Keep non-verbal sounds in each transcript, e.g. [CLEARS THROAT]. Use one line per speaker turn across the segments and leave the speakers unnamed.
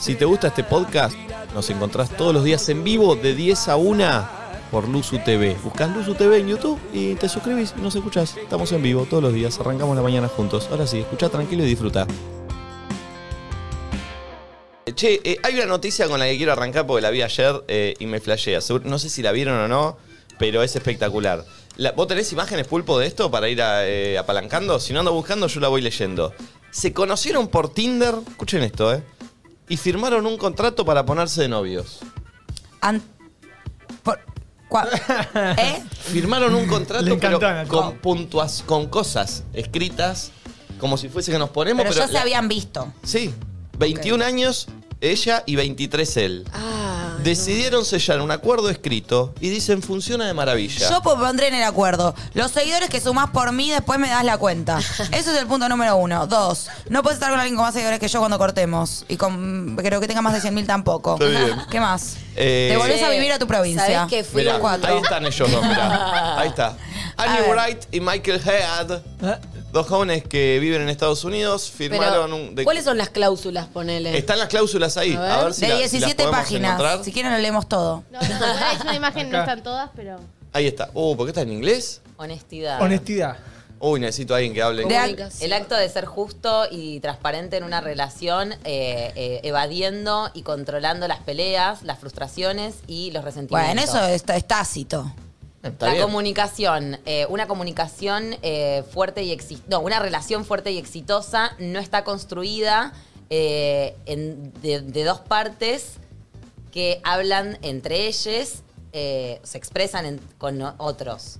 Si te gusta este podcast, nos encontrás todos los días en vivo de 10 a 1 por Luzu TV. Buscás Luzu TV en YouTube y te suscribís y nos escuchás. Estamos en vivo todos los días, arrancamos la mañana juntos. Ahora sí, escuchá tranquilo y disfruta. Che, eh, hay una noticia con la que quiero arrancar porque la vi ayer eh, y me flashea. Seguro- No sé si la vieron o no, pero es espectacular. La- ¿Vos tenés imágenes pulpo de esto para ir a, eh, apalancando? Si no ando buscando, yo la voy leyendo. Se conocieron por Tinder, escuchen esto, ¿eh? Y firmaron un contrato para ponerse de novios.
An- por-
[LAUGHS]
cua- ¿Eh?
Firmaron un contrato
Le
pero
encantó, Nacho.
con puntuas, con cosas escritas, como si fuese que nos ponemos.
Pero
Pero,
ya se
la-
habían visto.
Sí, 21 años ella y 23 él.
Ah,
Decidieron sellar un acuerdo escrito y dicen funciona de maravilla.
Yo pues pondré en el acuerdo. Los seguidores que sumás por mí, después me das la
[LAUGHS]
cuenta. Eso es el punto número uno. Dos, no puedes estar con alguien con más seguidores que yo cuando cortemos. Y con, creo que tenga más de 100.000 tampoco.
Está bien.
[LAUGHS] ¿Qué más?
Eh,
Te volvés a vivir a tu provincia.
¿Sabés que fui
Mirá,
a
cuatro.
ahí están ellos
[LAUGHS]
dos, mirá. Ahí está. Annie
ver.
Wright y Michael Head,
Ah,
dos jóvenes que viven en Estados Unidos,
Pero,
firmaron un... de-
¿Cuáles son las cláusulas, ponele? [LAUGHS]
Están las cláusulas ahí, a
A
ver,
ver.
si
de
la- si las
17
podemos
páginas.
encontrar.
Si quieren lo leemos todo.
No, no, bueno, es una imagen, no
Acá.
están todas, pero.
Ahí está. Uh, ¿por qué está en inglés?
Ah. Honestidad.
honestidad.
Uy, necesito a alguien que hable.
De ac-
Comunicación.
El acto de ser justo y transparente en una relación, eh, eh, evadiendo y controlando las peleas, las frustraciones y los resentimientos.
Bueno, eso está, es tácito.
Está
la
bien.
comunicación, eh, una comunicación eh, fuerte y exitosa, no, una relación fuerte y exitosa no está construida eh, en- de, de dos partes que hablan entre ellas, eh, se expresan en- con o- otros.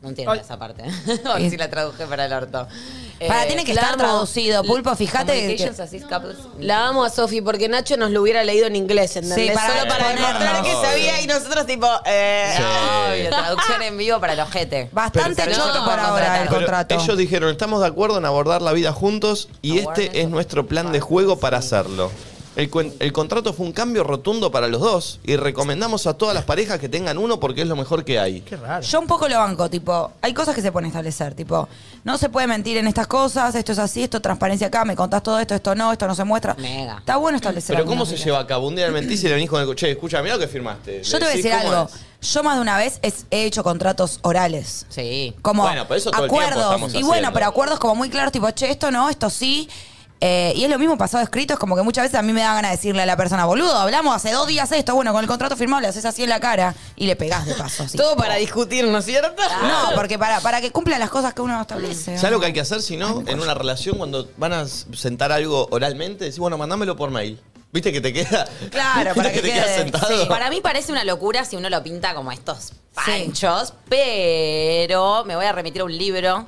No entiendo
Ay.
esa parte. [LAUGHS] A ver si la traduje para el orto.
Eh,
Eh,
Para, tiene que estar traducido, Pulpo, fíjate que-
Communications as couples-
La amo a Sofi porque Nacho nos lo hubiera leído en inglés, ¿entendés?
Sí, para
Solo para
ponernos.
demostrar que sabía y nosotros tipo... eh,
Sí.
Obvio, traducción en vivo para el ojete.
Bastante
Pero-
choto
No,
por ahora
contratar.
el
Pero
contrato.
ellos dijeron, estamos de acuerdo en abordar la vida juntos y
Awareness
este es
of-
nuestro plan de juego para hacerlo. El, cuen- el contrato fue un cambio rotundo para los dos y recomendamos a todas las parejas que tengan uno porque es lo mejor que hay.
Qué raro.
Yo un poco lo banco, tipo, hay cosas que se pueden establecer, tipo, no se puede mentir en estas cosas, esto es así, esto transparencia acá, me contás todo esto, esto no, esto no se muestra.
Mega.
Está bueno establecer.
Pero ¿cómo
algunas
se
reglas.
lleva a cabo? Un día le mentís y le venís con el coche, escucha, mira lo que firmaste. Le
Yo te voy a
decís,
decir
¿cómo
algo.
es?
Yo más de una vez es- he hecho contratos orales.
Sí.
Como
Bueno, pero eso todo el tiempo
acuerdos.
estamos
y bueno,
haciendo.
pero acuerdos como muy claros, tipo, che, esto no, esto sí. Eh, y es lo mismo pasado escrito, es como que muchas veces a mí me da ganas de decirle a la persona, boludo, hablamos hace dos días esto, bueno, con el contrato firmado le haces así en la cara y le pegás de paso. así.
Todo para discutir, ¿no es cierto?
No, porque para, para que cumplan las cosas que uno establece.
¿Sabes lo que hay que hacer si no? En una relación, cuando van a s- sentar algo oralmente, decís, bueno, mandámelo por mail. ¿Viste que te queda?
Claro, para
¿Viste
que
te queda
quede,
sentado?
Sí, para mí parece una locura si uno lo pinta como estos panchos, pero me voy a remitir a un libro.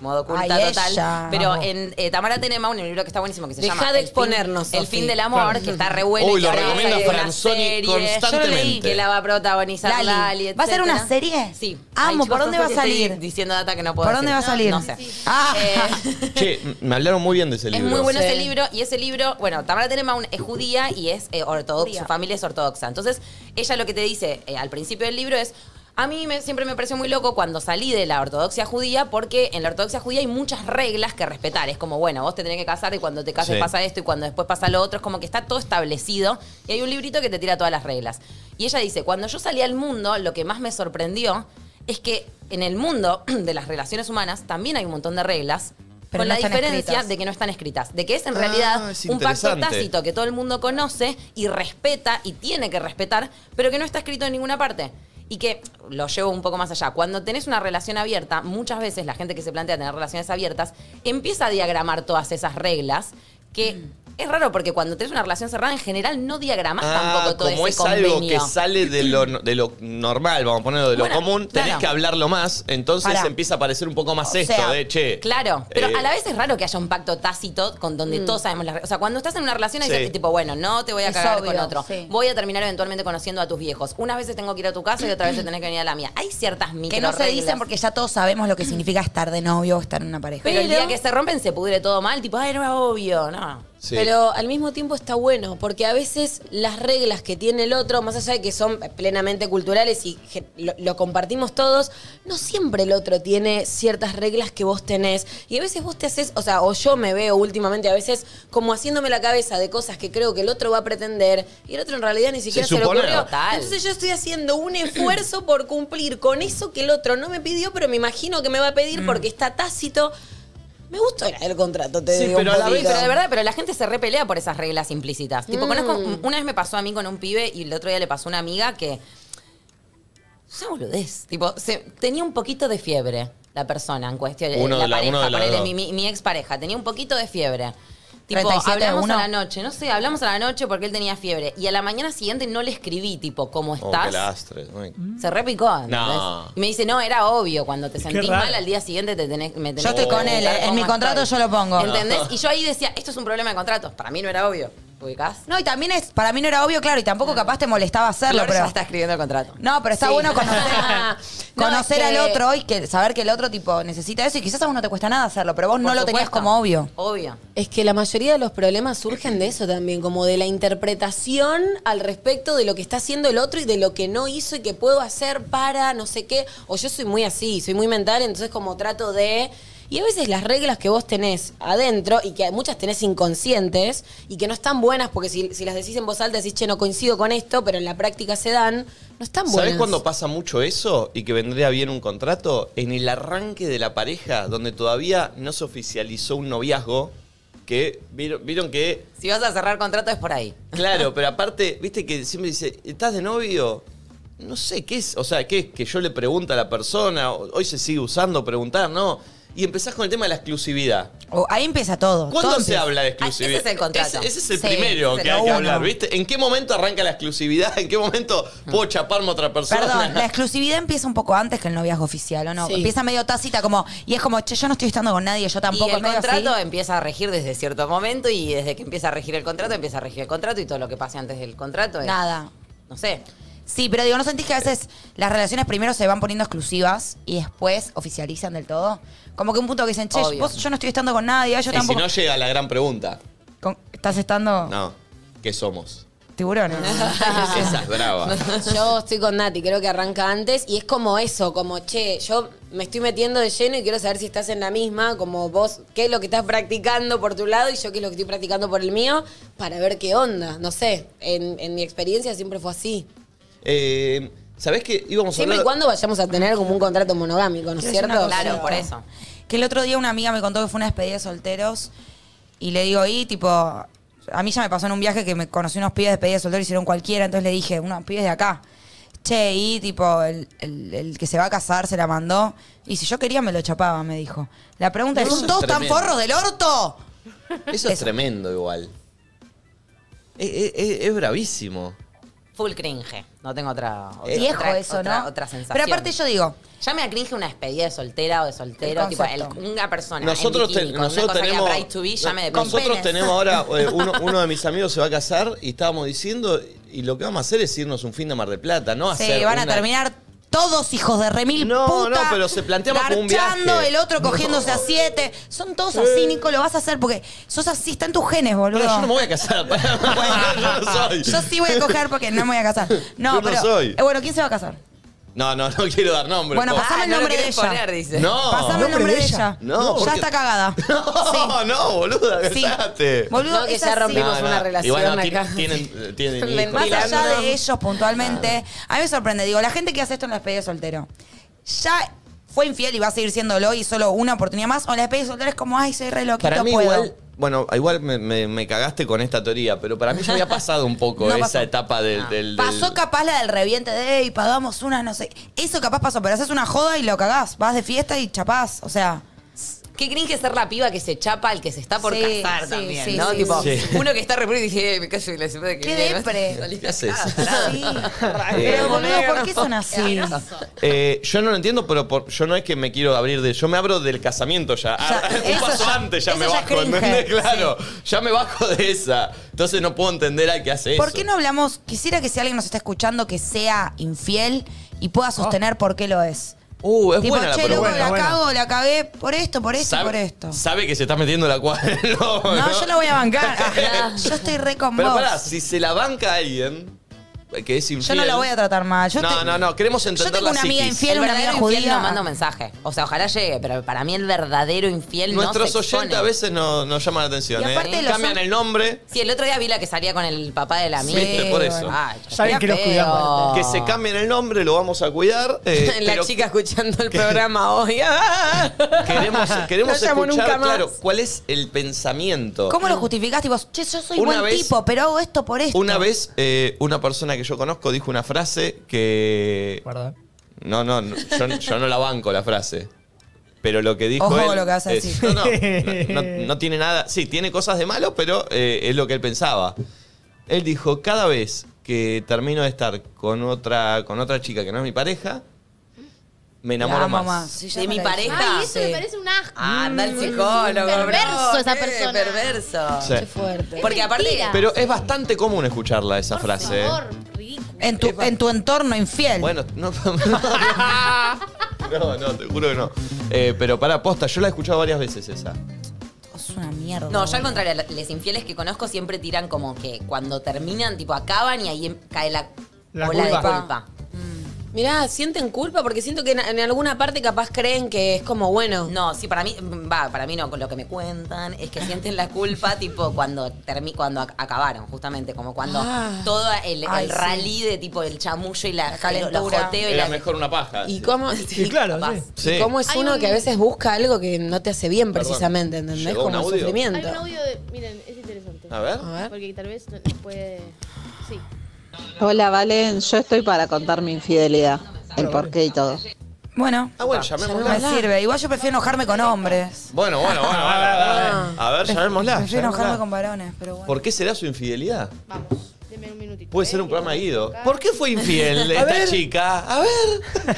Modo oculta
Ay,
total.
ella.
Pero
Vamos.
en eh, Tamara Tenema, un libro que está buenísimo que se
Dejá
llama
de
El fin-
exponernos,
El
Sofi.
fin del amor, que está revuelto.
Uy, lo recomienda Franzoni constantemente.
Que la va a protagonizar
Lali.
Lali.
¿Va a ser
etcétera.
una serie?
Sí.
Amo,
chicos,
¿por dónde va a
no sé si estoy
salir?
Diciendo data que no puedo
¿Por dónde va a
decir.
salir?
No, no sé.
Ah,
Eh,
Che, m- me hablaron muy bien de ese libro.
Es muy bueno
Sí.
ese libro y ese libro, bueno, Tamara Tenema un- es judía y es eh, ortodoxa, su familia es ortodoxa. Entonces, ella lo que te dice eh, al principio del libro es, a mí me- siempre me pareció muy loco cuando salí de la ortodoxia judía porque en la ortodoxia judía hay muchas reglas que respetar. Es como, bueno, vos te tenés que casar y cuando te cases
Sí.
pasa esto y cuando después pasa lo otro, es como que está todo establecido y hay un librito que te tira todas las reglas. Y ella dice, cuando yo salí al mundo, lo que más me sorprendió es que en el mundo [CLEARS THROAT] de las relaciones humanas también hay un montón de reglas.
Pero
con la
no están
diferencia
escritas.
de que no están escritas, de que es en
Ah,
realidad
es
un pacto
interesante.
tácito que todo el mundo conoce y respeta y tiene que respetar, pero que no está escrito en ninguna parte. Y que lo llevo un poco más allá. Cuando tenés una relación abierta, muchas veces la gente que se plantea tener relaciones abiertas empieza a diagramar todas esas reglas que
Mm.
es raro porque cuando tenés una relación cerrada en general no diagramas tampoco todo
Ah, como
ese
es algo que
convenio.
sale de lo, de lo normal, vamos a ponerlo de lo
Bueno,
común, tenés
claro.
que hablarlo más, entonces
Pará.
empieza a parecer un poco más
O
esto
sea,
de che.
Claro, pero
eh,
a la vez es raro que haya un pacto tácito con donde todos sabemos las reglas. O sea, cuando estás en una relación hay
Sí.
cierto tipo, bueno, no te voy a
Mm. Es
cagar
obvio,
con otro.
sí.
Voy a terminar eventualmente conociendo a tus viejos. Unas veces tengo que ir a tu casa y otras veces tenés que venir a la mía. Hay ciertas micro
[LAUGHS] que no se
reglas.
dicen porque ya todos sabemos lo que significa estar de novio o estar en una pareja.
Pero, el día que se rompen se pudre todo mal, tipo, ay, no era obvio, no.
Sí.
Pero al mismo tiempo está bueno, porque a veces las reglas que tiene el otro, más allá de que son plenamente culturales y ge- lo, lo compartimos todos, no siempre el otro tiene ciertas reglas que vos tenés. Y a veces vos te haces, o sea, o yo me veo últimamente a veces como haciéndome la cabeza de cosas que creo que el otro va a pretender y el otro en realidad ni siquiera se, lo
supone,
ocurrió.
total.
Entonces yo estoy haciendo un esfuerzo por cumplir con eso que el otro no me pidió, pero me imagino que me va a pedir porque está tácito. Me gustó el contrato, te
Sí,
digo. un
pero a la vez- Mm.
poquito.
Pero de verdad, pero la gente se repelea por esas reglas implícitas. Tipo, conozco, una vez me pasó a mí con un pibe y el otro día le pasó a una amiga que. Esa boludez. Tipo, se- tenía un poquito de fiebre la persona en cuestión. eh,
Uno
la
de la-
pareja,
uno de los
ponele,
dos.
mi, mi- mi expareja. Tenía un poquito de fiebre. Tipo,
37
hablamos
uno.
a la noche, no sé, hablamos a la noche porque él tenía fiebre. Y a la mañana siguiente no le escribí, tipo, ¿cómo
Oh,
estás? Mm,
qué lastre. Uy.
Se repicó. ¿entendés?
No.
Y me dice, no, era obvio. Cuando te sentís
raro.
mal, al día siguiente te tenés, me tenés
Yo estoy
que
con él,
preguntar
eh. En
cómo
mi contrato
estoy.
yo lo pongo. [LAUGHS]
¿Entendés? Y yo ahí decía, esto es un problema de contratos. Para mí no era obvio. ¿Ubicás?
No, y también es, para mí no era obvio, claro, y tampoco capaz te molestaba hacerlo,
Flor
pero.
ya está escribiendo el contrato.
No, pero está
[LAUGHS]
Sí.
bueno conocer,
No,
conocer
es que-
al otro y que saber que el otro tipo necesita eso y quizás a vos no te cuesta nada hacerlo, pero vos no
Por
lo tenías
supuesto.
como obvio.
Obvio.
Es que la mayoría de los problemas surgen de eso también, como de la interpretación al respecto de lo que está haciendo el otro y de lo que no hizo y que puedo hacer para no sé qué. O yo soy muy así, soy muy mental, entonces como trato de... Y a veces las reglas que vos tenés adentro y que muchas tenés inconscientes y que no están buenas, porque si, si las decís en voz alta decís, che, no coincido con esto, pero en la práctica se dan, no están buenas.
¿Sabés cuándo pasa mucho eso y que vendría bien un contrato? En el arranque de la pareja, donde todavía no se oficializó un noviazgo, que vieron, vieron que.
Si vas a cerrar contrato es por ahí.
Claro, pero aparte, viste que siempre dice, ¿estás de novio? No sé qué es, o sea, qué es que yo le pregunto a la persona, O- hoy se sigue usando preguntar, ¿no? Y empezás con el tema de la exclusividad.
O- ahí empieza todo.
¿Cuándo
Oh, Entonces,
se habla de
Ah, ese es el
exclusividad?
contrato.
Ese, ese es el
Sí,
primero
ese es
que
el
hay que
uno.
hablar, ¿viste? ¿En qué momento arranca la exclusividad? ¿En qué momento puedo chaparme a otra persona? [LAUGHS]
Perdón, la exclusividad empieza un poco antes que el noviazgo oficial, ¿o no?
Sí.
Empieza medio tácita como, y es como, che, yo no estoy estando con nadie, yo tampoco.
y el
es medio así.
contrato empieza a regir desde cierto momento y desde que empieza a regir el contrato, empieza a regir el contrato y todo lo que pase antes del contrato es...
Nada.
No sé.
Sí, pero digo, ¿no sentís que a veces las relaciones primero se van poniendo exclusivas y después oficializan del todo? Como que un punto que dicen, che,
Obvio.
vos, yo no estoy estando con nadie, ah, yo
Y si
tampoco.
no llega la gran pregunta.
Con- ¿Estás estando
No, ¿qué somos?
tiburones?
Ah, Esa es brava.
[LAUGHS] Yo estoy con Nati, creo que arranca antes y es como eso, como che, yo me estoy metiendo de lleno y quiero saber si estás en la misma, como vos, qué es lo que estás practicando por tu lado y yo qué es lo que estoy practicando por el mío, para ver qué onda, no sé, en, en mi experiencia siempre fue así.
Eh, ¿Sabés que íbamos a
Siempre y
hablar...
cuando vayamos a tener como un contrato monogámico, ¿no es
Quiero
cierto?
decir una cosa.
Claro, por eso.
Que el otro día una amiga me contó que fue una despedida de solteros y le digo, y tipo, a mí ya me pasó en un viaje que me conocí unos pibes de despedida de solteros, hicieron cualquiera, entonces le dije, unos pibes de acá. Che, y tipo, el, el- el que se va a casar se la mandó. Y si yo quería me lo chapaba, me dijo. La pregunta es,
Eso
¿son
es
todos tan
tremendo.
forros del orto?
Eso es
Eso.
tremendo igual. Eh, eh, eh, es bravísimo. Eh,
Full cringe. No tengo otra... otra-
Viejo
otra-
eso,
otra-
¿no?
Otra sensación.
Pero aparte yo digo,
Ya me acringe una despedida de soltera o de soltero,
El
tipo, el-
concepto.
una persona. en
Nosotros,
bikini,
ten-
con
nosotros
una cosa que
tenemos.
habrá y to be, ya me depende.
nosotros
Con penes.
[LAUGHS]
[LAUGHS]
tenemos ahora. eh, uno, uno de mis amigos se va a casar y estábamos diciendo. Y lo que vamos a hacer es irnos un fin de Mar del Plata, ¿no?
se
Hacer
van a
una-
terminar todos hijos de remil
No,
puta.
no, pero se planteaba como un viaje.
garchando, el otro cogiéndose a siete. Son todos así, Nico, lo vas a hacer porque sos así, está en tus genes, boludo.
Pero yo no me voy a casar. [LAUGHS] pará, yo no soy.
Yo sí voy a coger porque no me voy a casar. No,
Yo no
pero.
soy.
eh, bueno, ¿quién se va a casar?
No, no, no quiero dar nombre.
Bueno,
po-
pasame el
Ah, no lo
nombre de
querés
ella.
poner, dice.
No.
Pasame el nombre de ella. ya
No, porque-
está
[LAUGHS]
cagada.
No, no, boluda,
Sí.
cállate.
Boludo,
No, que
es
ya
así.
rompimos
No, no.
una relación
Igual no, ti-
acá.
[LAUGHS]
Tienen, tienen hijos.
Más
Mirá,
allá
no, no.
de ellos puntualmente, a mí me sorprende. Digo, la gente que hace esto en la despedida de soltero, ya fue infiel y va a seguir siéndolo y solo una oportunidad más. O en la despedida de soltero es como, ay, soy re loquito,
Para mí
puedo.
igual, bueno, igual me, me- me cagaste con esta teoría, pero para mí ya había pasado un
[LAUGHS]
poco
No
esa
pasó. Ah.
etapa del... del- del-
Pasó capaz la del reviente de, y pagamos una, no sé. Eso capaz pasó, pero haces una joda y lo cagás. Vas de fiesta y chapás. O sea,
Qué cringe ser la piba que se chapa al que se está por
Sí,
casar
sí,
también,
sí,
¿no?
sí,
tipo,
sí.
uno que está repro y dice, "Eh, me callo y la semana que
Qué
viene, ¿no? [LAUGHS]
depre.
Salí
¿Qué haces?
Ah. [LAUGHS]
casada.
sí.
Eh,
Pero boludo, ¿por qué son así?
Eh, yo no lo entiendo, pero por- yo no es que me quiero abrir de... Yo me abro del casamiento ya. Ah, [LAUGHS] un
eso
paso
ya-
antes ya
eso
me
ya
bajo,
cringe.
¿entendés? Claro, ya me bajo de esa. Entonces no puedo entender al que hace
¿Por
eso.
qué no hablamos? Quisiera que si alguien nos está escuchando que sea infiel y pueda sostener por qué lo es.
Oh. Uh, es
tipo,
buena la
che, loco,
pregunta.
la
Bueno,
cago, la cagué por esto, por esto, y por esto.
sabe que se está metiendo la cuadra. [LAUGHS] No,
No,
¿no?
yo lo voy a bancar. Ajá. yo estoy re con
[LAUGHS] Pero
vos.
pará, si se la banca alguien que es
yo
infiel.
no la voy a tratar mal. Yo
No,
te-
no, no, queremos
tengo
entender
una
la
amiga
psiquis.
infiel.
el
una
verdadero
amiga
infiel
judía.
no manda un mensaje. O sea, ojalá llegue, pero para mí el verdadero infiel
Nuestros
no se expone.
oyentes a veces no- nos llaman la atención,
Y
¿eh?
aparte los
Cambian
hom-
el nombre.
Sí, el otro día vi la que salía con el papá de la
Sí,
amiga.
Viste, por eso.
bueno.
Ay,
Saben que los
qué
cuidamos.
feo.
Que se cambien el nombre, lo vamos a cuidar. eh,
La
pero
chica escuchando el [LAUGHS] programa hoy. ¡Ah!
Queremos, eh, queremos
No llamo
escuchar,
nunca más.
claro, cuál es el pensamiento.
¿Cómo lo justificás? Tipo, che, yo soy
Una
buen
vez-
tipo, pero hago esto por esto.
Una vez, eh, una persona que yo conozco dijo una frase que.
Guarda.
No, no, no, yo, yo no la banco la frase. Pero lo que dijo
Ojo
él
con lo que vas a
es- [LAUGHS]
decir.
no, no,
Eh.
no- no tiene nada. Sí, tiene cosas de malo, pero eh, es lo que él pensaba. Él dijo, cada vez que termino de estar con otra, con otra chica que no es mi pareja, me enamoro
amo
más.
más. Sí, ya
De
me
mi
la
pareja.
dije.
Ay, eso me parece un asco.
Ah, [LAUGHS] anda el
Mm, es
psicólogo, bro.
Perverso esa
Qué
persona.
Perverso.
Sí.
Qué fuerte.
Porque aparte-
Pero es bastante común escucharla esa frase. ¿eh?
Por favor, ridículo.
En tu, en tu entorno infiel.
Bueno, no. [LAUGHS] Ah, No, no, te juro que no. Eh, pero para posta, yo la he escuchado varias veces esa.
Es una mierda.
No, yo al contrario, les infieles que conozco siempre tiran como que cuando terminan, tipo acaban y ahí em- cae la,
La
bola de
culpa.
culpa.
Mm. Mirá, sienten culpa porque siento que en, en alguna parte capaz creen que es como bueno.
No, sí, para mí, mm, va, para mí no, con lo que me cuentan es que sienten la culpa, [LAUGHS] tipo, cuando termi cuando ac- acabaron, justamente, como cuando
Ah.
todo el, el
Ay, sí.
rally de tipo el chamullo y la,
La
el- los
calentura.
joteos y
Era
la-
mejor una paja.
Y
sí.
cómo,
Y claro,
capaz.
sí.
Sí.
y cómo es
Hay
uno
un-
que a veces busca algo que no te hace bien
Perdón.
precisamente, ¿entendés?
¿Llegó un
Como
audio?
el
Hay
sufrimiento.
un audio de. Miren, es interesante.
A ver.
A ver.
Porque tal vez no- no puede. Sí.
Hola, Valen. Yo estoy para contar mi infidelidad, el porqué y todo.
Bueno,
Ah, bueno,
me
llamémosla.
sirve. Igual yo prefiero enojarme con hombres.
Bueno, bueno, bueno. bueno,
Ah.
bueno. A ver, llamémosla.
Prefiero enojarme
llamémosla.
con varones, pero bueno.
¿Por qué será su infidelidad?
Vamos. Deme un minutito.
Puede
¿eh?
ser un
Que
programa de
voy a
Guido.
buscar.
¿Por qué fue [LAUGHS] infiel esta
ver.
chica? A ver.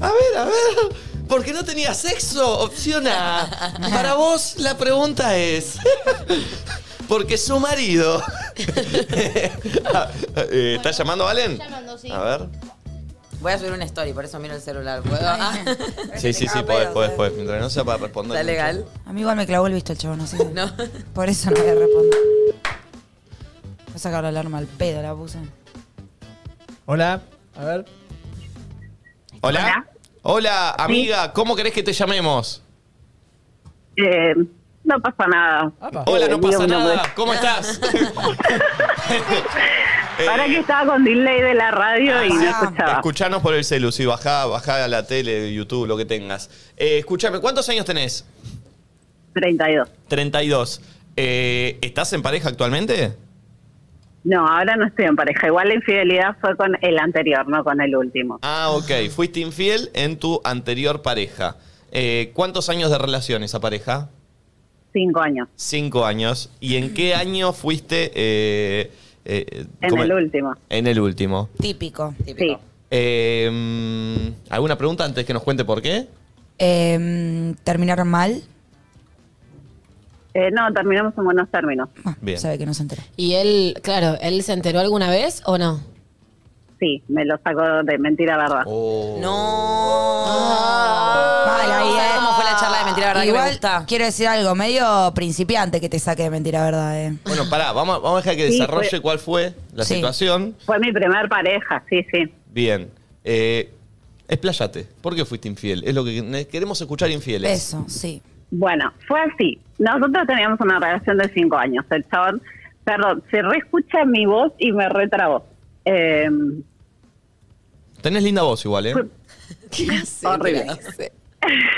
A ver, a ver. Porque no tenía sexo, opción A. [LAUGHS] Para vos la pregunta es. [LAUGHS] Porque su marido. [LAUGHS] Ah, eh, ¿Está llamando Valen?
Llamando, sí.
A ver.
Voy a subir una story, por eso miro el celular. ¿puedo? Ah,
[LAUGHS] Sí, sí, sí, podés, podés, podés. Mientras no sea para responder.
¿Está
mucho.
legal?
A mí igual me clavó el visto el chabón, así que
No.
por eso no voy a responder. Voy a sacar la alarma al pedo, la puse.
Hola. A ver.
¿Hola? Hola, amiga. ¿Cómo querés que te llamemos?
Eh, no pasa nada.
Apa.
Hola, no
Eh,
pasa
digo, no,
nada. ¿Cómo
[LAUGHS]
estás? Eh,
Para que estaba con delay de la radio y no
Ah,
escuchaba.
Escuchanos por el celu, sí, bajá, bajá a la tele, YouTube, lo que tengas. Eh, escúchame, ¿cuántos años tenés?
32.
32. Eh, ¿Estás en pareja actualmente?
No, ahora no estoy en pareja. Igual la infidelidad fue con el anterior, no con el último.
Ah, ok. Fuiste infiel en tu anterior pareja. Eh, ¿Cuántos años de relación esa pareja?
Cinco años.
Cinco años. ¿Y en qué año fuiste? eh, eh,
En
¿cómo
el
es?
último.
En el último.
Típico.
Sí.
Típico.
Eh, mm, ¿Alguna pregunta antes que nos cuente por qué?
Eh, Terminar mal.
Eh, no, terminamos en buenos términos.
Bueno,
Bien.
sabe que no se enteró.
Y él, claro, ¿él se enteró alguna vez o no?
Sí, me lo saco de mentira, verdad.
Oh.
No.
Ah.
Mala
Vamos a ver
idea.
¿Cómo fue la charla de mentira, verdad? que me
Igual
gusta.
quiero decir algo, medio principiante que te saque de mentira, verdad, eh.
Bueno, pará, vamos, a- vamos a dejar que
Sí,
desarrolle
fue-
cuál fue la
Sí.
situación.
Fue mi primer pareja, sí, sí.
Bien. Eh, expláyate. ¿Por qué fuiste infiel? Es lo que ne- queremos escuchar infieles.
Eso, sí.
Bueno, fue así. Nosotros teníamos una relación de cinco años. El chabón, perdón, se reescucha mi voz y me retrabó. Eh,
[LAUGHS]
Tenés linda voz igual, ¿eh?
horrible. [LAUGHS]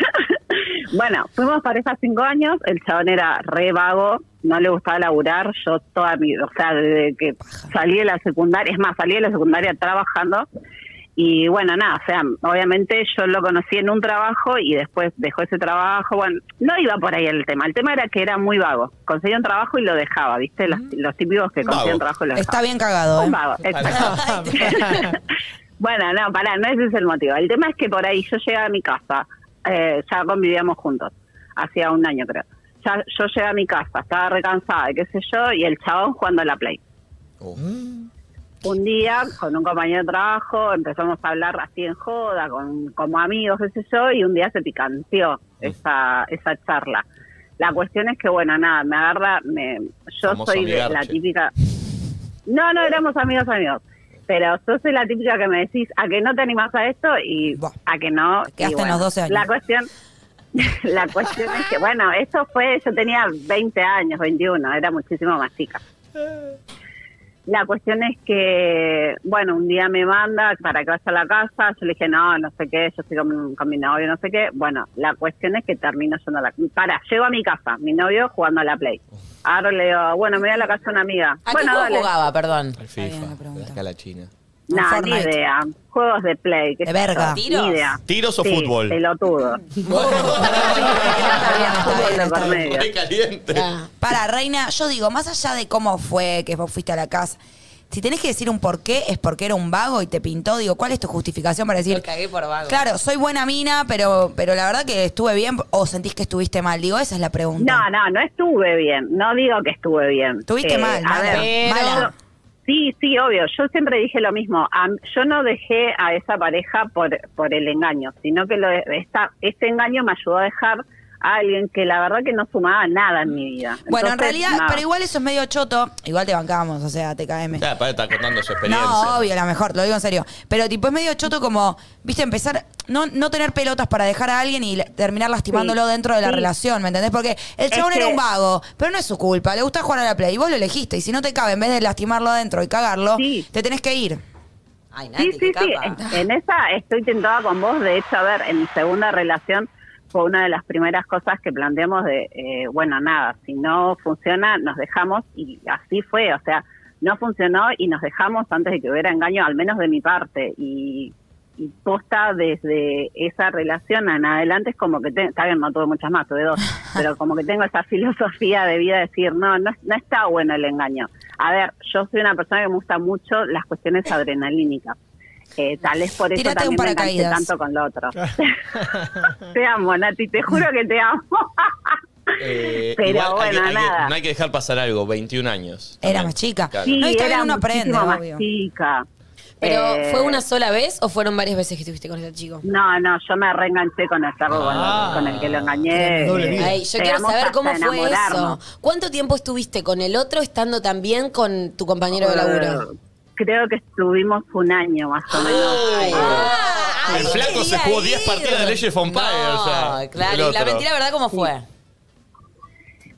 Bueno, fuimos pareja cinco años, el chabón era re vago, no le gustaba laburar, yo toda mi, o sea, desde que salí de la secundaria, es más, salí de la secundaria trabajando y bueno, nada, o sea, obviamente yo lo conocí en un trabajo y después dejó ese trabajo, bueno, no iba por ahí el tema, el tema era que era muy vago, conseguía un trabajo y lo dejaba, ¿viste? Los, los típicos que
Vago.
consiguen trabajo y lo
Está
dejaban.
bien cagado, eh.
Un vago, exacto. [LAUGHS] Bueno, no, pará, no ese es el motivo. El tema es que por ahí yo llegaba a mi casa, eh, ya convivíamos juntos, hacía un año creo. Ya, yo llegaba a
Mm.
mi casa, estaba recansada, qué sé yo, y el chabón jugando a la Play. un día con un compañero de trabajo empezamos a hablar así en joda, con, como amigos, qué sé yo, y un día se picanteó esa, esa charla. La cuestión es que, bueno, nada, me agarra, me, yo
Famoso
soy de la
amigarche.
típica... No, no, éramos amigos, amigos. Pero yo soy la típica que me decís, a que no te animás a esto y
Buah.
a que no...
Te
y
quedaste en los 12 años.
La cuestión... [LAUGHS] La cuestión es que, bueno, esto fue, yo tenía 20 años, 21, era muchísimo más chica. La cuestión es que, bueno, un día me manda para que vaya a la casa, yo le dije, no, no sé qué, yo estoy con, mi- con mi novio, no sé qué. Bueno, la cuestión es que termino yendo a la Para, llego a mi casa, mi novio jugando a la Play. Ahora le digo, bueno, me voy a la casa de una amiga.
¿A
bueno,
qué juego
dale.
jugaba, perdón?
Al
bien la
FIFA,
pregunta.
la escala china.
No,
Al
ni
Fortnite.
idea. Juegos de Play. qué
De
sé yo,
verga.
¿Tiros?
Ni idea.
¿Tiros o
Sí,
fútbol? [LAUGHS]
Pelotudo.
bien,
Fútbol de
está
por medio.
Muy caliente.
Ah,
Para, Reina, yo digo, más allá de cómo fue que vos fuiste a la casa, si tenés que decir un por qué, es porque era un vago y te pintó. Digo, ¿cuál es tu justificación para decir?
Lo cagué por vago.
Claro, soy buena mina, pero, pero la verdad que estuve bien o sentís que estuviste mal. Digo, esa es la pregunta.
No, no, no estuve bien. No digo que estuve bien.
Estuviste
Eh,
mal,
a
mala,
ver,
mala.
Sí, sí, obvio. Yo siempre dije lo mismo. A- yo no dejé a esa pareja por, por el engaño, sino que lo, esta, este engaño me ayudó a dejar a alguien que la verdad que no sumaba nada en mi vida.
Bueno, en
Entonces,
realidad,
nada.
pero igual eso es medio choto. Igual te bancamos, o sea, TKM.
Ya, para estar contando su experiencia.
No, obvio, la mejor, lo digo en serio. Pero tipo, es medio choto como, viste, empezar, no, no tener pelotas para dejar a alguien y la- terminar lastimándolo
Sí,
dentro de la
sí.
relación, ¿me entendés? Porque el
Es
chabón era
que-
un vago, pero no es su culpa, le gusta jugar a la play, y vos lo elegiste, y si no te cabe, en vez de lastimarlo adentro y cagarlo,
Sí.
te tenés que ir.
Ay, Nati,
Sí,
qué
sí, sí.
capa.
En- En esa estoy tentada con vos. De hecho, a ver, en mi segunda relación fue una de las primeras cosas que planteamos de, eh, bueno, nada, si no funciona, nos dejamos y así fue. O sea, no funcionó y nos dejamos antes de que hubiera engaño, al menos de mi parte. Y, y posta desde esa relación en adelante es como que, te, está bien, no tuve muchas más,
[LAUGHS]
tuve dos, pero como que tengo esa filosofía de vida de decir, no, no, no está bueno el engaño. A ver, yo soy una persona que me gusta mucho las cuestiones adrenalínicas. Eh, tal vez por eso
Tírate
también
un
me enganché
paracaídas.
tanto con lo otro.
Ah.
te amo, Nati, te juro que te amo. [LAUGHS] Ah,
Eh,
Pero
igual hay que-
bueno,
hay que-
nada.
no hay que dejar pasar algo, 21 años.
Era
También.
más chica.
Claro.
sí,
No, y también
era
uno aprende,
muchísimo más
obvio.
chica.
¿Pero
Eh,
fue una sola vez o fueron varias veces que estuviste con este chico?
No, no, yo me reenganché con el cerdo con el-
Ah.
con, el que lo engañé.
Doble vida.
Ay, yo quiero
Llegamos
saber
hasta
cómo fue eso.
enamorarnos.
¿Cuánto tiempo estuviste con el otro estando también con tu compañero de laburo?
Eh, Creo que estuvimos un año más o menos.
El flaco se jugó 10 partidas de Legend of Empire,
No,
o sea, el
claro. ¿Y la
otro.
mentira verdad cómo fue?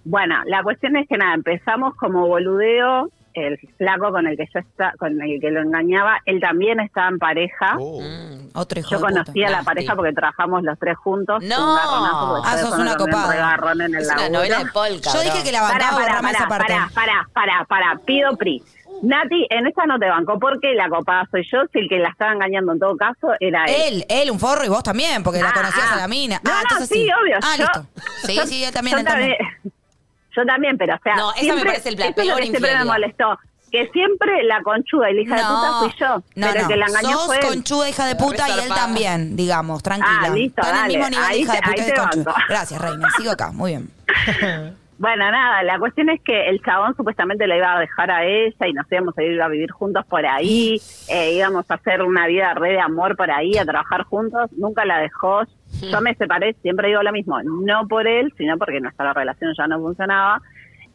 Bueno, la cuestión es que nada, empezamos como boludeo, el flaco con el que yo está, con el que lo engañaba, él también estaba en pareja.
Oh.
Mm, Otro hijo
Yo
de puta.
conocí a la
Nasty.
pareja porque trabajamos los tres juntos.
No.
garronazo, porque
Ah,
yo
sos
solo
una
me
copada.
re garrón en el
Es una
laburo.
novela de polka.
Yo
bro.
dije que la
Para,
bancaba,
para,
borrame
para,
esa parte.
para, para, para, para, pido PRI. Nati, en esta no te bancó porque la copada soy yo, si el que la estaba engañando en todo caso era él.
Él, él, un forro y vos también, porque la
Ah,
conocías
ah.
a la mina.
No,
ah,
no,
entonces
sí, obvio,
Ah,
yo-
listo. Sí, sí, él también,
yo
él también.
Yo también, pero o sea.
No, esa me parece el plan,
eso es lo
peor
que siempre me
infidelidad.
molestó. Que siempre la conchuda y la hija de puta fui yo.
No,
pero
no.
que la engañó
Sos
fue él.
conchuda hija de puta y él
resarpada.
también, digamos, tranquila.
Ah, listo,
Están en el
dale.
mismo nivel de
Ahí
hija de
te-
puta
ahí
y de
te
conchuda.
banco. [LAUGHS]
Gracias, reina. Sigo acá, muy bien.
Bueno, nada, la cuestión es que el chabón supuestamente la iba a dejar a ella y nos íbamos a ir a vivir juntos por ahí, eh, íbamos a hacer una vida re de amor por ahí, a trabajar juntos, nunca la dejó. Yo me separé, siempre digo lo mismo, no por él, sino porque nuestra relación ya no funcionaba.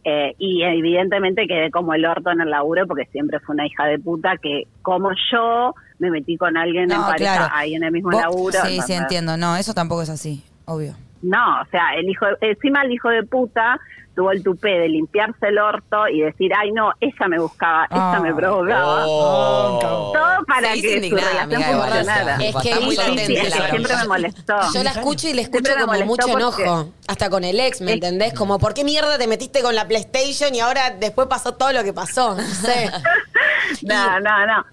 eh, y evidentemente quedé como el orto en el laburo porque siempre fue una hija de puta que como yo me metí con alguien en pareja ahí en el mismo
Vos-
laburo.
Sí, sí,
entonces-
entiendo. No, eso tampoco es así, obvio.
no, o sea, el hijo, de- encima el hijo de puta tuvo el tupé de limpiarse el orto y decir, ay no, ella me buscaba, ella
Ah.
me provocaba.
Oh.
Todo para
Seguís
que su
indignada,
relación
amiga, igual,
funcionara.
o sea,
Es que
Ah, está muy
sí, sí,
latente
Sí,
la
es que
bronca.
siempre me molestó.
Yo la escucho y la escucho
Siempre me
como mucho
molestó
enojo. Hasta con el ex, ¿me
Sí.
entendés? Como, ¿por qué mierda te metiste con la PlayStation y ahora después pasó todo lo que pasó? No sé.
[LAUGHS] No, no, no.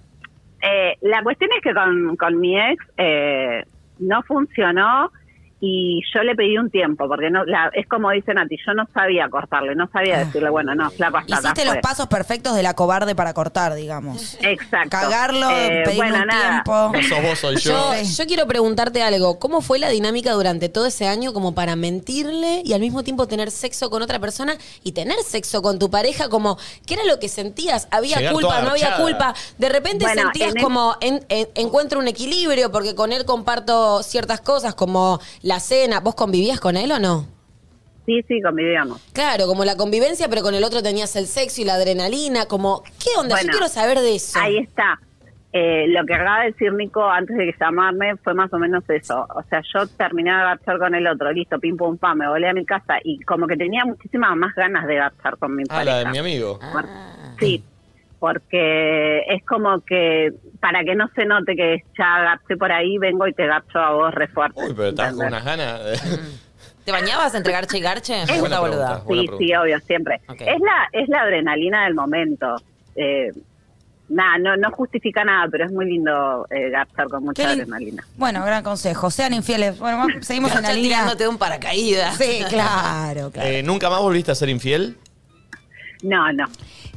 Eh, la cuestión es que con, con mi ex eh, no funcionó y yo le pedí un tiempo, porque no la- es como dice Nati, yo no sabía cortarle, no sabía decirle, bueno, no, flaca, hasta acá
Hiciste los
fue.
pasos perfectos de la cobarde para cortar, digamos.
Exacto.
Cagarlo,
Eh,
pedirle
bueno,
un
nada.
tiempo.
No sos vos, soy yo.
Yo, yo quiero preguntarte algo. ¿Cómo fue la dinámica durante todo ese año como para mentirle y al mismo tiempo tener sexo con otra persona y tener sexo con tu pareja? Como, ¿qué era lo que sentías? ¿Había
Llegar
culpa?
toda
¿No había
archada.
culpa? De repente
Bueno,
sentías
en el-
como, en- en- encuentro un equilibrio porque con él comparto ciertas cosas como la cena. ¿Vos convivías con él o no?
Sí, sí, convivíamos.
Claro, como la convivencia, pero con el otro tenías el sexo y la adrenalina. Como, ¿qué onda?
Bueno,
Yo quiero saber de eso.
Ahí está. Eh, lo que acaba de decir Nico antes de llamarme fue más o menos eso. O sea, yo terminé de garchar con el otro, listo, pim pum pam, me volé a mi casa y como que tenía muchísimas más ganas de garchar con mi
Ah, la
pareja.
de mi amigo.
Por- Sí, porque es como que para que no se note que ya garché por ahí, vengo y te garcho a vos re fuerte.
Uy, pero estás con
¿entendés?
unas ganas. de-
¿Te bañabas entre garche y garche?
Buena
Pregunta
pregunta.
boluda.
Buena
Sí, sí, obvio, siempre.
Ok.
Es la es la adrenalina del momento. Eh, nada, no, no justifica nada, pero es muy lindo eh, garchar con mucha
Qué lin-
adrenalina.
Bueno, gran consejo. Sean infieles. Bueno, vamos- seguimos en la
Garcha
línea.
tirándote de un paracaídas.
Sí, claro, claro.
Eh, ¿Nunca más volviste a ser infiel?
No, no.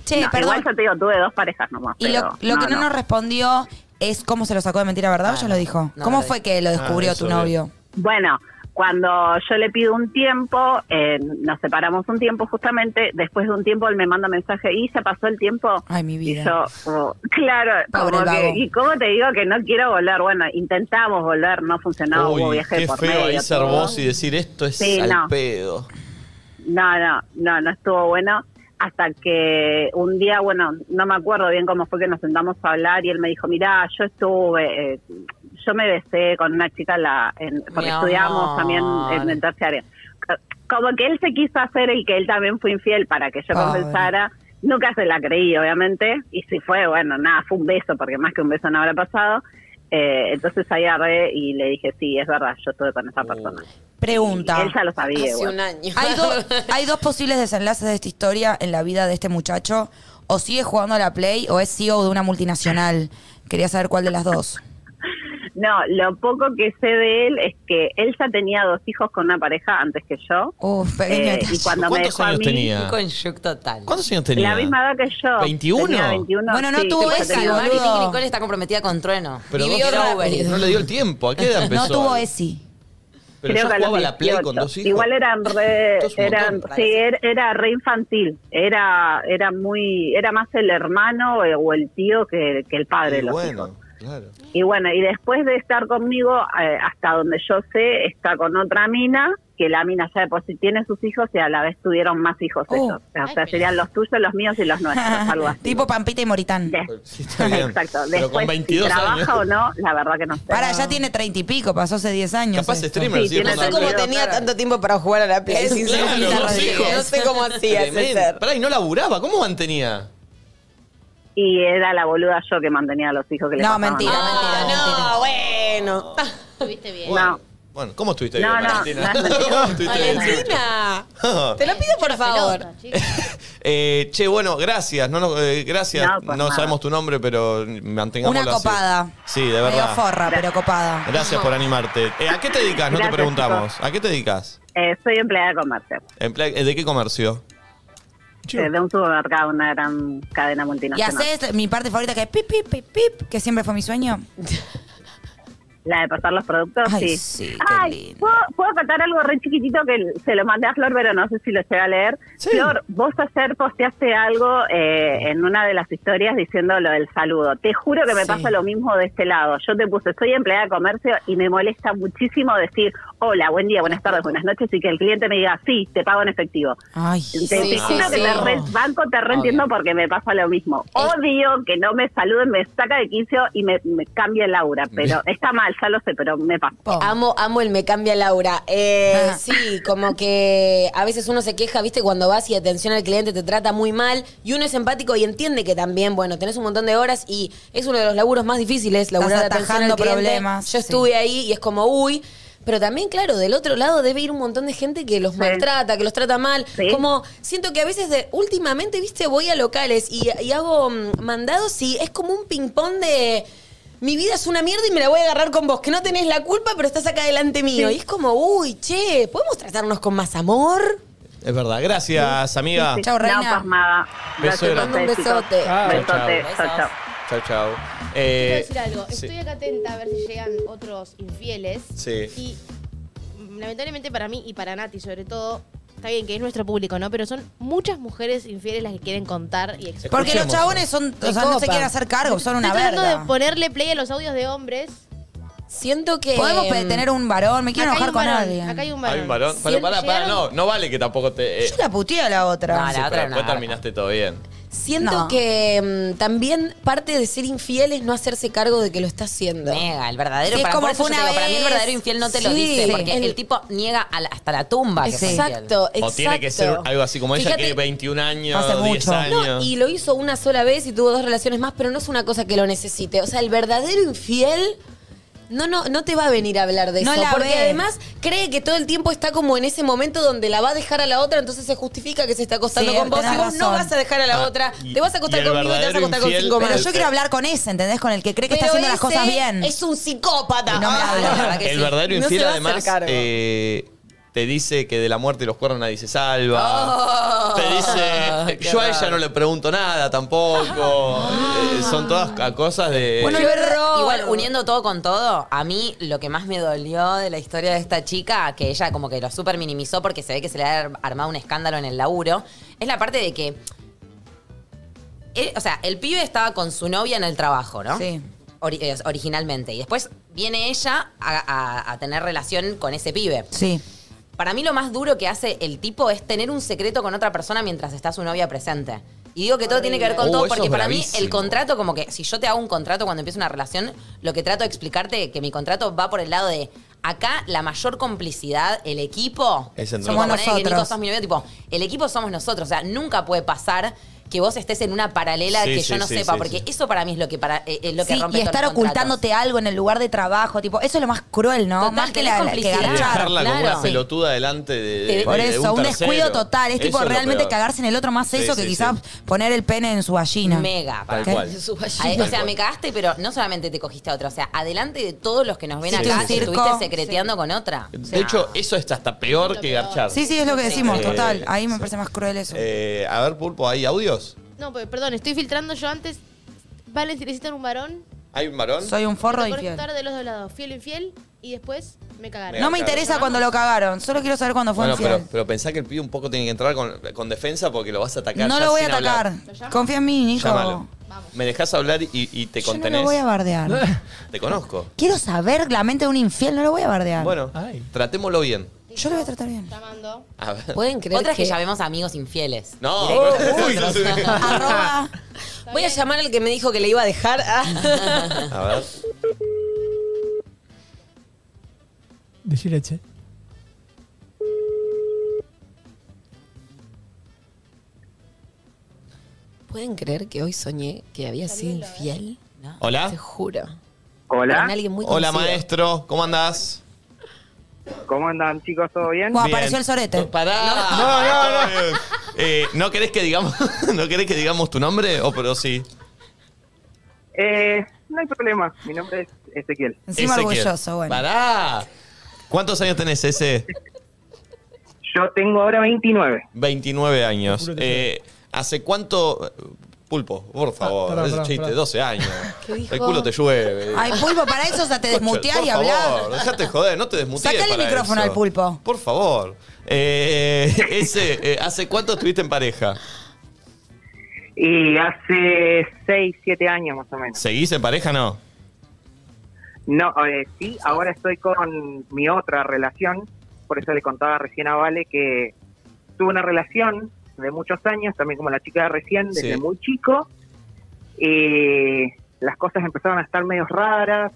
Che,
No,
perdón.
Igual yo te digo, tuve dos parejas nomás.
Y lo,
pero
lo que no,
no.
nos respondió es cómo se lo sacó de mentira, ¿verdad? ¿O ya lo dijo?
Ah, no
¿Cómo
lo
fue que lo descubrió
Ah, eso
tu
es.
novio?
Bueno, cuando yo le pido un tiempo, eh, nos separamos un tiempo justamente, después de un tiempo él me manda mensaje y se pasó el tiempo.
Ay, mi vida.
Y yo, como, claro,
Pobre
como que,
vago.
y cómo te digo que no quiero volver, bueno, intentamos volver, no funcionaba, hubo
Uy,
viaje
qué
por
feo ahí
medio.
ser
todo.
vos y decir esto es
Sí,
al
no.
pedo.
No, no, no, no estuvo bueno. Hasta que un día, bueno, no me acuerdo bien cómo fue que nos sentamos a hablar y él me dijo, mirá, yo estuve, eh, yo me besé con una chica en la, en- porque
Mi
estudiamos
amor.
también en el terciario. Co- Como que él se quiso hacer el que él también fue infiel para que yo
Pobre.
compensara. Nunca se la creí, obviamente. Y si fue, bueno, nada, fue un beso, porque más que un beso no habrá pasado. Eh, entonces ahí agarré y le dije, sí, es verdad, yo estuve con esa persona.
Pregunta.
Él ya lo sabía.
Hace
igual.
un año.
Hay, dos- hay dos posibles desenlaces de esta historia en la vida de este muchacho. O sigue jugando a la Play o es CEO de una multinacional. Quería saber cuál de las dos.
No, lo poco que sé de él es que él ya tenía dos hijos con una pareja antes que yo.
Uf, pequeño
Eh,
detalle.
y cuando me
¿Cuántos
dejó a
años
mí,
tenía?
Un conyug total.
¿Cuántos años tenía?
La misma edad que yo.
21.
Tenía 21
Bueno, no
sí,
tuvo
yo
esa,
tenía-
boludo.
Mari Tiki Nicole está comprometida con Trueno.
Pero
Vivió
dos-
Robert.
No le dio el tiempo. ¿A qué edad empezó?
No tuvo ESI.
Pero
creo
ya
que a los
jugaba a la Play
18.
con dos hijos.
Igual eran re,
Esto es un
eran,
montón,
sí,
parece.
era, era re infantil. Era, era muy, era más el hermano eh, o el tío que, que el padre de
Y
los hijos.
bueno, claro.
Y bueno, y después de estar conmigo, eh, hasta donde yo sé, está con otra mina, que la mina ya de por sí tiene sus hijos y a la vez tuvieron más hijos
Oh.
ellos. O sea, serían los tuyos, los míos y
[LAUGHS]
los nuestros, algo así.
tipo Pampita y Moritán.
Des-
Pues, Sí, está bien.
Exacto.
Pero
Después,
con 22
si
años.
trabaja o no, la verdad que no sé.
Para, ya tiene treinta y pico, pasó hace diez años.
Capaz
esto.
streamer,
Sí,
sigue
tiene
jugando a la
sentido.
Play.
Claro.
tiempo para jugar a la Play?
Es-
Claro,
Claro,
dos
sí.
hijos.
No
sé cómo hacía ese
Tremendo.
ser.
Pará, y no laburaba. ¿Cómo mantenía?
Y era la boluda yo que mantenía a los hijos que le
No,
pasaban.
mentira, mentira, mentira.
Ah, bueno.
Estuviste bien.
Bueno,
No.
bueno, ¿cómo estuviste
No,
bien,
no,
Valentina? [LAUGHS]
no, no.
¿Cómo estuviste bien,
Valentina,
Chucho?
te lo pido por
Las
favor.
pelotas, chicos.
Eh, che, bueno, gracias. No, no, eh, gracias. No,
No, por nada.
sabemos tu nombre, pero mantengámoslo
Una
así.
copada.
Sí, de
Medio
verdad.
forra, pero copada.
Gracias por animarte. Eh, ¿A qué te dedicas? No te
Gracias,
preguntamos. ¿A qué te dedicas?
Eh, soy empleada de comercio,
Emple- eh, ¿De qué comercio?
eh, de un supermercado, una gran cadena
Y
multinacional.
haces mi parte favorita que es pip, pip, pip, pip, que siempre fue mi sueño.
La de pasar los productos,
Ay,
sí.
sí, qué lindo.
¿puedo, puedo contar algo re chiquitito que se lo mandé a Flor, pero no sé si lo llega a leer. Flor, vos ayer posteaste algo eh, en una de las historias diciendo lo del saludo. Te juro que me
Sí.
pasa lo mismo de este lado. Yo te puse, soy empleada de comercio y me molesta muchísimo decir, hola, buen día, buenas tardes, buenas noches, y que el cliente me diga, sí, te pago en efectivo.
Ay,
Te,
sí. Eh.
te juro
sí,
que
sí.
te
[LAUGHS]
re- banco, te reentiendo porque me pasa lo mismo. Odio que no me saluden, me saca de quicio y me, me cambia el aura.
[LAUGHS]
Pero está mal, ya lo sé, pero me pasa.
Po.
Amo, amo el me cambia Laura. Eh,
[LAUGHS] Ah.
sí, como que a veces uno se queja, viste, cuando vas y atención al cliente te trata muy mal y uno es empático y entiende que también, bueno, tenés un montón de horas y es uno de los laburos más difíciles, laburar de atención al
atajando
cliente.
problemas,
Yo
sí.
estuve ahí y es como, uy. Pero también, claro, del otro lado debe ir un montón de gente que los maltrata, que los trata mal.
Sí.
Como siento que a veces, de, últimamente, viste, voy a locales y, y hago mm, mandados y es como un ping-pong de... mi vida es una mierda y me la voy a agarrar con vos, que no tenés la culpa, pero estás acá delante mío. Y es como, uy, che, ¿podemos tratarnos con más amor?
Es verdad. Gracias,
[LAUGHS]
amiga.
Chau, reina.
No,
pues
pasmada.
Beso
Gracias a
grande.
ustedes, chicos.
Besote.
Chao.
Besote.
Chao, chao.
Chao, chao.
Chau, chau.
Quiero
Eh,
decir algo.
sí.
Estoy acá atenta a ver si llegan otros infieles.
Sí.
Y mm, lamentablemente para mí y para Nati sobre todo, está bien que es nuestro público, ¿no? Pero son muchas mujeres infieles las que quieren contar y explicar.
Porque los
Escuchemos.
chabones son, o sea, no se
copa.
quieren hacer cargo, son una
Estoy tratando
verga.
de ponerle play a los audios de hombres.
Siento que.
Podemos pe- tener un varón, me quiero
Acá hay
enojar
un
con
varón,
alguien.
Acá hay un varón.
Hay un varón. Pero
Siempre
pará, pará, no.
llegaron-
No vale que tampoco te. eh,
Yo la puteé a la otra.
No, la
sí,
otra
pero
era una
después
garca.
terminaste todo bien.
Siento
No.
que mm, también parte de ser infiel es no hacerse cargo de que lo está haciendo.
Niega, el verdadero.
Sí, es
para,
como
por eso
fue
yo
una
te digo, para mí el
vez.
verdadero infiel no te lo
Sí,
dice,
sí.
porque el,
El-
tipo niega a la- hasta la tumba. que fue infiel.
Exacto, exacto.
O tiene que ser algo así como ella,
Fíjate-
que 21 años,
Hace
10
mucho.
años.
No, y lo hizo una sola vez y tuvo dos relaciones más, pero no es una cosa que lo necesite. O sea, el verdadero infiel no, no, no te va a venir a hablar de
No
eso.
la
Porque
ve.
además cree que todo el tiempo está como en ese momento donde la va a dejar a la otra, entonces se justifica que se está acostando
Sí,
con vos y vos
tenés
no
razón.
vas a dejar a la
Ah,
otra.
y-
te vas a
y
acostar
el
conmigo y te vas a
verdadero
acostar con
infiel
cinco
Pero
más.
yo quiero
[LAUGHS]
hablar con ese, ¿entendés? Con el que cree que está haciendo las
ese
cosas bien.
Es un psicópata.
Y no me habla, la verdad que
El verdadero
No se
infiel,
va a hacer
además,
cargo.
eh, te dice que de la muerte y los cuernos nadie se
Oh,
Oh.
salva. te dice,
qué
yo a
raro.
ella no le pregunto nada tampoco. Eh, son todas ca- cosas de...
Bueno,
Yo,
el verdad-
Igual, uniendo todo con todo, a mí lo que más me dolió de la historia de esta chica, que ella como que lo súper minimizó porque se ve que se le ha ar- armado un escándalo en el laburo, es la parte de que. eh, o sea, el pibe estaba con su novia en el trabajo, ¿no?
Sí.
Ori- eh, originalmente. Y después viene ella a, a- a tener relación con ese pibe.
Sí.
Para mí lo más duro que hace el tipo es tener un secreto con otra persona mientras está su novia presente. Y digo que todo tiene que ver con
Uh,
todo,
eso
porque
es
para mí
bravísimo.
el contrato, como que si yo te hago un contrato cuando empiezo una relación, lo que trato de explicarte que mi contrato va por el lado de acá la mayor complicidad, el equipo,
Es entre
Como
nosotros.
poner que Nico sos mi novio, tipo, el equipo somos nosotros. O sea, nunca puede pasar que vos estés en una paralela
Sí,
que yo
sí,
no
sí,
sepa,
sí,
porque
sí.
eso para mí es lo que, para, eh, es lo que
Sí,
rompe
y
todos
estar
los contratos.
ocultándote algo en el lugar de trabajo, tipo, eso es lo más cruel, ¿no?
Total,
más que
tenés
la, la- que
complicidad.
Y
garchar.
dejarla como
claro.
una pelotuda delante de, de-
Por
de- de
eso, un,
tercero.
descuido total. Es
Eso
tipo
lo
realmente
peor.
cagarse en el otro más
Sí,
eso que
sí,
quizás poner el pene en su gallina.
Mega, para
Tal
mí.
cual.
Ay, o
Tal
sea,
cual.
me cagaste, pero no solamente te cogiste a otra, o sea, adelante de todos los que nos ven
Sí,
acá,
sí, sí.
estuviste
Circo.
secreteando con otra.
De hecho, eso está hasta peor que garchar.
Sí, sí, es lo que decimos,
Eh,
total. Ahí me parece más cruel eso.
Eh, a ver, Pulpo, ¿hay audios?
No, pe- perdón, estoy filtrando yo antes. Vale, si necesitan un varón,
¿Hay un varón?
Soy un forro
me tocó
infiel.
estar de los dos lados, fiel o infiel, y después me cagaron.
No me interesa cuando lo cagaron, solo quiero saber cuándo fue
Bueno, pero,
infiel.
pero pensá que el pibe un poco tiene que entrar con, con defensa porque lo vas a atacar.
no
ya
lo voy a
sin hablar.
atacar. Confía en mí, hijo.
Llámalo. Me dejas hablar y, y te
Yo no
contenés.
lo voy a bardear.
[LAUGHS] Te conozco.
Quiero saber la mente de un infiel, no lo voy a bardear.
Bueno,
Ay.
tratémoslo bien.
Yo lo voy a tratar bien.
Llamando.
A ver.
Pueden creer
Otra es que llamemos amigos infieles.
No,
Directo.
Oh, uy, sí, sí.
[LAUGHS] Arroba.
Voy a llamar al que me dijo que le iba a
[LAUGHS]
dejar. Ah.
A ver.
Decirle, che.
¿Pueden creer que hoy soñé que había sido infiel? No. Te
Hola.
juro.
Hola,
Con alguien muy
Hola,
conocido.
maestro. ¿Cómo andás?
¿cómo andan chicos? ¿Todo bien?
Bueno,
Bien.
apareció el sorete.
Pará. No, no, no. Eh, ¿No querés que digamos, [LAUGHS] no querés que digamos tu nombre? O pero sí.
Eh, no hay problema, mi nombre es Ezequiel.
Encima
Ese que-
orgulloso, bueno.
Pará. ¿Cuántos años tenés ese?
Yo tengo ahora 29.
29 años.
Te juro que Ah,
Eh, ¿Hace cuánto? Pulpo, por favor,
perdón,
ese
perdón,
chiste,
perdón.
[LAUGHS]
12 años.
¿Qué dijo?
El culo te llueve.
Ay, pulpo, para eso o sea, te desmuteás
Por
y hablás.
favor, dejate de joder, no te desmutees.
Sacale el
para
micrófono
eso.
al pulpo.
Por favor. Eh, [LAUGHS] ese, eh, ¿hace cuánto estuviste en pareja?
Y hace 6, 7 años más o menos.
¿Seguís en pareja no?
No, eh, sí, ahora estoy con mi otra relación. Por eso le contaba recién a Vale que tuve una relación de muchos años, también como la chica de recién, desde
Sí.
muy chico. Y las cosas empezaron a estar medio raras.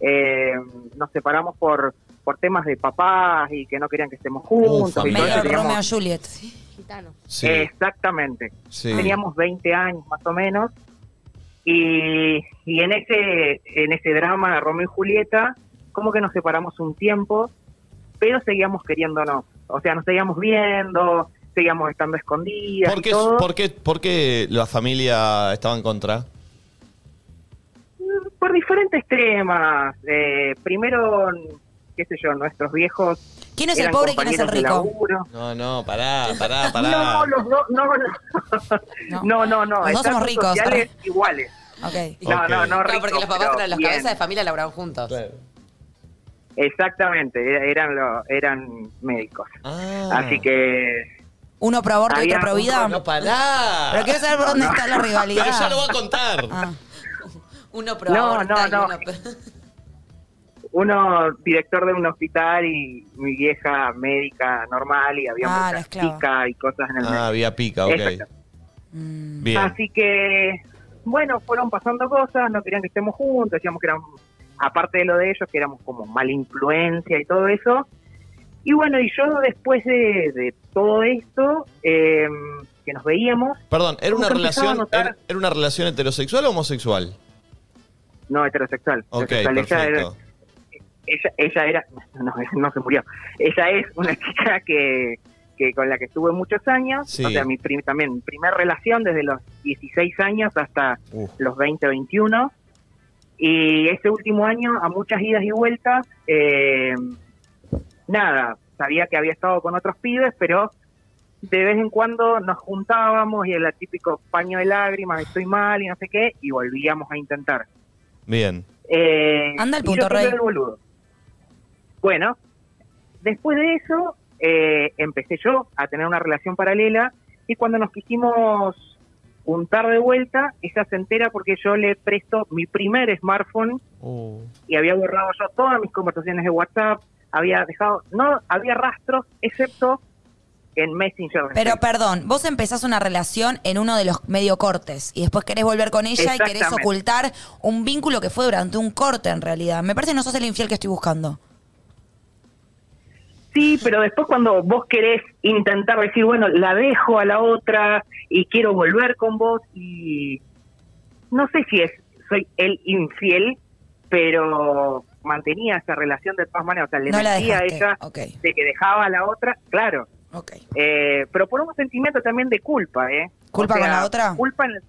Eh, nos separamos por por temas de papás y que no querían que estemos juntos. y todo
familia.
eso
Medio
teníamos-
Romeo y Juliet. Eh,
Gitano.
Sí.
Exactamente.
sí.
Teníamos 20 años más o menos. Y, y en ese en ese drama de Romeo y Julieta, como que nos separamos un tiempo, pero seguíamos queriéndonos. O sea, nos seguíamos viendo, seguíamos estando escondidas.
¿Por
y
qué,
todo.
por qué- por qué la familia estaba en contra?
por diferentes temas. Eh, primero, qué sé yo, nuestros viejos.
¿Quién es el
eran
pobre y quién es el
compañeros de
rico?
laburo.
No, no, pará,
[LAUGHS]
pará, pará.
No, los dos, no, no. No, no, no.
Los dos somos
estatus
ricos,
sociales iguales.
Ok.
No, no, no,
Claro, porque
ricos,
los papás
pero
eran los
bien.
cabezas de familia labraron juntos.
Claro.
Exactamente, era- eran, lo- eran médicos.
Ah.
Así que
Uno pro aborto y
Había
otro pro
un
vida.
No, pará.
Pero quiero saber por dónde
[LAUGHS]
está la rivalidad.
Pero ya lo va a contar.
Ah.
Uno pro
No,
aborta
no,
y
[LAUGHS]
no.
uno pro-
uno director de un hospital y mi vieja médica normal y había
Ah, la
muchas
esclava.
chicas y cosas en el
Ah,
medio.
vía pica, ok.
Exacto.
Mm.
Bien.
Así que, bueno, fueron pasando cosas, no querían que estemos juntos, decíamos que éramos, aparte de lo de ellos, que éramos como mala influencia y todo eso. Y bueno, y yo después de, de todo esto, eh, que nos veíamos,
Perdón, ¿era una,
Nunca empezaba a
relación,
notar.
era, era una relación heterosexual o homosexual?
no heterosexual,
Ok,
heterosexual, ella era-
perfecto.
ella, ella era, [LAUGHS] no, no se murió, ella es una [LAUGHS] chica que, que con la que estuve muchos años,
Sí.
o sea, mi prim- también mi primer relación desde los 16 años hasta
Uf.
los 20, 21, y este último año a muchas idas y vueltas, eh, nada, sabía que había estado con otros pibes, pero de vez en cuando nos juntábamos y el típico paño de lágrimas, estoy mal y no sé qué, y volvíamos a intentar.
Bien.
Eh,
Anda el
y
punto
yo siempre
rey.
era el boludo. Bueno, después de eso eh, empecé yo a tener una relación paralela y cuando nos quisimos juntar de vuelta, ella se entera porque yo le presto mi primer smartphone
Oh.
Uh.
y había borrado yo todas mis conversaciones de WhatsApp, había dejado, no había rastros excepto en Messenger.
Pero perdón, vos empezás una relación en uno de los medio cortes y después querés volver con ella y querés
Exactamente.
ocultar un vínculo que fue durante un corte en realidad. Me parece que no sos el infiel que estoy buscando.
Sí, pero después cuando vos querés intentar decir, bueno, la dejo a la otra y quiero volver con vos y no sé si es soy el infiel, pero mantenía esa relación de todas maneras, o sea, le
No la
mentía a
dejaste,
ella
ok.
de que dejaba a la otra, claro,
Ok.
eh, pero por un sentimiento también de culpa, ¿eh?
¿Culpa con la otra?
Culpa en el-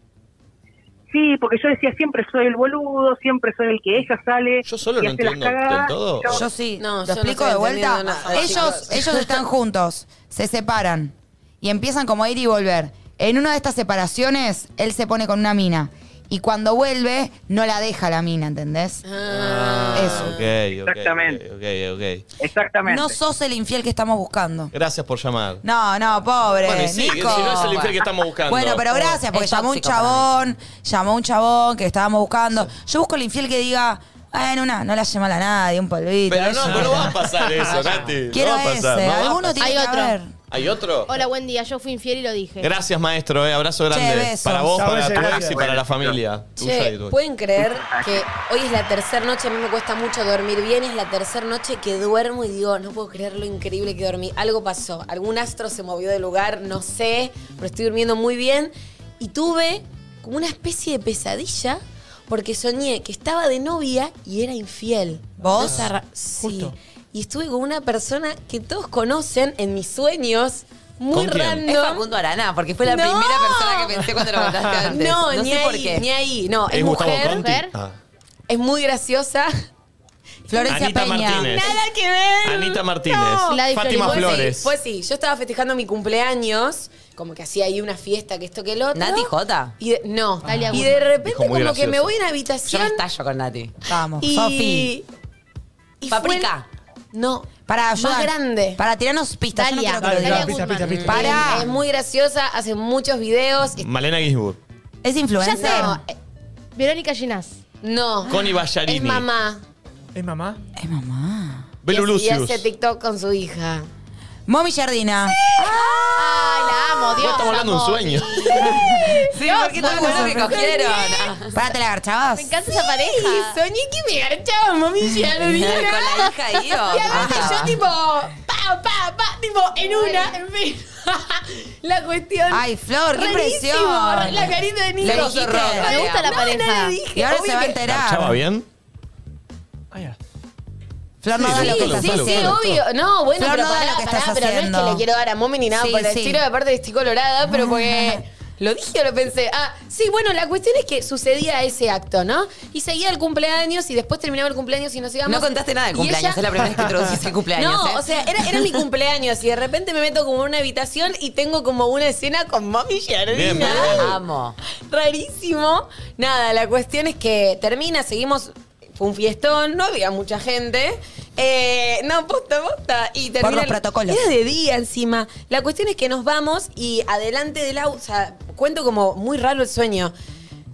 Sí, porque yo decía siempre soy el boludo, siempre soy el que ella sale.
Yo solo
y
no
hace las
entiendo del
cagadas,
todo.
y yo-
Yo sí,
No,
lo
yo no
explico
estoy
de vuelta.
entendiendo nada,
ellos,
chicos.
ellos
[LAUGHS]
[LAUGHS]
están juntos, se separan y empiezan como a ir y volver. En una de estas separaciones, él se pone con una mina. Y cuando vuelve, no la deja la mina, ¿entendés?
Ah.
Eso.
Ok, ok,
Exactamente.
Ok, ok.
Exactamente.
No sos el infiel que estamos buscando.
Gracias por llamar.
No, no, pobre.
Bueno, y sí, que
Nico.
si no es el infiel que estamos buscando. Oh.
Bueno, pero gracias, porque
Es
llamó un
tóxico para mí.
chabón, llamó un chabón que estábamos buscando. Yo busco el infiel que diga, bueno, una, no la hace mal a nadie, un polvito.
Pero
eso".
no, pero no va a pasar eso, Nati. No
Quiero
va a pasar,
ese.
no va a
Alguno
pasar.
tiene
Hay
que
otro.
haber.
¿Hay otro?
Hola, buen día. Yo fui infiel y lo dije.
Gracias, maestro. eh, Abrazo grande.
besos.
para vos,
Chao,
para
besos,
tu ex
gracias.
y para la familia. Tuya y
Che,
tu ex.
¿pueden creer que hoy es la tercera noche? A mí me cuesta mucho dormir bien. Es la tercera noche que duermo y digo, no puedo creer lo increíble que dormí. Algo pasó, algún astro se movió de lugar, no sé, pero estoy durmiendo muy bien. Y tuve como una especie de pesadilla porque soñé que estaba de novia y era infiel.
¿Vos?
Dos
Ah,
arra- sí.
Justo.
Y estuve con una persona que todos conocen en mis sueños. Muy
¿Con quién?
Es
random.
Facundo Araná, porque fue la
No.
primera persona que pensé cuando lo contaste antes.
No,
no
ni
sé
ahí,
por qué.
ni ahí. No, es,
¿Es Gustavo
mujer.
Conti?
mujer.
Ah.
Es muy
[LAUGHS]
graciosa.
Florencia
Anita
Peña.
Martínez.
Nada que ver.
Anita Martínez.
No. Pues
La de
Fátima
Flores.
Flores.
Sí, fue sí. Yo estaba festejando mi cumpleaños, como que hacía ahí una fiesta, que esto que el otro.
Nati J.
Y de- no.
Dalia
Y
Guzmán.
de repente
Ah. Dijo muy
como que
gracioso.
me voy a
Yo
una
me
habitación
estallo con Nati.
Vamos,
y
Sofi.
y fue-
Paprika.
No.
Para ayudar.
Más grande.
Para tirarnos pistas. yo no
Dalia,
quiero que lo
Dalia
digas.
pita,
Guzmán.
pita, pita.
Pará.
Es muy graciosa, hace muchos videos.
Malena Gisburg.
Es influencer.
No, eh,
Verónica Ginás.
no.
Connie Ballarini.
Es mamá.
¿Es mamá?
Es mamá.
Belu
Y hace-
Lucius.
Y hace TikTok con su hija.
Momi Jardina.
Ay, la amo, Dios.
Vos estamos hablando de un
amo.
sueño.
Sí, porque todo el mundo me cogieron.
Pará, ¿te la agarchabas?
Me encanta esa pareja.
soñé que me garchaba, mami, ya
[LAUGHS]
lo
Con
dije.
la hija de
Y aparte yo
Guido.
tipo, pa, pa, pa, tipo, en una, en fin. [LAUGHS] la cuestión.
Ay, Flor, qué
Rarísimo,
impresión.
La carita de Nico.
Le dijiste.
Me gusta la
No,
pareja.
no le dije.
Y ahora
obvio
se va a
que-
¿Chava
enterar.
bien?
Ah, ya.
Flor no
Sí,
da lo
sí,
que
sí,
estás
Sí, sí,
Gonzalo,
haciendo.
obvio. No, bueno,
Flor,
pero
no da
pará,
lo que
pará,
estás
pero no es
haciendo.
que le quiero dar a Momi ni nada
Sí,
por el
[LAUGHS]
sí.
estilo. Aparte estoy colorada, pero porque ¿Lo dije o lo pensé? Ah, sí, bueno, la cuestión es que sucedía ese acto, ¿no? Y seguía el cumpleaños y después terminaba el cumpleaños y nos íbamos.
No contaste nada de
Y
cumpleaños,
ella-
es la primera vez que
[LAUGHS]
[LAUGHS]
introducís el cumpleaños.
No,
¿eh?
o sea, era, era
[LAUGHS]
mi cumpleaños y de repente me meto como en una habitación y tengo como una escena con Mommy Geraldine.
Bien, bien. Amo.
Rarísimo. Nada, la cuestión es que termina, seguimos. Fue un fiestón, no había mucha gente. Eh, no, posta, posta. Y termina.
los
el-
protocolos.
Era de día encima. La cuestión es que nos vamos y adelante del auto. O sea, cuento como muy raro el sueño.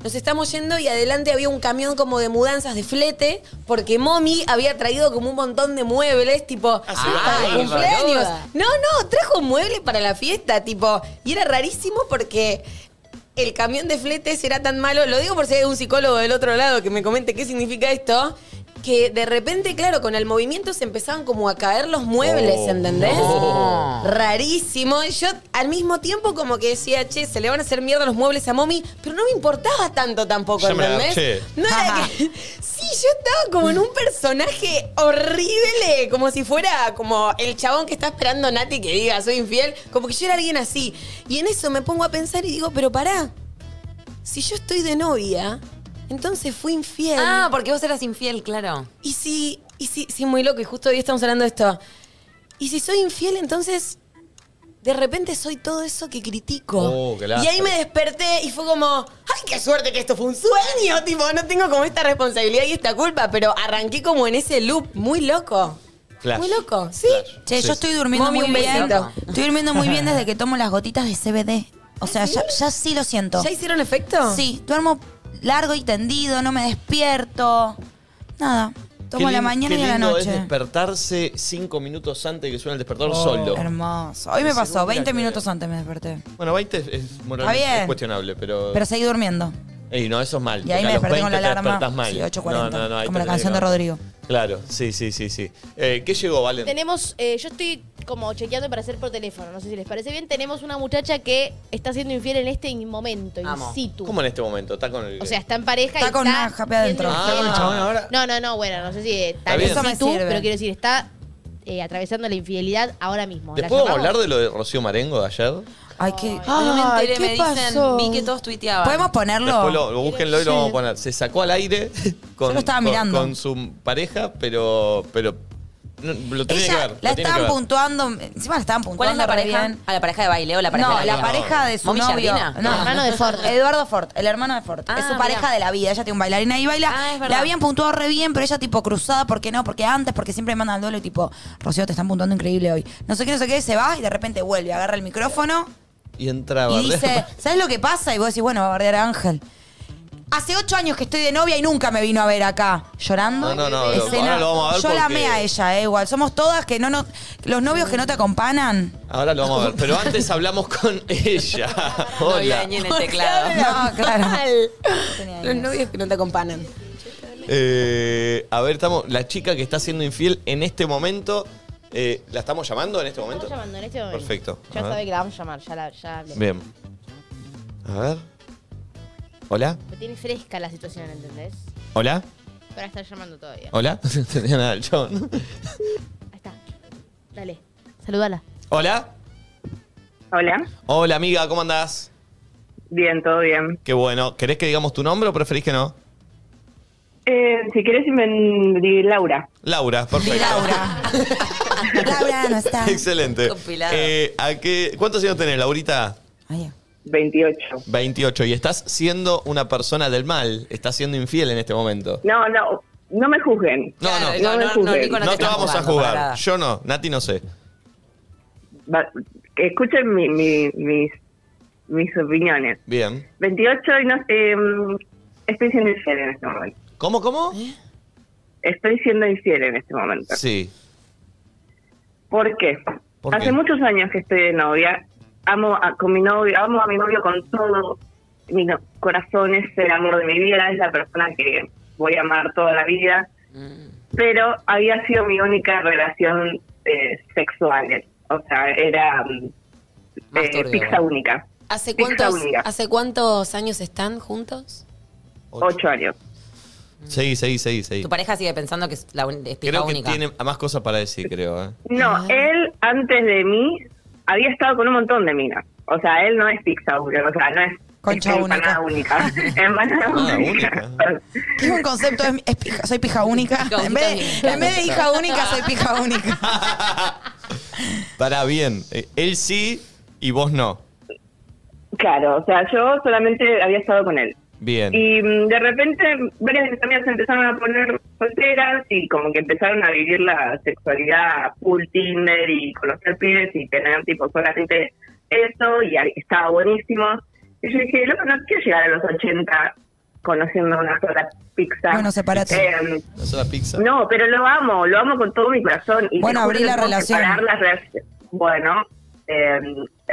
Nos estamos yendo y adelante había un camión como de mudanzas de flete, porque Mommy había traído como un montón de muebles, tipo, para el
boluda.
cumpleaños. No, no, trajo muebles para la fiesta, tipo, y era rarísimo porque el camión de flete será tan malo, lo digo por si hay un psicólogo del otro lado que me comente qué significa esto, que de repente, claro, con el movimiento se empezaban como a caer los muebles,
Oh,
¿entendés?
no.
Rarísimo. Y Yo al mismo tiempo como que decía, che, se le van a hacer mierda los muebles a mommy, pero no me importaba tanto tampoco,
Ya me la
¿entendés?
garché.
No era que- [LAUGHS] Sí, yo estaba como en un personaje horrible, como si fuera como el chabón que está esperando a Nati que diga soy infiel, como que yo era alguien así. Y en eso me pongo a pensar y digo, pero pará, si yo estoy de novia, entonces fui infiel.
Ah, porque vos eras infiel, claro.
Y si, y si, sí, muy loco, y justo hoy estamos hablando de esto. Y si soy infiel, entonces de repente soy todo eso que critico.
Oh, qué
y ahí
lástima.
me desperté y fue como, ay, qué suerte que esto fue un sueño, [LAUGHS] tipo, no tengo como esta responsabilidad y esta culpa, pero arranqué como en ese loop muy loco.
Flash.
Muy loco, ¿sí?
Flash.
Che,
Sí,
yo
sí.
estoy durmiendo
Mami,
muy
un
bien.
besito.
Estoy durmiendo muy bien desde que tomo las gotitas de CBD. O sea, ya, ya sí lo siento.
¿Ya hicieron efecto?
Sí, duermo largo y tendido, no me despierto. Nada.
Qué
Tomo la
lin-
mañana
qué
y a la
lindo
noche. Oh,
es despertarse cinco minutos antes de que suene el despertador solo.
Hermoso. Hoy me
Ese
pasó,
día
20
que- Eh,
minutos antes me desperté.
Bueno, 20 es, es moralmente
Está bien.
es cuestionable, pero...
Pero seguí durmiendo.
Ey, no, eso es mal.
Y ahí
porque
me
a los
desperté con la
20 te
alarma.
despertás mal.
Sí, 8:40,
No, no, no, ahí
como la
te
canción de
tenés que-
Rodrigo.
Claro, sí, sí, sí, sí. Eh, ¿Qué llegó, Valen?
Tenemos, eh, yo estoy como chequeando para hacer por teléfono, no sé si les parece bien. Tenemos una muchacha que está siendo infiel en este momento,
Amo.
in situ.
¿Cómo en este momento? Está con el...
O sea, está en pareja
Está
y
con
está
una japea adentro.
siendo
Ah,
infiel.
bueno, ahora-
No, no, no, bueno, no sé si eh,
Está
tal vez
bien.
Eso me
sí tú,
sirve.
pero quiero decir, está eh, atravesando la infidelidad ahora mismo. ¿La
¿Después vamos a
llamamos?
hablar de lo de Rocío Marengo de ayer?
Ay, qué.
Hoy no me
Ay,
enteré,
¿qué
me dicen,
pasó?
vi que todos
Ah,
tuiteaban.
¿Podemos
Después lo,
ponerlo?
lo búsquenlo y lo vamos a poner. Se sacó al aire
[LAUGHS]
con,
Yo lo estaba
con-
mirando.
con su pareja, pero... pero no, lo tiene que
Ella
ver.
la
lo tiene que
estaban
ver.
puntuando. Encima la estaban puntuando
¿Cuál es la
re
pareja?
bien.
¿A la pareja de baile o la pareja
no,
de
la
baile?
pareja de su
¿Mami
novio.
Jardina?
No,
El hermano
de Ford.
[LAUGHS] Eduardo Ford, el hermano de Ford.
Ah,
es su
mirá.
pareja de la vida. Ella tiene un bailarín ahí baila.
Ah, es verdad.
la habían puntuado re bien, pero ella tipo cruzada, ¿por qué no? Porque antes, porque siempre me mandan al duelo y tipo, Rocío, te están puntuando increíble hoy. No sé qué, no sé qué, se va y de repente vuelve, agarra el micrófono
Y entraba.
y dice, ¿sabes lo que pasa? Y vos decís, bueno, va a bardear a Ángel. Hace ocho años que estoy de novia y nunca me vino a ver acá. Llorando.
No, no, no, lo-
Escena.
ahora lo vamos a ver
Yo la
porque-
amé a ella, eh, igual. Somos todas que no nos. Los novios que no te acompanan.
[LAUGHS] Ahora lo vamos a ver. Pero antes
[LAUGHS]
hablamos con ella.
No había
Hola.
ni en
[LAUGHS]
el teclado.
No, claro.
Mal.
Tenía
Los
ideas.
novios que no te acompañan.
Eh, a ver, estamos. La chica que está siendo infiel en este momento. eh, ¿La estamos llamando en este
La
momento?
estamos llamando en este momento.
Perfecto.
Ya
A ver.
sabe que la vamos a llamar, ya la ya hablé.
Bien. A ver. Hola.
Pero tiene fresca la situación, ¿entendés?
Hola.
Para estar llamando todavía.
Hola. [LAUGHS] No entendía nada el chabón.
Ahí está. Dale, saludala.
Hola.
Hola.
Hola, amiga, ¿cómo andás?
Bien, todo bien.
Qué bueno. ¿Querés que digamos tu nombre o preferís que no?
Eh, si quieres, di Laura.
Laura, perfecto.
Di Laura. Laura no está.
[LAUGHS] Excelente.
Compilado.
Eh, ¿a qué, ¿Cuántos años tenés, Laurita?
Ay,
28.
28. Y estás siendo una persona del mal. Estás siendo infiel en este momento.
No, no, no me juzguen.
No, no.
Claro,
No me
no,
juzguen.
Nico,
No,
te
te
estás
vamos
jugando
a
para
jugar.
nada.
Yo no. Nati no sé.
Va- que escuchen mi- mi- mis, mis opiniones.
Bien.
28 y no eh, estoy siendo infiel en este momento. ¿Eh?
¿Cómo, cómo?
Estoy siendo infiel en este momento.
Sí.
¿Por qué?
¿Por
Hace
qué?
muchos años que estoy de novia. Amo a, con mi novio, amo a mi novio con todo. Mi no- corazón es el amor de mi vida, es la persona que voy a amar toda la vida. Pero había sido mi única relación eh, sexual. O sea, era mm,
Más
eh,
turbio,
pizza
bueno.
única.
¿Hace
Pizza
cuántos,
única.
¿Hace cuántos años están juntos?
Ocho años.
Seguí, seguí, seguí, seguí.
Tu pareja sigue pensando que es la un- es pija
Creo que
única.
tiene más cosas para decir, creo. ¿eh?
No, él antes de mí había estado con un montón de minas.
O sea, él no es pixauro, o sea, no es
Concha
es
única.
empanada única. empanada
Ah,
única.
única.
Qué buen concepto, [LAUGHS] es, es pija- soy pija única. En vez, de, en vez de hija única, soy pija única.
Pará, bien. Eh, Él sí y vos no.
Claro, o sea, yo solamente había estado con él.
Bien.
Y mm, de repente varias de mis amigas se empezaron a poner solteras y como que empezaron a vivir la sexualidad full Tinder y conocer pibes y tener tipo solamente eso y ahí estaba buenísimo. Y yo dije, loco, no quiero llegar a los 80 conociendo una sola pizza. Eh,
Bueno, separate.
¿No es una pizza?
no, pero lo amo, lo amo con todo mi corazón. Y
Bueno,
te juro
abrí
que
la
no puedo
relación.
separar las relac- Bueno, eh,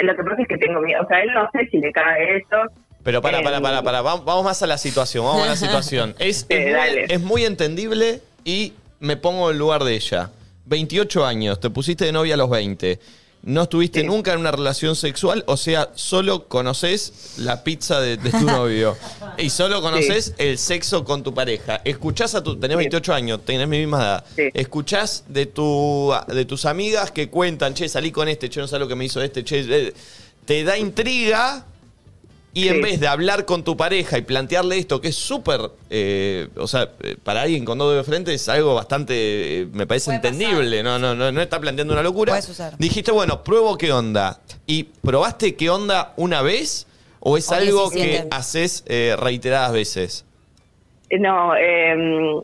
lo que pasa es que tengo miedo. O sea, él no sé si le cabe eso.
Pero para, para, para,
Em.
para. Vamos vamos más a la situación, vamos a
[LAUGHS]
la situación. Es, es
Eh,
muy-
dale.
es muy entendible y me pongo en el lugar de ella. 28 años, te pusiste de novia a los 20. No estuviste nunca en una relación sexual, o sea, solo conoces la pizza de, de tu
[LAUGHS]
novio. Y solo conoces el sexo con tu pareja. Escuchás a tu. Tenés 28 años, tenés mi misma edad.
Sí.
Escuchás de, tu, de tus amigas que cuentan, che, salí con este, che, no sé lo que me hizo este, che. eh". Te da intriga. Y en
Sí.
vez de hablar con tu pareja y plantearle esto, que es súper, eh, o sea, eh, para alguien con dos dedos de frente es algo bastante, eh, me parece
Puede pasar.
entendible, no, no, no, no está planteando una locura.
Puedes usar.
Dijiste, bueno, pruebo qué onda. ¿Y probaste qué onda una vez o es
O
algo
17.
que haces eh, reiteradas veces?
No, eh,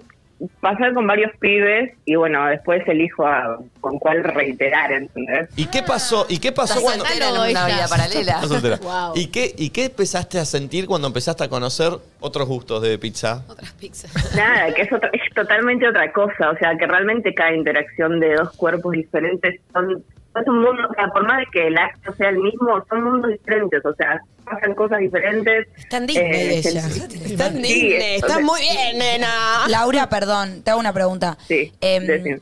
pasar con varios pibes y bueno, después elijo a- con cuál reiterar, ¿entendés?
¿Y
Ah,
qué pasó? ¿Y qué pasó
Estás
cuando...
soltera en una
Ella.
vida paralela.
Estás [LAUGHS] soltera.
Wow.
¿Y, qué, ¿Y qué empezaste a sentir cuando empezaste a conocer otros gustos de pizza?
Otras pizzas.
Nada, que es, otra- es totalmente otra cosa, o sea, que realmente cada interacción de dos cuerpos diferentes son, es un mundo, o sea, por más de que el acto sea el mismo, son mundos diferentes, o sea, pasan cosas diferentes.
Está en Disney
Eh,
ella.
sí.
Está en Disney. Está
entonces-
muy bien, nena.
Laura, perdón, te hago una pregunta.
Sí,
Em,
decime.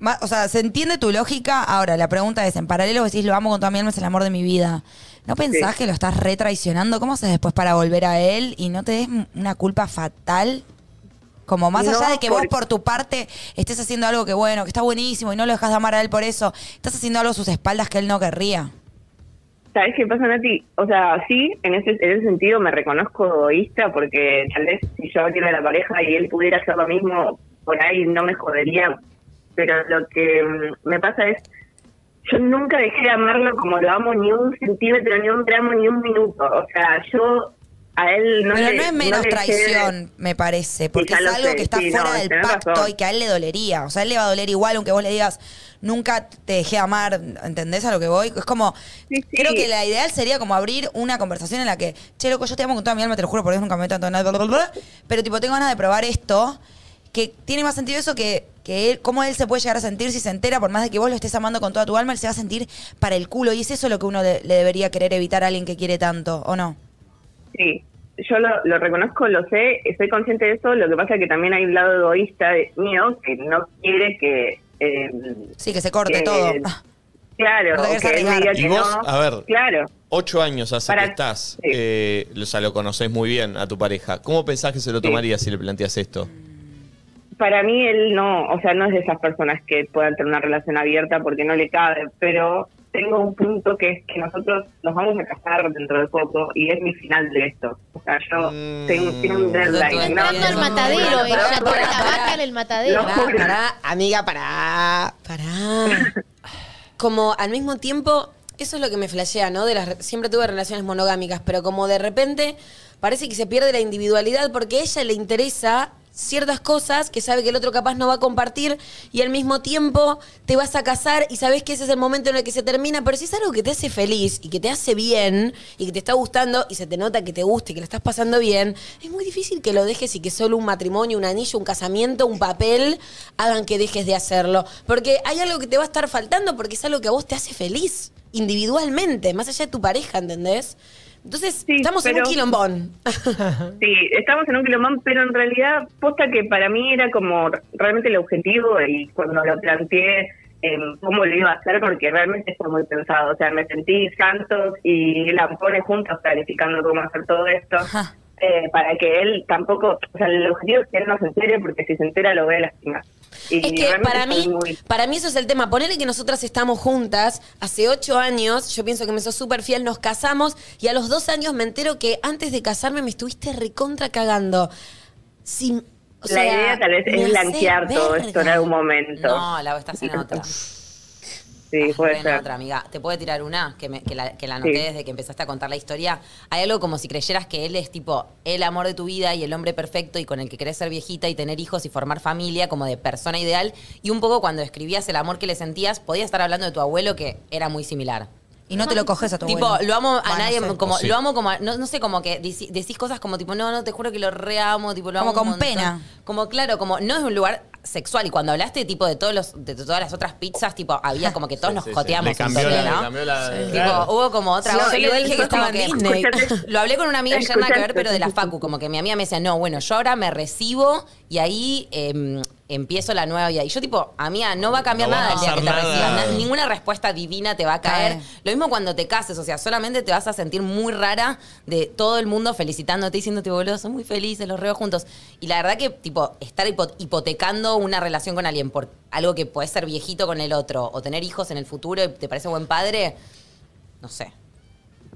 ma- o sea, ¿se entiende tu lógica? Ahora, la pregunta es, en paralelo decís, lo amo con toda mi alma, es el amor de mi vida. ¿No pensás
Sí.
que lo estás re traicionando? ¿Cómo haces después para volver a él y no te des m- una culpa fatal? Como más
No,
allá de que vos
porque-
por tu parte estés haciendo algo que bueno, que está buenísimo y no lo dejas de amar a él por eso, estás haciendo algo a sus espaldas que él no querría.
¿Sabes qué pasa, Nati? O sea, sí, en ese, en ese sentido me reconozco egoísta porque tal vez si yo tuviera la pareja y él pudiera hacer lo mismo, por ahí no me jodería. Pero lo que mm, me pasa es, yo nunca dejé de amarlo como lo amo ni un centímetro, ni un gramo, ni un minuto. O sea, yo a él no
Pero
le-
no es menos
le dejé-
traición, me parece, porque
ya
es
lo
algo
sé,
que está
sí,
fuera
no,
del
tenés
pacto
razón.
y que a él le dolería. O sea, a él le va a doler igual, aunque vos le digas, nunca te dejé amar, ¿entendés a lo que voy? Es como,
Sí, sí.
creo que la ideal sería como abrir una conversación en la que, che, loco, yo te amo con toda mi alma, te lo juro, por Dios nunca me meto tanto en nada, bla, bla, bla, bla". pero tipo, tengo ganas de probar esto, que tiene más sentido eso que, que él, cómo él se puede llegar a sentir si se entera, por más de que vos lo estés amando con toda tu alma, él se va a sentir para el culo, y es eso lo que uno le, le debería querer evitar a alguien que quiere tanto, ¿o no?
Sí, yo lo, lo reconozco, lo sé, soy consciente de eso. Lo que pasa es que también hay un lado egoísta de- mío que no quiere que... eh,
Sí, que se corte
Eh,
todo. Ah.
Claro,
Lo tenés
que él
arriesgar.
diga
Y
que
vos,
no.
a ver.
Claro.
Ocho años hace
Para-
que estás,
sí.
eh, o sea, lo conocés muy bien a tu pareja. ¿Cómo pensás que se lo
Sí.
tomaría si le planteas esto?
Para mí él no, o sea, no es de esas personas que puedan tener una relación abierta porque no le cabe, pero tengo un punto que es que nosotros nos vamos a casar dentro de poco y es mi final de esto. O sea, yo
Mm.
tengo, tengo un deadline.
Entrando al matadero, ella, por la vaca en el matadero.
No.
Pará, pará, amiga, pará, pará. Como al mismo tiempo, eso es lo que me flashea, ¿no? De las, re- siempre tuve relaciones monogámicas, pero como de repente parece que se pierde la individualidad porque a ella le interesa ciertas cosas que sabe que el otro capaz no va a compartir y al mismo tiempo te vas a casar y sabes que ese es el momento en el que se termina, pero si es algo que te hace feliz y que te hace bien y que te está gustando y se te nota que te gusta y que lo estás pasando bien, es muy difícil que lo dejes y que solo un matrimonio, un anillo, un casamiento, un papel hagan que dejes de hacerlo, porque hay algo que te va a estar faltando porque es algo que a vos te hace feliz individualmente, más allá de tu pareja, ¿entendés? Entonces,
Sí,
estamos en
pero-
un quilombón.
Sí, estamos en un kilomán, pero en realidad, posta que para mí era como realmente el objetivo y cuando lo planteé, em, cómo lo iba a hacer, porque realmente fue muy pensado. O sea, me sentí Santos y Lampones juntos planificando cómo hacer todo esto.
Ajá.
eh, para que él tampoco, o sea, el objetivo es que él no se entere, porque si se entera lo voy a lastimar.
Y
Es que
realmente
para
soy
mí,
muy-
para mí eso es el tema. Ponele que nosotras estamos juntas hace ocho años, yo pienso que me sos súper fiel, nos casamos y a los dos años me entero que antes de casarme me estuviste recontra cagando. Si- o
la
sea,
idea tal vez
me
es
hacés
blanquear todo
verga.
esto en algún momento.
No, la estás en otra.
Sí, puede
Ven
ser.
otra, amiga. ¿Te puede tirar una? Que, me- que la, que la noté
Sí.
desde que empezaste a contar la historia. Hay algo como si creyeras que él es tipo el amor de tu vida y el hombre perfecto y con el que querés ser viejita y tener hijos y formar familia como de persona ideal. Y un poco cuando escribías el amor que le sentías, podías estar hablando de tu abuelo que era muy similar.
Y no te lo coges a tu
Tipo,
abuelo.
lo amo a
Bah, no
nadie,
sé.
como,
Sí.
lo amo como, a- no, no sé, como que deci- decís cosas como tipo, no, no, te juro que lo reamo, tipo, lo
Como
amo un
con
montón.
pena.
Como, claro, como no es un lugar sexual. Y cuando hablaste, tipo, de todos los, de todas las otras pizzas, tipo, había como que todos
Sí,
nos
sí, sí.
joteamos
Le cambió
un toque,
la-
¿no?
le cambió la-
Tipo,
claro.
hubo como otra
Sí,
cosa.
yo
Yo
le
dije
dije
que estaba
como
que-
Disney.
[LAUGHS] Lo hablé con una amiga ayer, nada que ver, pero de la
Escuchaste.
facu, como que mi amiga me decía, no, bueno, yo ahora me recibo y ahí em, empiezo la nueva vida. Y yo tipo, amiga, no va a cambiar
No va a
nada el día que te
pasar
recibas.
nada.
Na- Ninguna respuesta divina te va a caer.
Cae.
Lo mismo cuando te cases, o sea, solamente te vas a sentir muy rara de todo el mundo felicitándote, diciéndote, boludo, son muy felices, los reo juntos. Y la verdad que, tipo, estar hipo- hipotecando una relación con alguien por algo que puede ser viejito con el otro o tener hijos en el futuro y te parece buen padre, no sé.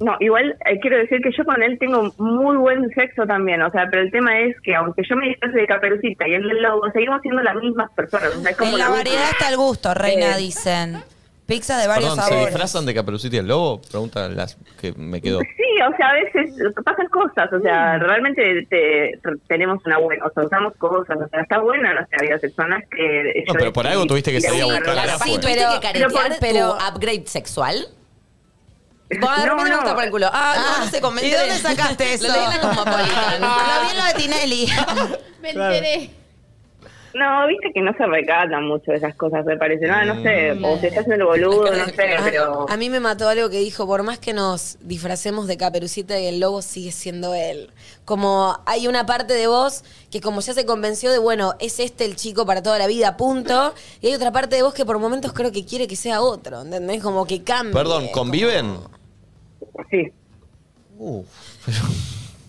No, igual eh, quiero decir que yo con él tengo muy buen sexo también, o sea, pero el tema es que aunque yo me disfrace de caperucita y él del lobo, seguimos siendo las mismas personas. O sea, es como
En la
lo
variedad
mismo.
está el gusto, reina,
Eh.
dicen. Pizza de varios
Perdón, ¿se
sabores.
disfrazan de Caperucita y el Lobo? Pregunta las que me quedó.
Sí, o sea, a veces pasan cosas, o
Mm.
sea, realmente te- te- tenemos una buena, o sea, usamos cosas, o sea, está buena nuestra vida sexual. no es que
No,
yo
pero por
decidí
algo tuviste que
ir a
salir a
una
buscar
relación.
la
Claro, sí,
fuente.
tuviste que
Pero- pero
caretear
por- pero-
tu upgrade sexual.
[LAUGHS]
Bueno,
No,
no, me
no.
gusta por el culo. Ah,
Ah,
no, no sé, comenté.
¿Y de dónde sacaste [LAUGHS]
[LAUGHS]
eso? Ah.
Lo leí en la Cosmopolitan.
Lo vi en lo de Tinelli.
[LAUGHS] Me
Claro.
enteré.
No, viste que no se recatan mucho de esas cosas, me parece. No, no sé,
Mm.
o se está haciendo el boludo,
[LAUGHS]
no sé, pero.
A mí me mató algo que dijo, por más que nos disfracemos de Caperucita y el lobo sigue siendo él. Como hay una parte de vos que como ya se convenció de, bueno, es este el chico para toda la vida, punto. Y hay otra parte de vos que por momentos creo que quiere que sea otro, ¿entendés? Como que cambie.
Perdón,
como-
¿conviven?
Sí,
Uf, pero,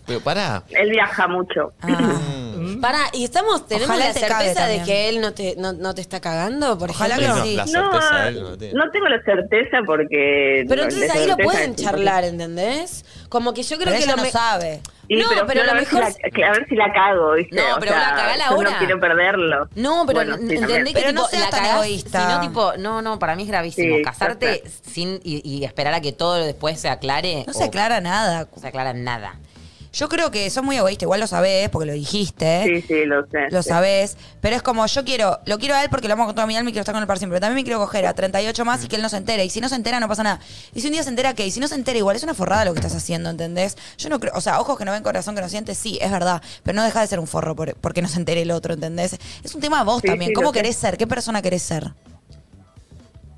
pero pará.
él viaja mucho. [LAUGHS]
Ah,
Pará, y estamos, tenemos
Ojalá
la
te cague
certeza de
también.
que él no te, no, no te está cagando, por
Ojalá
ejemplo.
que
No,
sí.
La
No,
certeza él no la tiene.
no tengo la certeza porque.
Pero
no,
entonces
la
ahí lo
certeza
pueden
es-
charlar, ¿entendés? Como que yo creo
pero
que
ella
lo
no
me-
sabe.
Sí,
No,
pero,
pero
claro,
a
a,
lo
ver si la-
mejor-
que- a ver si la cago, ¿viste?
No,
o
pero
sea,
la cagala
yo
ahora.
no quiero perderlo.
No, pero
Bueno, sí,
entendé
también.
que
Pero
tipo,
no seas
la
tan
cagás,
egoísta.
Sino tipo, no, no, para mí es gravísimo.
Sí,
Casarte sin y, y esperar a que todo después se aclare.
No
o-
se aclara nada.
No se aclara nada.
Yo creo que sos muy egoísta, igual lo sabés, porque lo dijiste.
Sí, sí, lo sé.
Lo
sí.
sabés. Pero es como, yo quiero, lo quiero a él porque lo amo con toda mi alma y quiero estar con él para siempre. Pero también me quiero coger a 38 más y que él no se entere. Y si no se entera, no pasa nada. Y si un día se entera, ¿qué? Y si no se entera, igual es una forrada lo que estás haciendo, ¿entendés? Yo no creo, o sea, ojos que no ven, corazón que no siente, sí, es verdad. Pero no deja de ser un forro por- porque no se entere el otro, ¿entendés? Es un tema de vos
Sí,
también.
sí,
¿Cómo
lo sé.
querés ser? ¿Qué persona querés ser?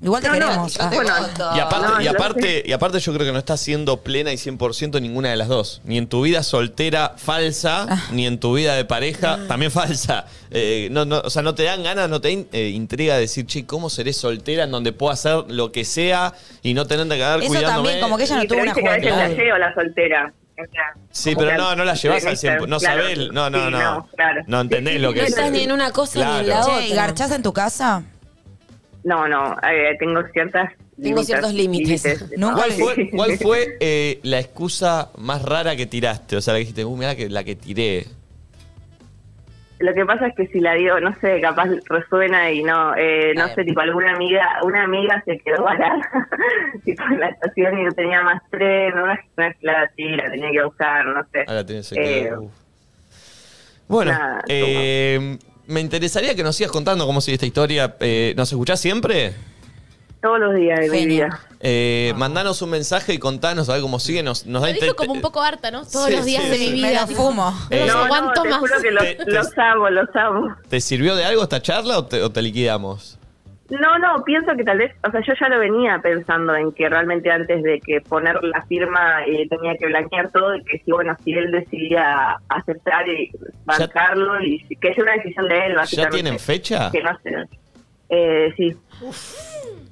Igual te
No, no,
queremos.
yo
Ah.
Bueno,
Y aparte,
No,
y,
yo
aparte, y aparte yo creo que no estás siendo plena y 100% ninguna de las dos. Ni en tu vida soltera falsa, ni en tu vida de pareja también falsa. Eh, no, no, o sea, no te dan ganas, no te in- eh, intriga decir, che, ¿cómo seré soltera en donde pueda hacer lo que sea y no tener que quedar
Eso
cuidándome?
también, como que ella no
Sí,
tuvo
pero
una
viste que a veces la
juventud.
llevo la soltera. o sea,
Sí,
como
pero
que-
no, no la llevas al
¿viste?
100%. No
Claro.
sabés, no, no,
Sí,
no. No,
claro.
entendés lo que
No
es.
estás ni en una cosa ni en la
Claro.
otra.
Che, ¿y garchás en tu casa?
No, no, eh, tengo ciertas.
Tengo ciertos límites.
Nunca
¿Cuál
Sí.
fue, cuál fue, eh, la excusa más rara que tiraste? O sea, la que dijiste, uh, mirá que, la que tiré.
Lo que pasa es que si la digo, no sé, capaz resuena y no, eh, no
Está
sé,
bien.
tipo alguna amiga, una amiga se quedó varada, [LAUGHS] tipo en la estación y no tenía más tren, una, una la, sí, la tenía que buscar, no sé.
Ahora tiene ese
Eh,
que- uf. Bueno,
nada,
eh, me interesaría que nos sigas contando cómo sigue esta historia. Eh, ¿Nos escuchás siempre?
Todos los días de mi
Genio.
vida.
Eh, Mandanos un mensaje y contanos a ver cómo sigue. Nos, nos
Lo
da
dijo
inter-
como un poco harta, ¿no? Todos
Sí,
los días
sí,
de
sí.
mi
Me
vida.
lo fumo.
No,
Eh,
No, no,
aguanto
te
más.
juro que lo-
Te- te-
los amo, los amo.
¿Te sirvió de algo esta charla o te, o te liquidamos?
No, no, pienso que tal vez, o sea, yo ya lo venía pensando en que realmente antes de que poner la firma eh, tenía que blanquear todo y que si, bueno, si él decidía aceptar y bancarlo y si- que es una decisión de él,
¿Ya
básicamente.
tienen fecha?
Que no sé. Eh, sí.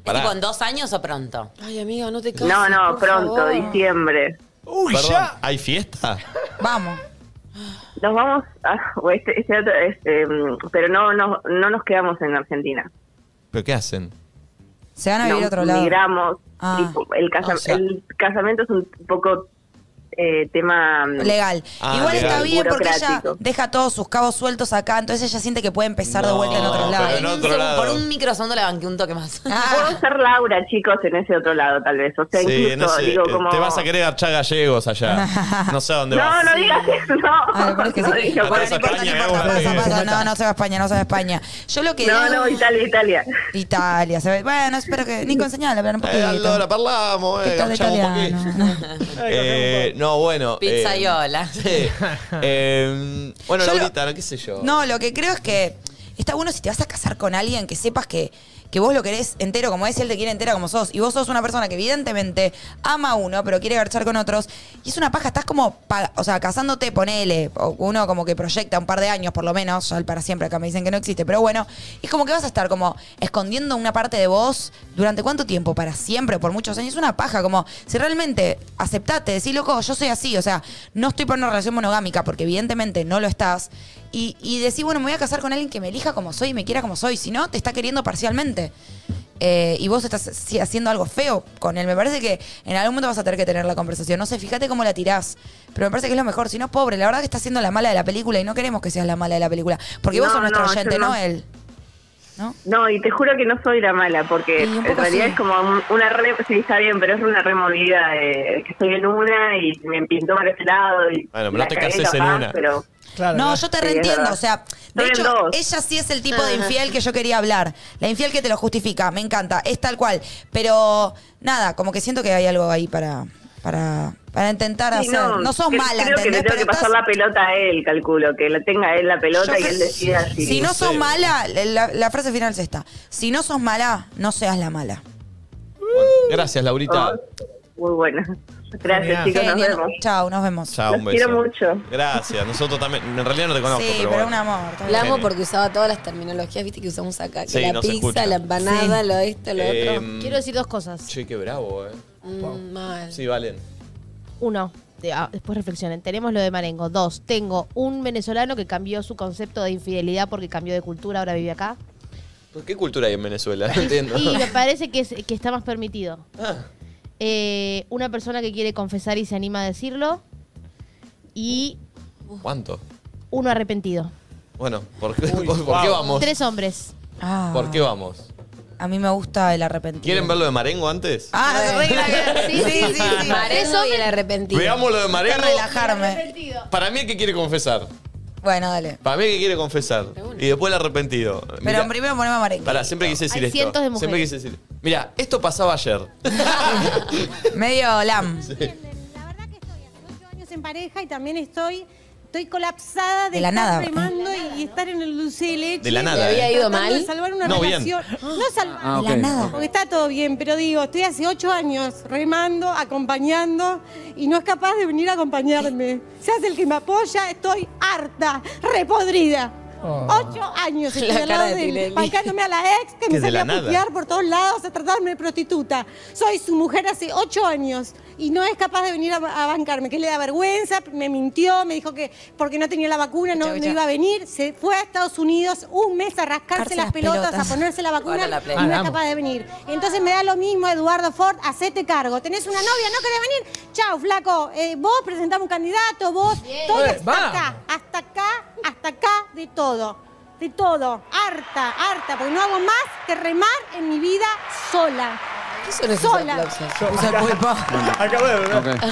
Pará.
¿Es tipo en dos años o pronto?
Ay, amiga, no te cases,
No, no,
por
pronto,
favor.
diciembre.
Uy,
Perdón,
ya.
¿hay fiesta?
Vamos.
Nos vamos, a- o este, este dato es,
mm,
em, pero no, no, no nos quedamos en Argentina.
¿Pero qué hacen?
Se van a vivir
Nos
a otro lado.
Migramos.
Ah.
tipo, el, casa-
O sea-
el casamiento es un poco eh, tema mm,
Legal.
Ah,
Igual está bien porque ella
burocrático.
deja todos sus cabos sueltos acá, entonces ella siente que puede empezar de vuelta en otro lado.
pero en otro lado.
Por un microsegundo le banqué un toque más.
Ah.
Puedo ser Laura, chicos, en ese otro lado, tal vez. O sea,
Sí,
incluso,
no sé,
digo,
eh,
como.
Te vas a querer archar gallegos allá. No sé a dónde
no,
vas. Eh,
no digas eso.
Ah,
No, no, dije,
Te
por-
vas a España, me hago
Pasa,
una-
pasa, no, no se va a España, no se va a España. Yo lo que.
No, no, Italia, Italia.
Italia, se ve. Bueno, espero que. Nico, enseñale a hablar un
Eh,
poquito.
allora parliamo, eh,
Que todo
facciamo un
italiano.
Eh, no, bueno. eh,
Pizzaiola.
sí. Eh, bueno,
Yo lo-
Laurita, qué sé yo.
No, lo que creo es que está bueno si te vas a casar con alguien que sepas que, que vos lo querés entero como es y él te quiere entera como sos. Y vos sos una persona que evidentemente ama a uno, pero quiere garchar con otros. Y es una paja, estás como, pa- o sea, casándote, ponele, o uno como que proyecta un par de años por lo menos, ya el para siempre acá me dicen que no existe, pero bueno, es como que vas a estar como escondiendo una parte de vos durante cuánto tiempo, para siempre, por muchos años. Es una paja, como si realmente aceptate, decís, loco, yo soy así, o sea, no estoy por una relación monogámica, porque evidentemente no lo estás, y, y decís, bueno, me voy a casar con alguien que me elija como soy y me quiera como soy, si no, te está queriendo parcialmente. Eh, y vos estás si- haciendo algo feo con él. Me parece que en algún momento vas a tener que tener la conversación. No sé, fíjate cómo la tirás. Pero me parece que es lo mejor. Si no, pobre, la verdad que estás siendo la mala de la película y no queremos que seas la mala de la película. Porque vos
No,
sos nuestro
no, yo
oyente,
no.
no él.
No, y te juro que no soy la mala, porque
Y un
en
poco
realidad
sí.
es como un- una re, sí, está bien, pero es una removida de que estoy en una y me pintó para ese lado. Y
Bueno, pero no
la
te
cagué
cases en
capaz,
una.
Pero,
no, yo te
Sí, es
reentiendo.
verdad.
O sea, de
Estoy en
hecho,
dos.
ella sí es el tipo de infiel que yo quería hablar. La infiel que te lo justifica. Me encanta. Es tal cual. Pero nada, como que siento que hay algo ahí para. Para, para intentar
Sí,
hacer. No, sos
creo-
mala,
Creo que
¿entendés?
le tengo
Pero
que pasar
estás-
la pelota a él, calculo, que la tenga él la pelota
Yo
y
que-
él decida si...
Si no sos mala, la, la frase final es esta. Si no sos mala, no seas la mala.
Gracias, Laurita.
Oh. Muy buena.
[LAUGHS]
Gracias,
Genial.
chicos, nos
Genial.
vemos.
Chao, nos vemos.
Chao, un
Los quiero
beso.
mucho.
Gracias. Nosotros también. En realidad no te conozco,
Sí,
pero,
pero
bueno.
un amor. está
La
bien.
amo porque usaba todas las terminologías, viste, que usamos acá. que
Sí,
la
no se
pizza,
escucha.
la empanada,
Sí.
lo esto, lo
Eh,
otro.
Quiero decir dos cosas.
Che, qué bravo, eh.
Mm, mal.
Sí, Valen.
Uno, de- ah, después reflexionen. Tenemos lo de Marengo. Dos, tengo un venezolano que cambió su concepto de infidelidad porque cambió de cultura, ahora vive acá.
¿Por ¿Qué cultura hay en Venezuela? [LAUGHS] No Ah. entiendo.
Y me parece que, es- que está más permitido. Eh, una persona que quiere confesar y se anima a decirlo. Y
¿Cuánto?
uno arrepentido.
Bueno, ¿por qué, por- por qué vamos?
Tres hombres.
Ah,
¿Por qué vamos?
A mí me gusta el arrepentido.
¿Quieren ver lo de Marengo antes?
Ah,
Bueno.
regla que- Sí, sí, sí. sí.
Marengo y el arrepentido.
Veamos lo de
Para
Marengo.
relajarme.
Para mí el que quiere confesar.
Bueno, dale.
Para mí el que quiere confesar. Y después el arrepentido.
Pero
Mirá,
primero poneme marengo.
Pará, siempre quise decir
Hay
esto.
cientos de mujeres.
Siempre quise decir. Mira, esto pasaba ayer.
Medio lam.
La verdad que estoy hace ocho años en pareja y también estoy, estoy colapsada de,
De la
estar
nada.
pues.
remando y estar en el dulce de leche.
De la
¿Le
nada.
había
¿eh?
ido
tratando de
mal?
salvar una
No, bien.
relación. No salvar.
De la nada.
Porque está todo bien, pero digo, estoy hace ocho años remando, acompañando y no es capaz de venir a acompañarme. Se hace el que me apoya, estoy harta, repodrida. Ocho años estoy
La
al
cara
lado
de
de él,
Tinelli.
bancándome a la ex que
Que de
me
la
salía
nada.
a putear por todos lados a tratarme de prostituta. Soy su mujer hace ocho años y no es capaz de venir a, a bancarme, que le da vergüenza, me mintió, me dijo que porque no tenía la vacuna no,
Escucha,
no
escucha.
iba a venir. Se fue a Estados Unidos un mes a rascarse
Rascarse
las,
las
pelotas,
pelotas.
a ponerse la vacuna
Ahora la
y
play.
no
Ah,
es capaz de venir. Entonces me da lo mismo, Eduardo Ford, hacete cargo. Tenés una novia, no querés venir. Chau, flaco. Eh, vos presentamos un candidato, vos. Todo
Eh,
hasta
vamos.
acá, hasta acá, hasta acá de todo. De todo. Harta, harta, porque no hago más que remar en mi vida sola.
¿Qué son esos
Sola.
aplausos?
Usa el [LAUGHS] pulpo.
Acabo de ver.
[LAUGHS]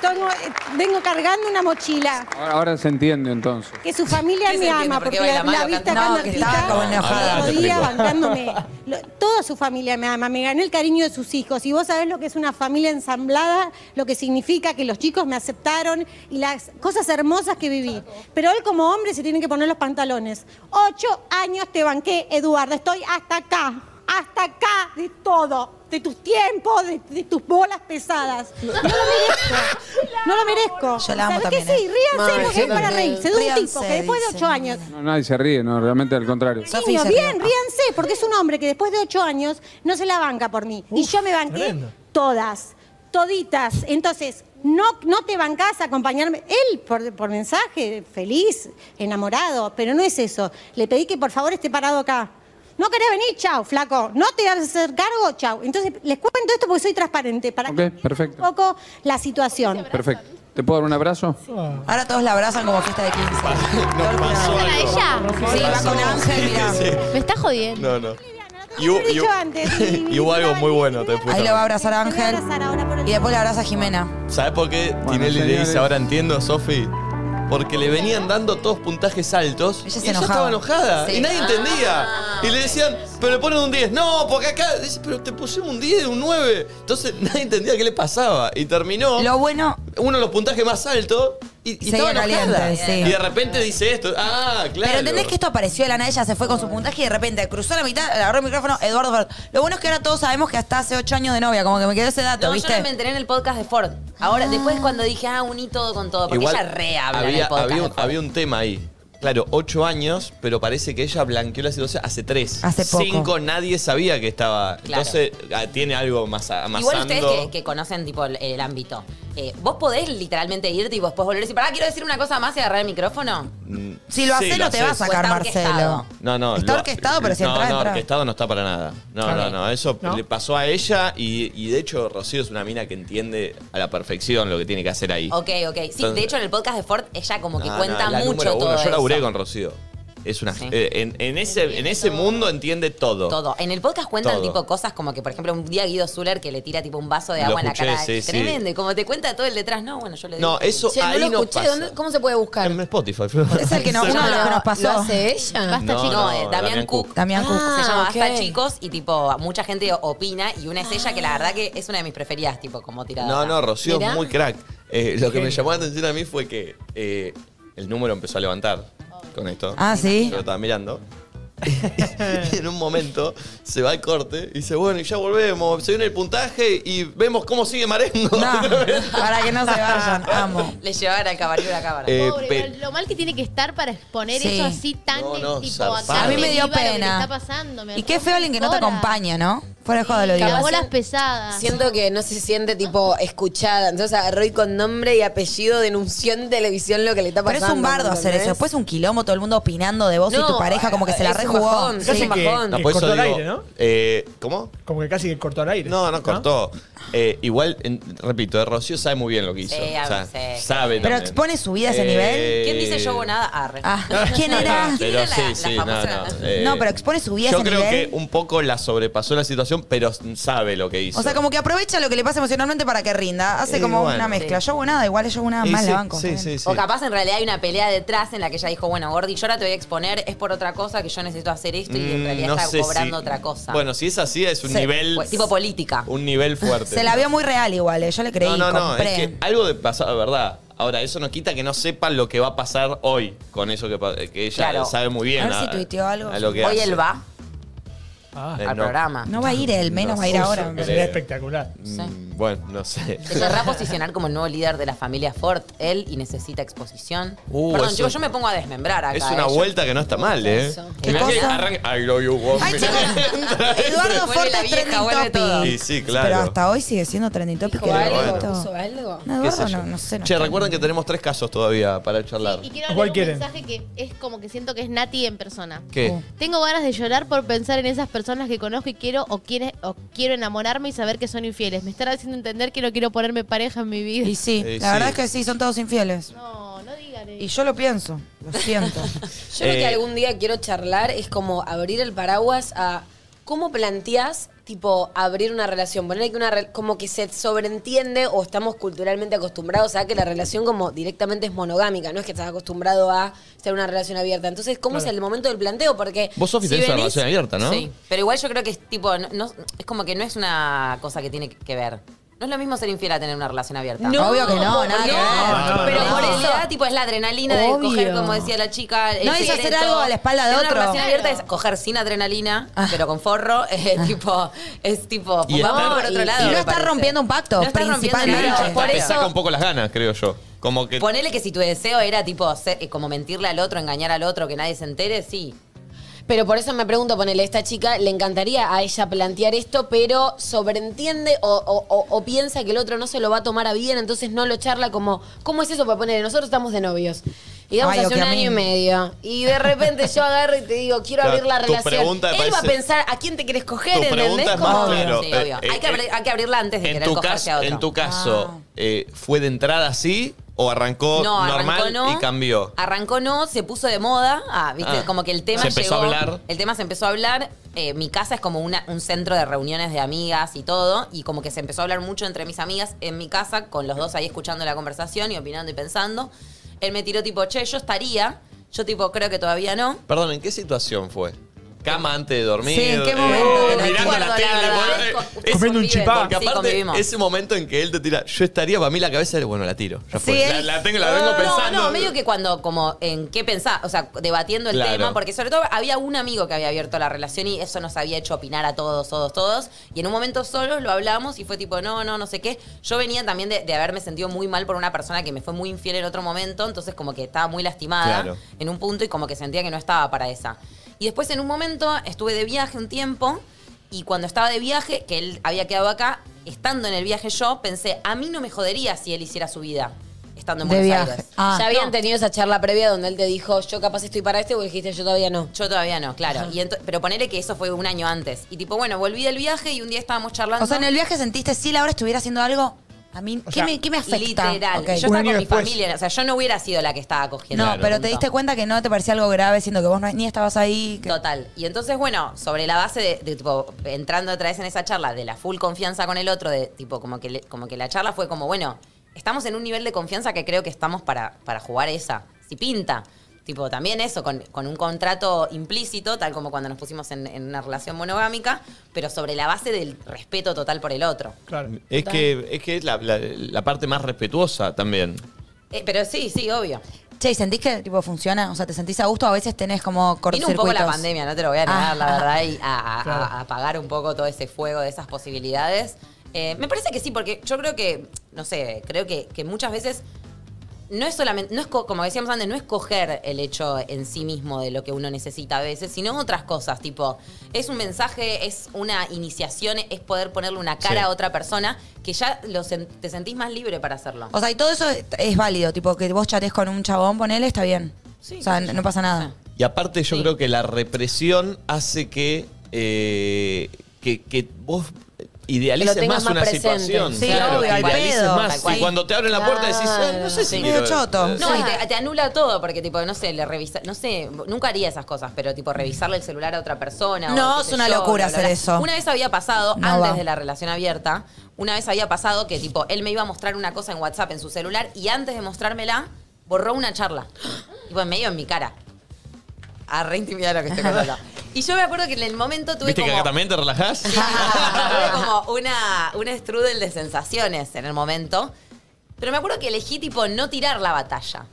Tengo, eh, vengo cargando una mochila.
[LAUGHS] Ahora, ahora se entiende entonces.
Que su familia
¿Qué se
me
entiende?
ama,
¿Por qué
porque
baila
la,
mal
la
o
vi
canta?
estando
No, que
artista,
estaba como enojada.
el otro día
Ahora te
bancándome. Lo- toda su familia me ama, me gané el cariño de sus hijos. Y vos sabés lo que es una familia ensamblada, lo que significa que los chicos me aceptaron y las cosas hermosas que viví. Pero él como hombre se tiene que poner los pantalones. Ocho años te banqué, Eduardo, estoy hasta acá, hasta acá de todo. De tus tiempos, de, de tus bolas pesadas. No lo merezco. No lo merezco.
Yo la amo
¿Sabés
también,
qué? Sí,
¿eh?
ríanse de lo que es para
Mamá,
reírse. De un tipo
ríanse,
que después de
dice.
ocho años
No, nadie se ríe, no, realmente al contrario.
Sofi
Niño,
se
bien,
rió.
ríanse, porque es un hombre que después de ocho años no se la banca por mí. y yo me banqué
tremendo.
todas, toditas. Entonces, No, no te bancás a acompañarme. Él, por, por mensaje, feliz, enamorado, pero no es eso. Le pedí que por favor esté parado acá. No querés venir, chao, flaco. No te vas a hacer cargo, chao. Entonces, les cuento esto porque soy transparente, para que
Ok, perfecto.
un poco la situación.
Perfecto. ¿Te puedo dar un abrazo?
Ahora todos la abrazan como fiesta de 15.
¿Era ella?
Sí, va con Ángel,
[LAUGHS]
mirá.
Me está jodiendo.
No, no. Y hubo, y hubo- [LAUGHS] y hubo algo muy bueno después.
Ahí lo
también.
va a abrazar a Ángel. Y después le abraza a Jimena.
¿Sabes por qué Tinelli le dice
señores.
ahora entiendo, Sofi? Porque le venían dando todos puntajes altos
Ella se
y ella
enojaba.
estaba enojada
Sí. Ah.
y nadie entendía. Y le decían, pero le ponen un 10. No, porque acá, dice, pero te pusimos un 10, un 9. Entonces [LAUGHS] nadie entendía qué le pasaba. Y terminó
Lo bueno.
uno de los puntajes más altos y, y
Seguía
estaba enojada.
caliente, sí.
Y de repente dice esto. Ah, claro.
Pero entendés que esto apareció de la nada, ella se fue con su puntaje y de repente cruzó la mitad, agarró el micrófono, Eduardo Ford. Lo bueno es que ahora todos sabemos que hasta hace ocho años de novia, como que me quedó ese dato,
No, yo
¿viste?
no me enteré en el podcast de Ford. Ahora, después cuando dije, ah, uní todo con todo, porque ella re habla en
había,
el podcast.
había,
de
un,
Ford.
había un tema ahí. Claro, ocho años, pero parece que ella blanqueó la situación hace tres.
Hace poco.
Cinco, nadie sabía que estaba.
Claro.
Entonces, ah, tiene algo más amasando.
Igual ustedes que, que conocen tipo el, el ámbito, eh, vos podés literalmente irte y vos después volver y decir, pará, quiero decir una cosa más y agarrar el micrófono.
Mm,
Si lo
sí,
haces, no te va a
haces.
sacar
Está
Marcelo.
orquestado.
No, no.
Está
lo-
orquestado, pero si
no,
entra,
No,
entra.
orquestado no está para nada. No,
Ok.
no, no. Eso
¿No?
le pasó a ella y, y de hecho Rocío es una mina que entiende a la perfección lo que tiene que hacer ahí.
Ok, ok. Sí, de
Entonces-
hecho en el podcast de Ford ella como que
No, no,
cuenta
es la
mucho
número uno.
todo
Yo laburé
eso.
con Rocío. Es una, eh, en, en ese, en ese mundo entiende todo.
Todo. En el podcast cuentan
Todo.
tipo cosas como que, por ejemplo, un día Guido Zuller que le tira tipo un vaso de
Lo
agua
escuché,
en la cara.
sí, sí.
Tremendo. Y como te cuenta todo el detrás, no, bueno, yo le digo.
No, eso
Eh, Che,
ahí
lo
no
escuché,
pasa.
¿dónde- ¿Cómo se puede buscar?
En Spotify.
Es el que nos- uno de los que nos pasó.
¿Lo hace ella?
Basta,
No,
chicos.
no,
No, eh,
Damián
Damián Ah,
Cook.
Cook.
Damián Cook.
Se llama
ok.
Basta Chicos y tipo, mucha gente opina y una es ella que la verdad que es una de mis preferidas, tipo, como tirada.
[LAUGHS] No, no, Rocío
Mirá.
es muy crack. Eh, lo que me llamó la atención a mí fue que eh, el número empezó a levantar con esto.
Ah, ¿sí?
Yo lo estaba mirando. [LAUGHS] y en un momento se va al corte y dice, bueno, y ya volvemos, se viene el puntaje y vemos cómo sigue [LAUGHS] Marengo.
No, para que no se [LAUGHS] vayan, amo.
Le llevaban al caballo de la cámara.
Eh,
Pobre,
pe-
igual, lo mal que tiene que estar para exponer
Sí.
eso así tan
No,
eh,
no,
tipo
zarpado.
acá
A mí me dio
viva lo que le
pena.
está pasando, me
Y qué feo alguien que no te
reconfora.
acompaña, ¿no? Fuera de joda lo digo.
Las bolas pesadas.
Siento que no se siente tipo escuchada. Entonces agarró y con nombre y apellido denunció en televisión lo que le está
Pero
pasando.
es un bardo hacer
¿entendés?
eso. Después un quilombo, todo el mundo opinando de vos y
No,
tu pareja como que se la
es un
rejugó.
bajón,
Sí.
es un bajón.
no, por eso
cortó el
digo,
aire, ¿no?
eh, ¿Cómo?
Como que casi que cortó el aire.
No, no cortó. Eh, igual, en- repito, eh, Rocío sabe muy bien lo que hizo.
Sí,
O sea,
sí.
sabe
Pero
también. Eh,
expone su vida a ese nivel.
¿Quién dice yo hago nada? Arre.
Ah,
[LAUGHS]
¿quién era?
¿Quién
Pero
era la-
sí,
la
sí, no,
famosa?
no, eh,
No, pero expone su vida a
Yo
ese
creo que
nivel.
un poco la sobrepasó la situación, pero sabe lo que hizo.
O sea, como que aprovecha lo que le pasa emocionalmente para que rinda. Hace
Y
como
bueno.
una mezcla. Yo hago nada, igual yo hago nada
Y
más
sí,
la banco.
Sí,
está bien.
sí, sí.
O capaz en realidad hay una pelea detrás en la que ella dijo, bueno, Gordi, yo ahora te voy a exponer, es por otra cosa que yo necesito hacer esto y en
Mm,
realidad
no
está
sé si-
cobrando otra cosa.
Bueno, si es así, es un
Sí,
nivel.
pues, tipo política.
Un nivel fuerte.
Se la vio muy real igual, eh. yo le creí,
No, no, no.
compré.
Es que algo de pasado, verdad. Ahora, eso no quita que no sepan lo que va a pasar hoy con eso que, pa- que ella
Claro.
sabe muy bien.
A ver si tuiteó algo.
a lo que
Hoy
hace.
él va
Ah,
Eh,
al
no.
programa.
No va a ir él, menos
No
va a ir
sé, Eh,
ahora.
Sería
yo creo.
espectacular.
Sí.
Mm, Bueno, no sé.
Se querrá posicionar como el nuevo líder de la familia Ford, él, y necesita exposición.
Uh,
Perdón,
eso-
chicos, yo me pongo a desmembrar acá.
Es una
eh. Yo-
vuelta que no está mal, ¿eh?
Eso.
¿Qué
Mirá que
cosa?
arranca- I love you, woman.
Ay, chicos, [LAUGHS] [LAUGHS] Eduardo
Vuelve
Forte
la
es
vieja,
trending
vuelve
topic.
todo.
Y sí, claro.
Pero hasta hoy sigue siendo trending topic.
¿Dijo
el
algo?
Eduardo.
¿Puso algo?
No,
¿Qué sé
Eduardo
yo?
no, no sé. no
Che,
está
recuerden que
bien.
tenemos tres casos todavía para charlar.
Y quiero
¿Cuál
leer un
quieren?
mensaje que es como que siento que es Nati en persona.
¿Qué?
Tengo ganas de llorar por pensar en esas personas que conozco y quiero o, quiere- o quiero enamorarme y saber que son infieles. Me están haciendo entender que no quiero ponerme pareja en mi vida.
Y sí,
Eh,
la
sí.
verdad es que sí, son todos infieles.
No, no digan eso.
Y yo lo pienso, lo
[LAUGHS]
siento.
Yo lo
Eh,
que algún día quiero charlar es como abrir el paraguas a cómo planteás, tipo, abrir una relación. Ponerle que una re- como que se sobreentiende o estamos culturalmente acostumbrados a que la relación como directamente es monogámica, no es que estás acostumbrado a ser una relación abierta. Entonces, ¿cómo es el momento del planteo? Porque
Vos, Sofi,
si
tenés una
venís-
relación abierta, ¿no?
Sí, pero igual yo creo que es tipo, no- no- es como que no es una cosa que tiene que ver. No es lo mismo ser infiel a tener una relación abierta.
Obvio que no, nada que
Ah,
ver.
no,
Pero
no.
por eso tipo es la adrenalina de
Obvio.
coger, como decía la chica. el
No, es hacer
secreto.
algo a la espalda de
Tener
otro. Ah.
Una relación
Claro.
abierta es coger sin adrenalina, pero con forro. [LAUGHS] Es tipo, es tipo,
Y
vamos
estar-
por otro
y-
lado.
Y no
me
estar
parece.
rompiendo un pacto,
No estar rompiendo
principalmente.
nada. Por
Te
eso-
saca un poco las ganas, creo yo. Como que.
Ponele que si tu deseo era tipo ser- eh, como mentirle al otro, engañar al otro, que nadie se entere, sí.
Pero por eso me pregunto, ponele, a esta chica le encantaría a ella plantear esto, pero sobreentiende o, o- o- o piensa que el otro no se lo va a tomar a bien, entonces no lo charla como, ¿cómo es eso? Para ponerle, nosotros estamos de novios. Y damos
Ay,
hace
o que
un
a mí-
año y medio. Y de repente yo agarro y te digo, quiero
Claro,
abrir la
tu
relación.
pregunta
Él
me
va a
parece-
pensar, ¿a quién te querés coger?
Tu
¿Entendés?
pregunta es más
Como-
claro.
Sí, obvio.
Eh,
hay, que
eh,
abrir- hay que abrirla antes de
En
eh,
querer
tu,
cogerse
caso,
a otro. Ah.
en tu caso, eh, ¿fue de entrada así o arrancó
No, arrancó
normal
no.
y cambió?
Arrancó no, se puso de moda. Ah, viste,
Ah.
como que el tema
Se empezó
llegó-
a hablar.
El tema se empezó a hablar. Eh, mi casa es como una- un centro de reuniones de amigas y todo. Y como que se empezó a hablar mucho entre mis amigas en mi casa, con los dos ahí escuchando la conversación y opinando y pensando. Él me tiró tipo, che, yo estaría. Yo tipo, creo que todavía no.
Perdón, ¿en qué situación fue? ¿Cama antes de dormir?
Sí, ¿en qué
Eh,
momento?
oh,
No
mirando
recuerdo,
la tele.
la verdad.
bueno, eh,
Con-
es-
comiendo un chipá.
Porque
Sí,
aparte,
convivimos.
ese momento en que él te tira, yo estaría para mí la cabeza, era, bueno, la tiro. Ya fue.
Sí,
la,
es-
la tengo, la vengo pensando.
No, no, medio que cuando, como, en qué pensar, o sea, debatiendo el
Claro.
tema, porque sobre todo había un amigo que había abierto la relación y eso nos había hecho opinar a todos, todos, todos. Y en un momento solos lo hablamos y fue tipo, no, no, no sé qué. Yo venía también de, de haberme sentido muy mal por una persona que me fue muy infiel en otro momento, entonces como que estaba muy lastimada
Claro.
en un punto y como que sentía que no estaba para esa. Y después en un momento estuve de viaje un tiempo y cuando estaba de viaje, que él había quedado acá, estando en el viaje yo, pensé, a mí no me jodería si él hiciera su vida estando en
De
Buenos
viaje.
Aires.
Ah.
ya habían tenido esa charla previa donde él te dijo, yo capaz estoy para este, o dijiste, yo todavía no.
Yo todavía no, claro. Y ento- pero ponele que eso fue un año antes. Y tipo, bueno, volví del viaje y un día estábamos charlando.
O sea, en el viaje sentiste, si Laura estuviera haciendo algo, a mí, ¿qué,
sea,
me, qué me afecta?
Literal.
Ok.
Yo estaba con mi familia. O sea, yo no hubiera sido la que estaba cogiendo.
No, pero te diste cuenta que no te parecía algo grave, siendo que vos no- ni estabas ahí. que-
Total. Y entonces, bueno, sobre la base de, de, tipo, entrando otra vez en esa charla, de la full confianza con el otro, de tipo, como que, le- como que la charla fue como, bueno, estamos en un nivel de confianza que creo que estamos para, para jugar esa. Si pinta. Tipo, también eso, con, con un contrato implícito, tal como cuando nos pusimos en, en una relación monogámica, pero sobre la base del respeto total por el otro.
Es que es, que es la, la- la parte más respetuosa también.
Eh, pero sí, sí, obvio.
Che, ¿y sentís que tipo funciona? O sea, ¿te sentís a gusto? A veces tenés como
Vino un
cortocircuitos.
poco la pandemia, no te lo voy a negar,
Ah. [LAUGHS]
la verdad, y a, a-
Claro.
a- a apagar un poco todo ese fuego de esas posibilidades. Eh, me parece que sí, porque yo creo que, no sé, creo que, que muchas veces no es solamente, no es co- como decíamos antes, no es coger el hecho en sí mismo de lo que uno necesita a veces, sino otras cosas, tipo, es un mensaje, es una iniciación, es poder ponerle una cara
Sí.
a otra persona que ya lo sen- te sentís más libre para hacerlo.
O sea, y todo eso es, es válido. Tipo, que vos chatees con un chabón, ponele, está bien. o sea, no, no pasa nada.
Y aparte yo creo que la represión hace que, eh, que, que vos
Que lo
idealices
tengas
más,
más
una
presente.
situación.
Sí,
claro,
obvio,
que
al
idealices
pedo.
más.
Tal cual.
Y cuando te abren la puerta decís, "Ah, no sé si
Sí.
quiero- eh,
No, y te, te anula todo, porque tipo, no sé, le revisa, no sé, nunca haría esas cosas, pero tipo revisarle el celular a otra persona. o
No,
qué
es
sé
una
yo, bla,
locura
bla, bla.
hacer eso.
Una vez había pasado,
No
antes
va.
de la relación abierta, una vez había pasado que tipo, él me iba a mostrar una cosa en WhatsApp en su celular y antes de mostrármela, borró una charla. Y pues medio en mi cara. A re intimidar lo que estoy
[LAUGHS]
contando. Y yo me acuerdo que en el momento tuve
¿Viste que
como
acá también te [LAUGHS] relajás?
tuve como una, un strudel de sensaciones en el momento. Pero me acuerdo que elegí, tipo, no tirar la batalla.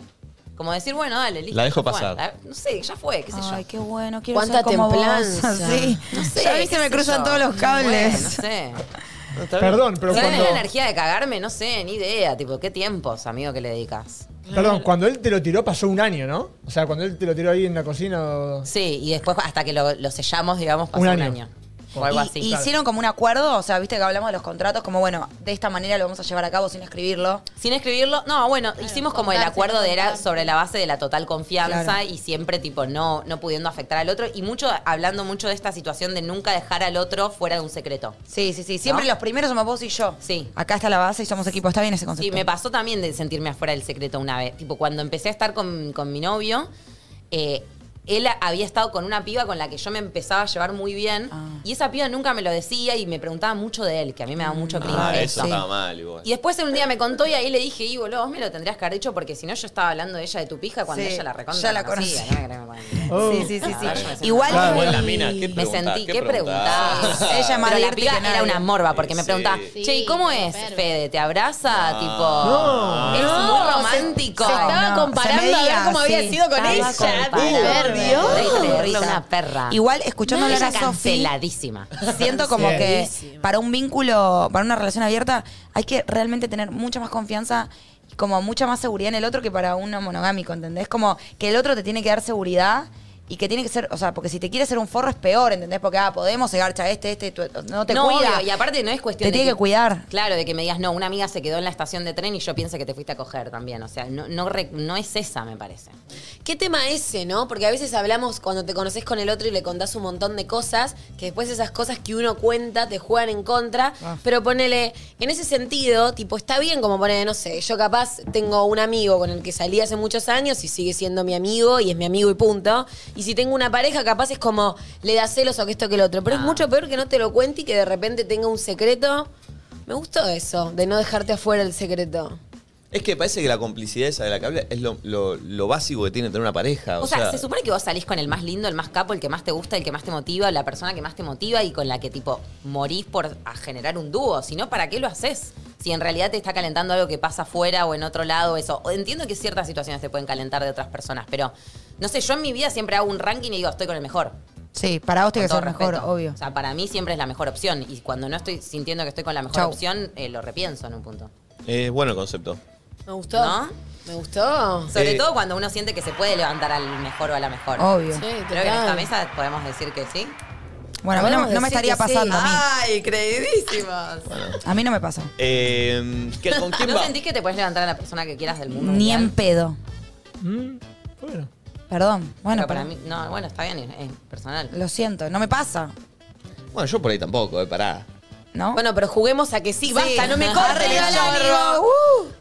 Como decir, bueno, dale, listo.
La dejo
ya fue.
pasar.
La- no sé, ya fue, qué sé yo.
Ay, qué bueno, quiero
Cuánta
ser como vos.
templanza.
[LAUGHS] Sí.
No sé.
Ya a
qué
mí se me
sé
cruzan
yo.
todos los cables.
Bueno, no
[LAUGHS]
sé.
Perdón, pero
Si tenés
cuando.
la energía de cagarme, no sé, ni idea. Tipo, ¿qué tiempos, amigo, que le dedicas?
Perdón, cuando él te lo tiró pasó un año, ¿no? O sea, cuando él te lo tiró ahí en la cocina. o-
Sí, y después hasta que lo, lo sellamos, digamos, pasó
Un
un
año.
año. O algo
Y-
así.
y hicieron como un acuerdo, o sea, viste que hablamos de los contratos, como bueno, de esta manera lo vamos a llevar a cabo sin escribirlo.
Sin escribirlo, no, bueno, hicimos como el
contarse,
acuerdo
no
de era
contarse.
sobre la base de la total confianza
Claro.
y siempre tipo no, no pudiendo afectar al otro y mucho hablando mucho de esta situación de nunca dejar al otro fuera de un secreto.
Sí, sí, sí. Siempre
¿No?
los primeros somos vos y yo.
Sí.
Acá está la base y somos equipo. Está bien ese
Sí,
concepto.
me pasó también de sentirme afuera del secreto una vez. Tipo, cuando empecé a estar con, con mi novio, eh, él a- había estado con una piba con la que yo me empezaba a llevar muy bien.
Ah.
Y esa piba nunca me lo decía y me preguntaba mucho de él, que a mí me daba mucho cringe.
Ah,
eso.
eso estaba mal igual.
Y después un día me contó y ahí le dije, y boludo, vos me lo tendrías que haber dicho porque si no yo estaba hablando de ella de tu pija cuando
Sí,
ella la recontra.
ya la
conocía,
conocí.
no me creo que-
Oh. Sí, sí, sí, sí.
Ah, yo me sentí-
Igual- Claro.
Igual la mina, ¿qué
me
preguntás?
sentí, ¿qué
preguntás?
preguntás?
Ella más
Pero la
dirty
piba
que nadie.
era una morba porque me preguntaba,
Sí.
che, ¿y cómo es, Fede? ¿Te abraza?
No.
Tipo,
No.
es muy
No,
romántico.
se- se estaba No. comparando Se medía, a ver cómo había sí. sido con
Estaba
ella,
comparando.
tipo, uh, Dios.
Terrible, terrible, una perra.
Igual, escuchando
Ella
hablar a Sofi-
canceladísima.
Siento como
Sí.
que para un vínculo, para una relación abierta, hay que realmente tener mucha más confianza y como mucha más seguridad en el otro que para uno monogámico, ¿entendés? Como que el otro te tiene que dar seguridad Y que tiene que ser, o sea, porque si te quiere hacer un forro es peor, ¿entendés? Porque, ah, podemos, se garcha este, este, tu- no te cuida.
obvio, y aparte no es cuestión
Te
de
tiene que cuidar.
Claro, de que me digas, no, una amiga se quedó en la estación de tren y yo pienso que te fuiste a coger también. O sea, no, no, re- no es esa, me parece.
¿Qué tema ese, no? Porque a veces hablamos cuando te conoces con el otro y le contás un montón de cosas, que después esas cosas que uno cuenta te juegan en contra. Pero ponele, en ese sentido, tipo, está bien como ponele, no sé, yo capaz tengo un amigo con el que salí hace muchos años y sigue siendo mi amigo y es mi amigo y punto. Y si tengo una pareja, capaz es como le da celos o que esto que el otro. Pero es mucho peor que no te lo cuente y que de repente tenga un secreto. Me gustó eso, de no dejarte afuera el secreto.
Es que parece que la complicidad esa de la que habla es lo, lo- lo básico que tiene tener una pareja. O,
O, sea, se supone que vos salís con el más lindo, el más capo, el que más te gusta, el que más te motiva, la persona que más te motiva y con la que, tipo, morís por a generar un dúo. Si no, ¿para qué lo haces? Si en realidad te está calentando algo que pasa afuera o en otro lado, eso. O Entiendo que ciertas situaciones te pueden calentar de otras personas, pero no sé, yo en mi vida siempre hago un ranking y digo, estoy con el mejor.
Sí, para vos tiene que
Con
ser
todo
mejor,
respeto.
obvio.
O sea, para mí siempre es la mejor opción. Y cuando no estoy sintiendo que estoy con la mejor
Chau.
opción, eh, lo repienso en un punto.
Es bueno el concepto.
Me gustó.
¿No?
Me gustó.
Sobre
Eh.
todo cuando uno siente que se puede levantar al mejor o a la mejor.
Obvio. Sí,
Creo
total.
que en esta mesa podemos decir que sí.
Bueno, a mí no, no me estaría pasando a mí.
Ay, creidísimos.
A mí no me pasa.
Eh, ¿qué-
[LAUGHS]
¿Con quién
¿No
va?
sentís que te puedes levantar a la persona que quieras del mundo?
Ni
mundial?
en pedo.
bueno.
Perdón. Bueno,
Pero para
pero-
mí, no, bueno, está bien, es personal.
Lo siento, no me pasa.
Bueno, yo por ahí tampoco, eh, pará.
¿No?
Bueno, pero juguemos a que sí, basta, no me corten
cortes Uh,
el chorro.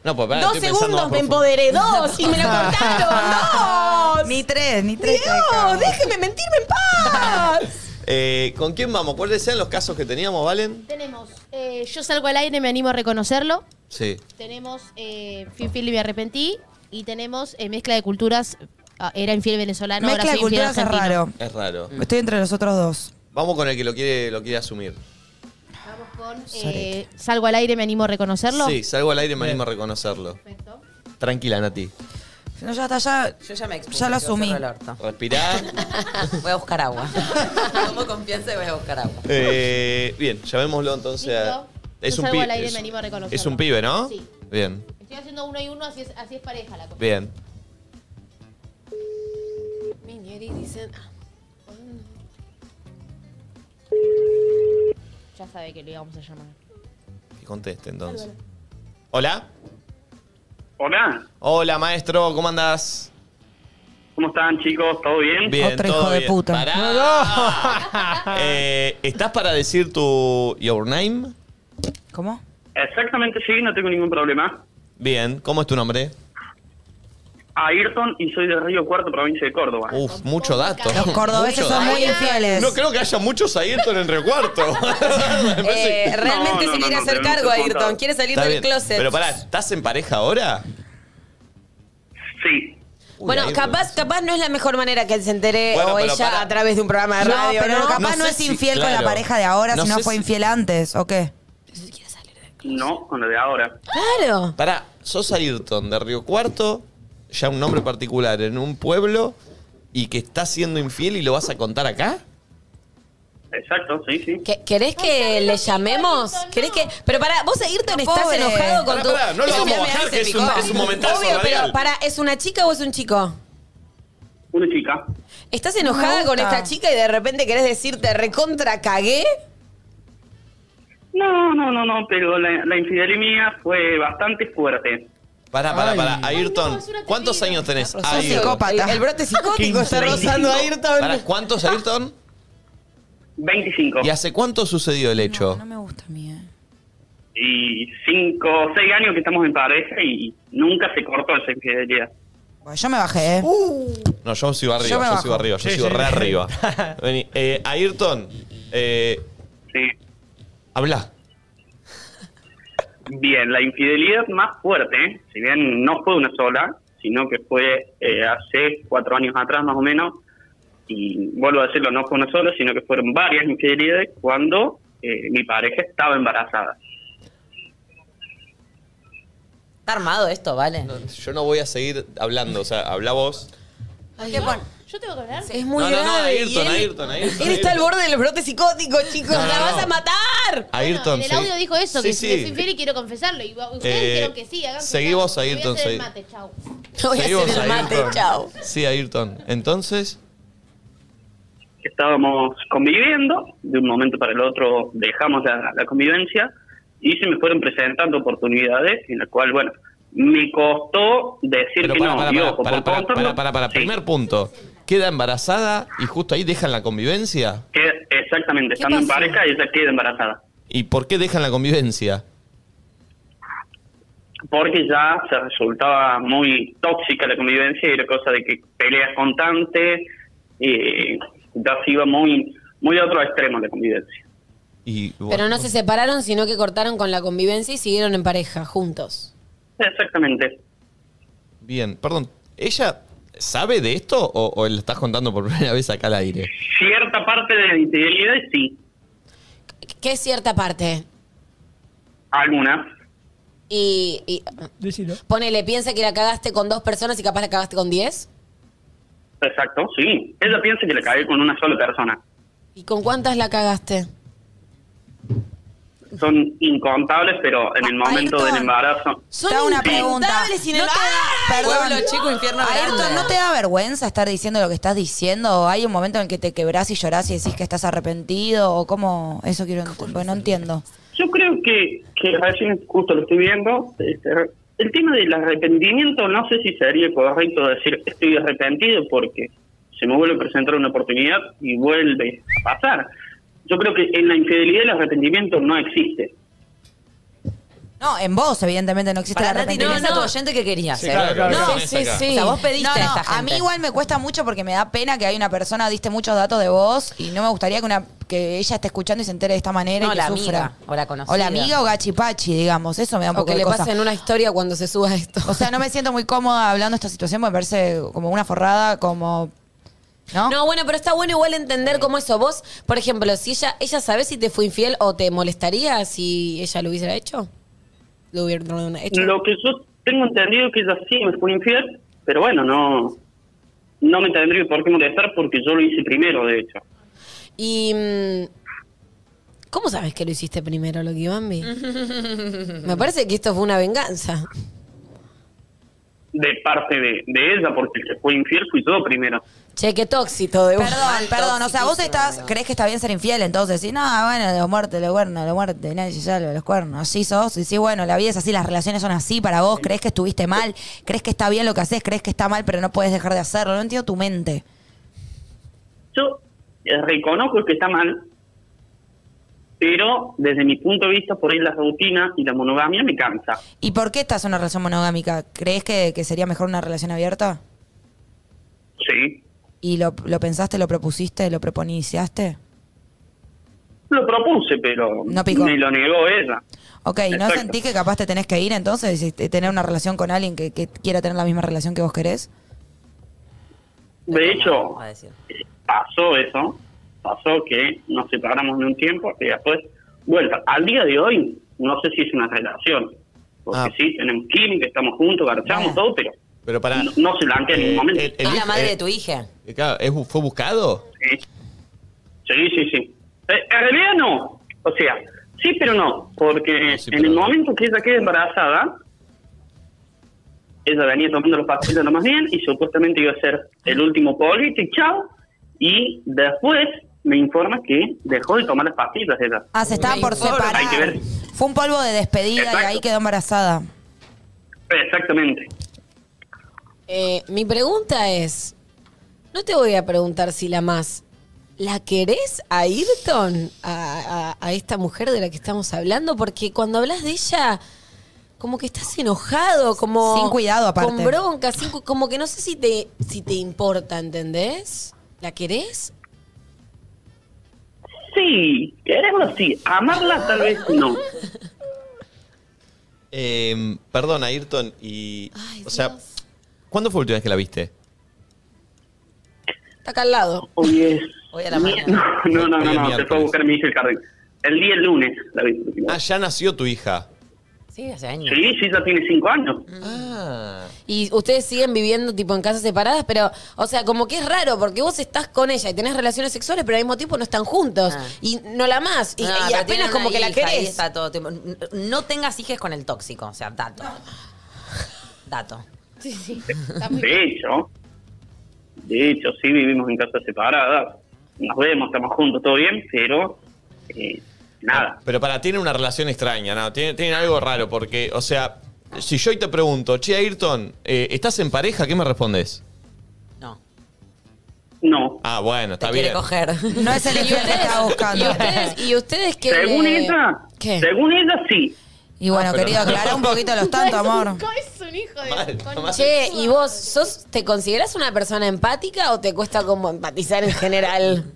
No, pues pará,
dos
estoy pensando
segundos
más
me
profundo.
empoderé, dos, y me lo
[LAUGHS]
cortaron, dos.
Ni tres, ni tres.
Dios, déjeme mentirme en paz.
Eh, ¿Con quién vamos? ¿Cuáles sean los casos que teníamos, Valen?
Tenemos, eh, yo salgo al aire, me animo a reconocerlo.
Sí.
Tenemos eh, Fui infiel y me arrepentí. Y tenemos eh, mezcla de culturas. ah, era infiel venezolano,
Mezcla
ahora
de
soy infiel
culturas es
argentino.
raro.
Es raro.
Estoy entre los otros dos.
Vamos con el que lo quiere, lo quiere asumir.
Vamos con eh,
Sorete.
salgo al aire, me animo a reconocerlo.
Sí, salgo al aire y me animo a reconocerlo. Tranquila, Nati.
No, ya está, ya.
Yo ya me expuse,
Ya lo
yo cerro
asumí.
el
[LAUGHS]
orto.
Respirá.
Voy a buscar agua. Tomo confianza y voy a buscar agua.
Eh, bien, llamémoslo entonces a...
Yo salgo
pi-
al aire,
es-
me animo a reconocerlo.
Es un pibe, ¿no?
Sí.
Bien,
Estoy haciendo uno y uno, así es, así es pareja la cosa.
bien.
Miñeri dicen. ah, bueno.
Ya sabe que lo íbamos a llamar.
Que conteste entonces. Hola.
Hola,
Hola, maestro, ¿cómo andás?
¿cómo están chicos? ¿Todo bien?
Bien,
Otro
todo
hijo de
bien.
puta.
Pará. [LAUGHS] Eh, ¿Estás para decir tu your name?
¿Cómo?
Exactamente, sí, no tengo ningún problema.
Bien, ¿cómo es tu nombre?
Ayrton y soy de Río Cuarto, provincia de Córdoba.
Ah,
Uf, mucho dato.
Los cordobeses
Mucho
son
dato.
muy infieles.
No creo que haya muchos Ayrton en Recuarto. Me
Pues
parece-
Eh, realmente
No, no,
se quiere
no,
hacer
no,
cargo,
no, no,
Ayrton.
no.
Quiere salir
Está
del
bien.
closet.
Pero pará, ¿estás en pareja ahora?
Sí.
bueno,
Ayrton.
capaz, capaz no es la mejor manera que él se entere
Bueno,
o
pero
ella
para.
a través de un programa de
No,
radio.
pero
¿no?
capaz no, es infiel con la pareja de ahora,
No
si no
sé
fue
si-
infiel antes, ¿o qué?
No, con lo de ahora.
Claro.
Pará, sos Ayrton de Río Cuarto, ya un nombre particular en un pueblo y que estás siendo infiel y lo vas a contar acá?
Exacto, sí, sí.
¿Que- ¿Querés que le llamemos? ¿Querés que.? Pero para, vos, e Ayrton, estás
pobre.
enojado con
Pará,
tu.
pará, no lo
Eso
vamos a
me
bajar,
hace
que es un-
picó.
es un momentazo
Obvio,
radial.
pero para, ¿es una chica o es un chico?
Una chica.
¿Estás
Me
enojada con
gusta.
esta chica y de repente querés decirte recontra cagué?
No, no, no, no, pero la, la infidelidad mía Ah, fue bastante fuerte.
Pará, pará, pará. Ayrton, ¿cuántos años tenés?
Sos psicópata. El- el brote psicótico
15,
está rozando a
25.
Ayrton.
Pará, ¿cuántos Ayrton?
25.
¿Y hace cuánto sucedió el hecho?
Y cinco, seis años que estamos en pareja y nunca se cortó esa infidelidad.
Bueno, yo me bajé, ¿eh?
Uh,
No, yo sigo arriba,
Yo
yo,
me bajo.
sigo arriba, yo
Sí,
sigo
sí. [LAUGHS]
re arriba. Vení, eh, Ayrton, eh,
Sí.
habla.
[LAUGHS] Bien, la infidelidad más fuerte, ¿eh? si bien no fue una sola, sino que fue eh, hace cuatro años atrás más o menos, y vuelvo a decirlo, no fue una sola, sino que fueron varias infidelidades cuando eh, mi pareja estaba embarazada.
Está armado esto, ¿vale?
Yo no voy a seguir hablando, o sea, habla vos.
¿Qué pon-
¿Yo tengo que hablar?
Es muy
no, no, no,
grave. y
Ayrton,
él-
Ayrton, Ayrton.
Él está al borde del brote psicótico, chicos.
No, no,
¡La
no.
vas a matar!
Ayrton,
en el
sí.
audio dijo eso, que
Sí,
que
sí.
fui infiel y quiero confesarlo. Y ustedes
Eh,
dijeron que sí, hagan
seguí vos,
Voy a
Ayrton,
hacer el
seguí.
mate, chau.
Voy a hacer el mate, chau.
Sí, Ayrton. Entonces,
estábamos conviviendo, de un momento para el otro dejamos la, la convivencia y se me fueron presentando oportunidades en la cual, bueno, me costó decir
Pero
que
para,
no.
para,
y
para,
ojo,
para,
por
para,
contarlo,
para, para, para. primer punto. ¿Queda embarazada y justo ahí dejan la convivencia?
que- exactamente, estando en pareja, ella queda embarazada.
¿Y por qué dejan la convivencia?
porque ya se resultaba muy tóxica la convivencia y era cosa de que peleas constantes, eh, ya se iba muy, muy a otro extremo la convivencia.
Y,
Pero no se separaron, sino que cortaron con la convivencia y siguieron en pareja, juntos.
Exactamente.
Bien, perdón. ¿Ella sabe de esto o, o la estás contando por [LAUGHS] primera vez acá al aire?
Cierta parte de la infidelidad, sí,
¿Qué es cierta parte?
algunas.
Y, y ponele, piensa que la cagaste con dos personas y capaz la cagaste con diez.
Exacto, sí. Ella piensa que la cagué con una sola persona.
¿Y con cuántas la cagaste?
Son incontables, pero en el momento del embarazo.
Te hago una
Sí.
pregunta.
el-
te da-
¡Ay!
Perdón.
Pueblo chico, infierno
Ayrton,
grande.
¿no te da vergüenza estar diciendo lo que estás diciendo? ¿O hay un momento en el que te quebrás y llorás y decís que estás arrepentido? ¿O cómo? Eso quiero ent- porque no entiendo.
Yo creo que, que recién justo lo estoy viendo. este, el tema del arrepentimiento, no sé si sería correcto decir estoy arrepentido porque se me vuelve a presentar una oportunidad y vuelve a pasar. Yo creo que en la infidelidad el arrepentimiento no existe.
No, en vos, evidentemente, no existe
Para
la
Nati, tenés a tu oyente que querías.
Sí,
¿eh?
claro, claro,
No,
claro.
sí, sí. O sea, vos pediste
No,
a
no,
esta gente.
A mí igual me cuesta mucho porque me da pena que hay una persona, diste muchos datos de vos y no me gustaría que una que ella esté escuchando y se entere de esta manera
No,
y que
la
sufra.
amiga, o la conocida.
O la amiga o gachipachi, digamos. Eso me da un
O
poco
que
de
le
cosa.
pasen una historia cuando se suba esto.
O sea, no me siento muy cómoda hablando de esta situación porque me parece como una forrada, como... ¿No?
bueno, pero está bueno igual entender cómo eso. Vos, por ejemplo, si ella, ella sabe si te fue infiel o te molestaría si ella lo hubiera hecho. Lo hubiera hecho.
Lo que yo tengo entendido es que ella sí me fue infiel, pero bueno, no no me tendría por qué molestar porque yo lo hice primero, de hecho.
Y. mm, ¿Cómo sabes que lo hiciste primero, lo que Bambi? [LAUGHS]
Mm.
Me parece que esto fue una venganza.
De parte de, de ella, porque el que fue infiel fui yo primero.
Che, qué tóxico de vos.
Perdón, Ah, perdón. O sea, vos estás, crees que está bien ser infiel, entonces sí, no, bueno, la muerte, la cuerno, la muerte, nadie se salva de los cuernos. Así sos, y sí, bueno, la vida es así, las relaciones son así para vos. Crees que estuviste mal, crees que está bien lo que haces, crees que está mal, pero no puedes dejar de hacerlo. No entiendo tu mente.
Yo eh, reconozco que está mal, pero desde mi punto de vista, por ahí la rutina y la monogamia me cansa.
¿Y por qué estás en una relación monogámica? ¿Crees que, que sería mejor una relación abierta?
Sí.
¿Y lo, lo pensaste, lo propusiste, lo proponiciaste?
Lo propuse, pero
No picó.
me lo negó ella.
Ok, ¿no
Exacto.
sentís que capaz te tenés que ir entonces y tener una relación con alguien que, que quiera tener la misma relación que vos querés?
De hecho, eh, pasó eso, pasó que nos separamos en un tiempo y después, vuelta. Al día de hoy, no sé si es una relación, porque sí, tenemos química, estamos juntos, garchamos, todo, pero
Pero para.
no, no se blanquea en ningún momento.
Es Ah, la madre de tu hija.
Eh, claro, ¿es bu- ¿Fue buscado?
Sí, sí, sí. sí. Eh, en realidad no. O sea, sí, pero no. Porque en el momento que ella quede embarazada, ella venía tomando los papeles lo más bien y supuestamente iba a ser el último polito y chao. Y después me informa que dejó de tomar las pastillas ella.
Ah, se estaban por separar.
Hay que ver.
Fue un polvo de despedida y ahí quedó embarazada.
Exactamente.
Eh, mi pregunta es: No te voy a preguntar si la más. ¿La querés a Ayrton? A, a- a esta mujer de la que estamos hablando? Porque cuando hablas de ella, como que estás enojado, como.
Sin cuidado, aparte.
Con bronca, sin cu- como que no sé si te, si te importa, ¿entendés? ¿La querés?
Sí, quererlo sí. Amarla tal vez no.
Eh, perdón, Ayrton, y. o sea, ¿cuándo fue la última vez que la viste?
Está acá al lado.
Oye.
Hoy a
No, [LAUGHS] no, no, no. no. Se fue a buscar a mi hija el jardín. El día lunes la vi.
Ah, ya nació tu hija.
Sí, hace años.
Sí, sí, ya tiene cinco años.
Ah.
Y ustedes siguen viviendo tipo en casas separadas, pero, o sea, como que es raro, porque vos estás con ella y tenés relaciones sexuales, pero al mismo tiempo no están juntos. Y no la más. Y,
No,
y
Ah. pero tienen
apenas como
una
que la
hija, ahí
querés.
está todo tipo, n- No tengas hijas con el tóxico, o sea, dato. Dato.
Sí, sí.
De hecho, de hecho, sí vivimos en casas separadas. nos vemos, estamos juntos, todo bien, pero eh, nada.
Pero para, tiene una relación extraña, ¿no? Tiene, tiene algo raro, porque, o sea, si yo hoy te pregunto, che, Ayrton, eh, ¿estás en pareja? ¿Qué me respondes?
No.
Ah, bueno, está
quiere
bien.
coger.
No es
[LAUGHS]
el infiel que estaba buscando.
¿Y ustedes,
y ustedes que...
Según ella, según ella sí.
Y bueno,
Ah, pero-
querido, aclara un poquito los tantos, amor.
Es un hijo de...
Che, ¿y vos sos, te considerás una persona empática o te cuesta como empatizar en general?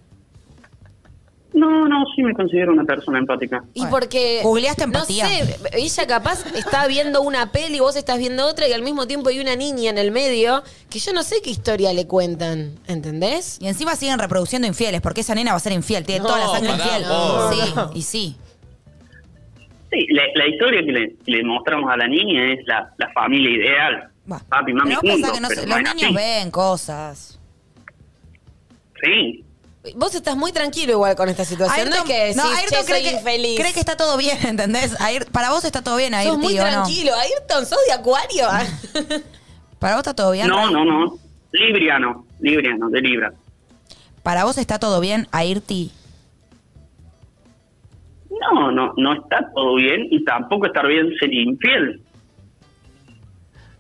No, no, sí me considero una persona empática.
Y porque.
Googleaste empatía.
No sé, ella capaz está viendo una peli, vos estás viendo otra y al mismo tiempo hay una niña en el medio que yo no sé qué historia le cuentan, ¿entendés?
Y encima siguen reproduciendo infieles, porque esa nena va a ser infiel, tiene
No,
toda la sangre
pará,
infiel.
vos.
Sí, y sí.
Sí, la, la historia que le, que le mostramos a la niña es la, la familia ideal. Papi, mami,
Pero vos pensás
juntos,
que no
pero
se-
no
los
es
niños
así.
ven cosas.
Sí,
Vos estás muy tranquilo igual con esta situación. no es que decís,
no,
"Che,
Ayrton cree,
soy
que,
infeliz.
cree que está todo bien, [LAUGHS] ¿entendés? Ayrton- para vos está todo bien,
sos
Ayrton,
muy
¿o no?
tranquilo. Ayrton, sos de acuario.
[LAUGHS] Para vos está todo bien.
no,
Ray?
no, no. Libriano, Libriano, de Libra.
Para vos está todo bien, Ayrti.
No, no, no está todo bien y tampoco estar bien ser infiel.
Eh,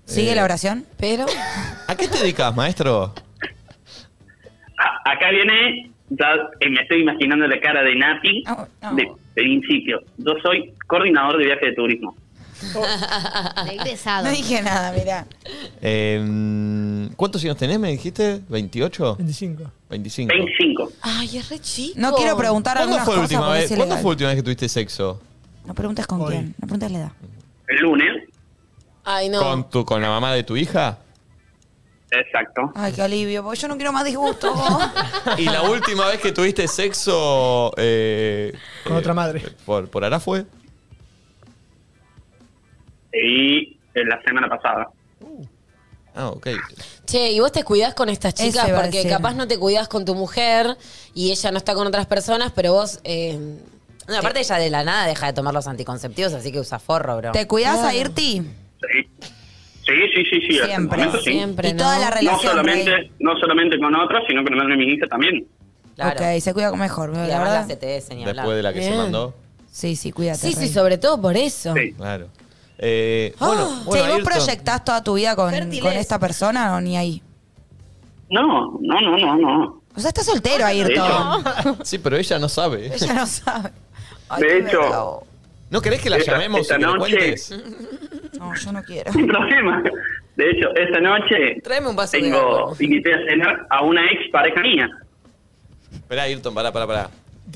¿Sigue la oración?
Pero.
[LAUGHS] ¿A qué te dedicas, maestro?
A- acá viene, ya eh, me estoy imaginando la cara de Nati
Ah,
de de principio. Yo soy coordinador de viaje de turismo.
Egresado.
No dije nada, mirá.
Eh,
Em,
¿Cuántos años tenés, me dijiste? ¿28? 25. 25.
25.
Ay, es re chico.
No quiero preguntar
¿Cuándo
algunas
fue, la
cosas
última
porque
vez,
es
¿Cuándo
ilegal.
fue la última vez que tuviste sexo?
No preguntes con quién, no preguntes la edad.
El lunes.
Ay, no.
¿Con, tu, ¿Con la mamá de tu hija?
Exacto.
Ay, qué alivio, porque yo no quiero más disgusto. vos.
[LAUGHS] ¿Y la última vez que tuviste sexo... Con otra madre. ¿Por, por Ará fue?
Y eh, la semana pasada.
Ah, ok.
Che, y vos te cuidás con estas chicas
Ese va a
porque
ser.
capaz no te cuidás con tu mujer y ella no está con otras personas, pero vos. eh,
[LAUGHS] No, aparte ella de la nada deja de tomar los anticonceptivos, así que usa forro, bro.
¿Te cuidás,
Claro.
Ayrti?
Sí, sí, sí, sí. hasta el
Siempre,
momento sí.
siempre, Y toda ¿no? la relación,
No solamente,
Rey.
no solamente con otra, sino con la de mi hija también.
Ok, se cuida mejor,
Y
la
además
verdad.
la CTS ni hablar.
Después de la que se
Bien.
mandó.
Sí, sí, cuídate.
Sí, sí,
Rey.
sobre todo por eso.
Claro. Eh,
Ah,
bueno,
che,
bueno,
¿y vos
Ayrton,
proyectás toda tu vida con,
Fértiles.
con esta persona o ni ahí?
No, no, no, no, no.
O sea, estás soltero, Ayrton. [LAUGHS]
Sí, pero ella no sabe.
Ella no sabe. Ay,
[LAUGHS] De
qué
hecho,
¿No querés que la
Esta-
llamemos
esta
y que le
noche-
cuentes?
verga. No, yo no quiero.
[LAUGHS] sin problema. De hecho, esta noche
Tráeme un vaso de
tengo,
agua.
invité a cenar a una ex pareja mía.
Esperá, Ayrton, pará, pará, pará.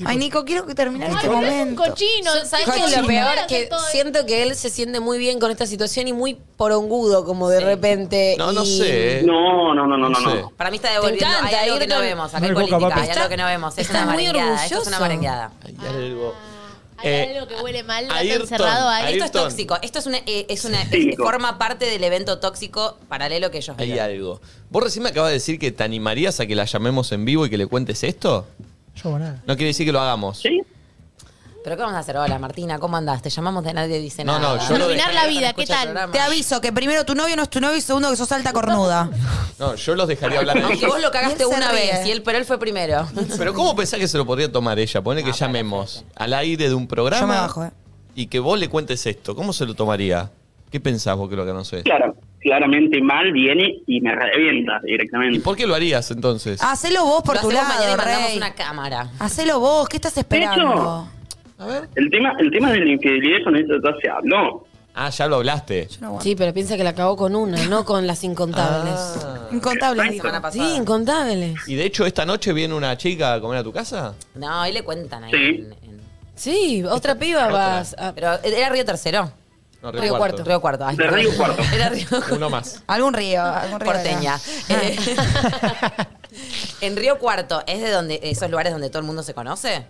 Ay, Nico, quiero que termine este
Porque es un
momento.
cochino.
¿Sabes qué
que
es lo peor? Que siento que él se siente muy bien con esta situación y muy porongudo, como de repente.
No, no
y-
sé.
No, no, no, no, no.
No sé.
no.
Para mí está devolviendo.
encanta,
hay algo que no
Ayrton.
vemos.
No
Acá hay
hay boca,
política.
papi.
Hay algo que no vemos. Es
Está
una
muy
marengueada. Esto es una
orgulloso.
marengueada.
Hay algo.
Hay
Eh,
algo que huele mal,
Ayrton,
está encerrado ahí.
Esto es
Ayrton.
tóxico. Esto es una, eh, es una
Tóxico.
forma parte del evento tóxico paralelo que ellos
Hay
viven.
algo. ¿Vos recién me acabas de decir que te animarías a que la llamemos en vivo y que le cuentes esto?
Yo hago nada.
No quiere decir que lo hagamos.
Sí.
Pero ¿qué vamos a hacer? Hola, Martina, ¿cómo andás? Te llamamos de nadie dice
No,
nada.
no, yo lo de-
Iluminar la vida, ¿qué
Escucha el
tal?
programa.
Te aviso que primero tu novio no es tu novio y segundo que sos alta cornuda.
No, yo los
[LAUGHS]
dejaría hablar. a
Aunque
ellos.
vos lo
Y
cagaste
él se
una
ríe.
vez, y él, pero él fue primero.
Pero ¿cómo pensás que se lo podría tomar ella? Poner que llamemos al aire de un programa
Yo me bajo, eh.
y que vos le cuentes esto. ¿Cómo se lo tomaría? ¿Qué pensás vos que lo que no sé?
Claro, claramente mal viene y me revienta
¿Y
directamente.
por qué lo harías entonces?
Hacelo vos por
Lo
tu
hacemos mañana
lado,
y mandamos
Rey.
una cámara.
Hacelo vos, ¿qué estás esperando?
A ver.
El tema, el tema de la infidelidad con esto ya se habló.
Ah, ya lo hablaste.
Yo no aguanto.
Sí, pero piensa que la acabó con una, no con las incontables.
Ah.
Incontables.
La semana pasada.
Sí, incontables.
Y de hecho, esta noche viene una chica a comer a tu casa.
No, ahí le cuentan ahí.
Sí.
en- en-
Sí, otra piba vas. a-
Pero era Río Tercero.
No,
Río Cuarto.
Río Cuarto. Ay,
De Río Cuarto.
[LAUGHS] Era Río Cuarto.
Uno más.
Algún río, algún río.
Porteña. Eh, [LAUGHS] en Río Cuarto, ¿es de donde esos lugares donde todo el mundo se conoce?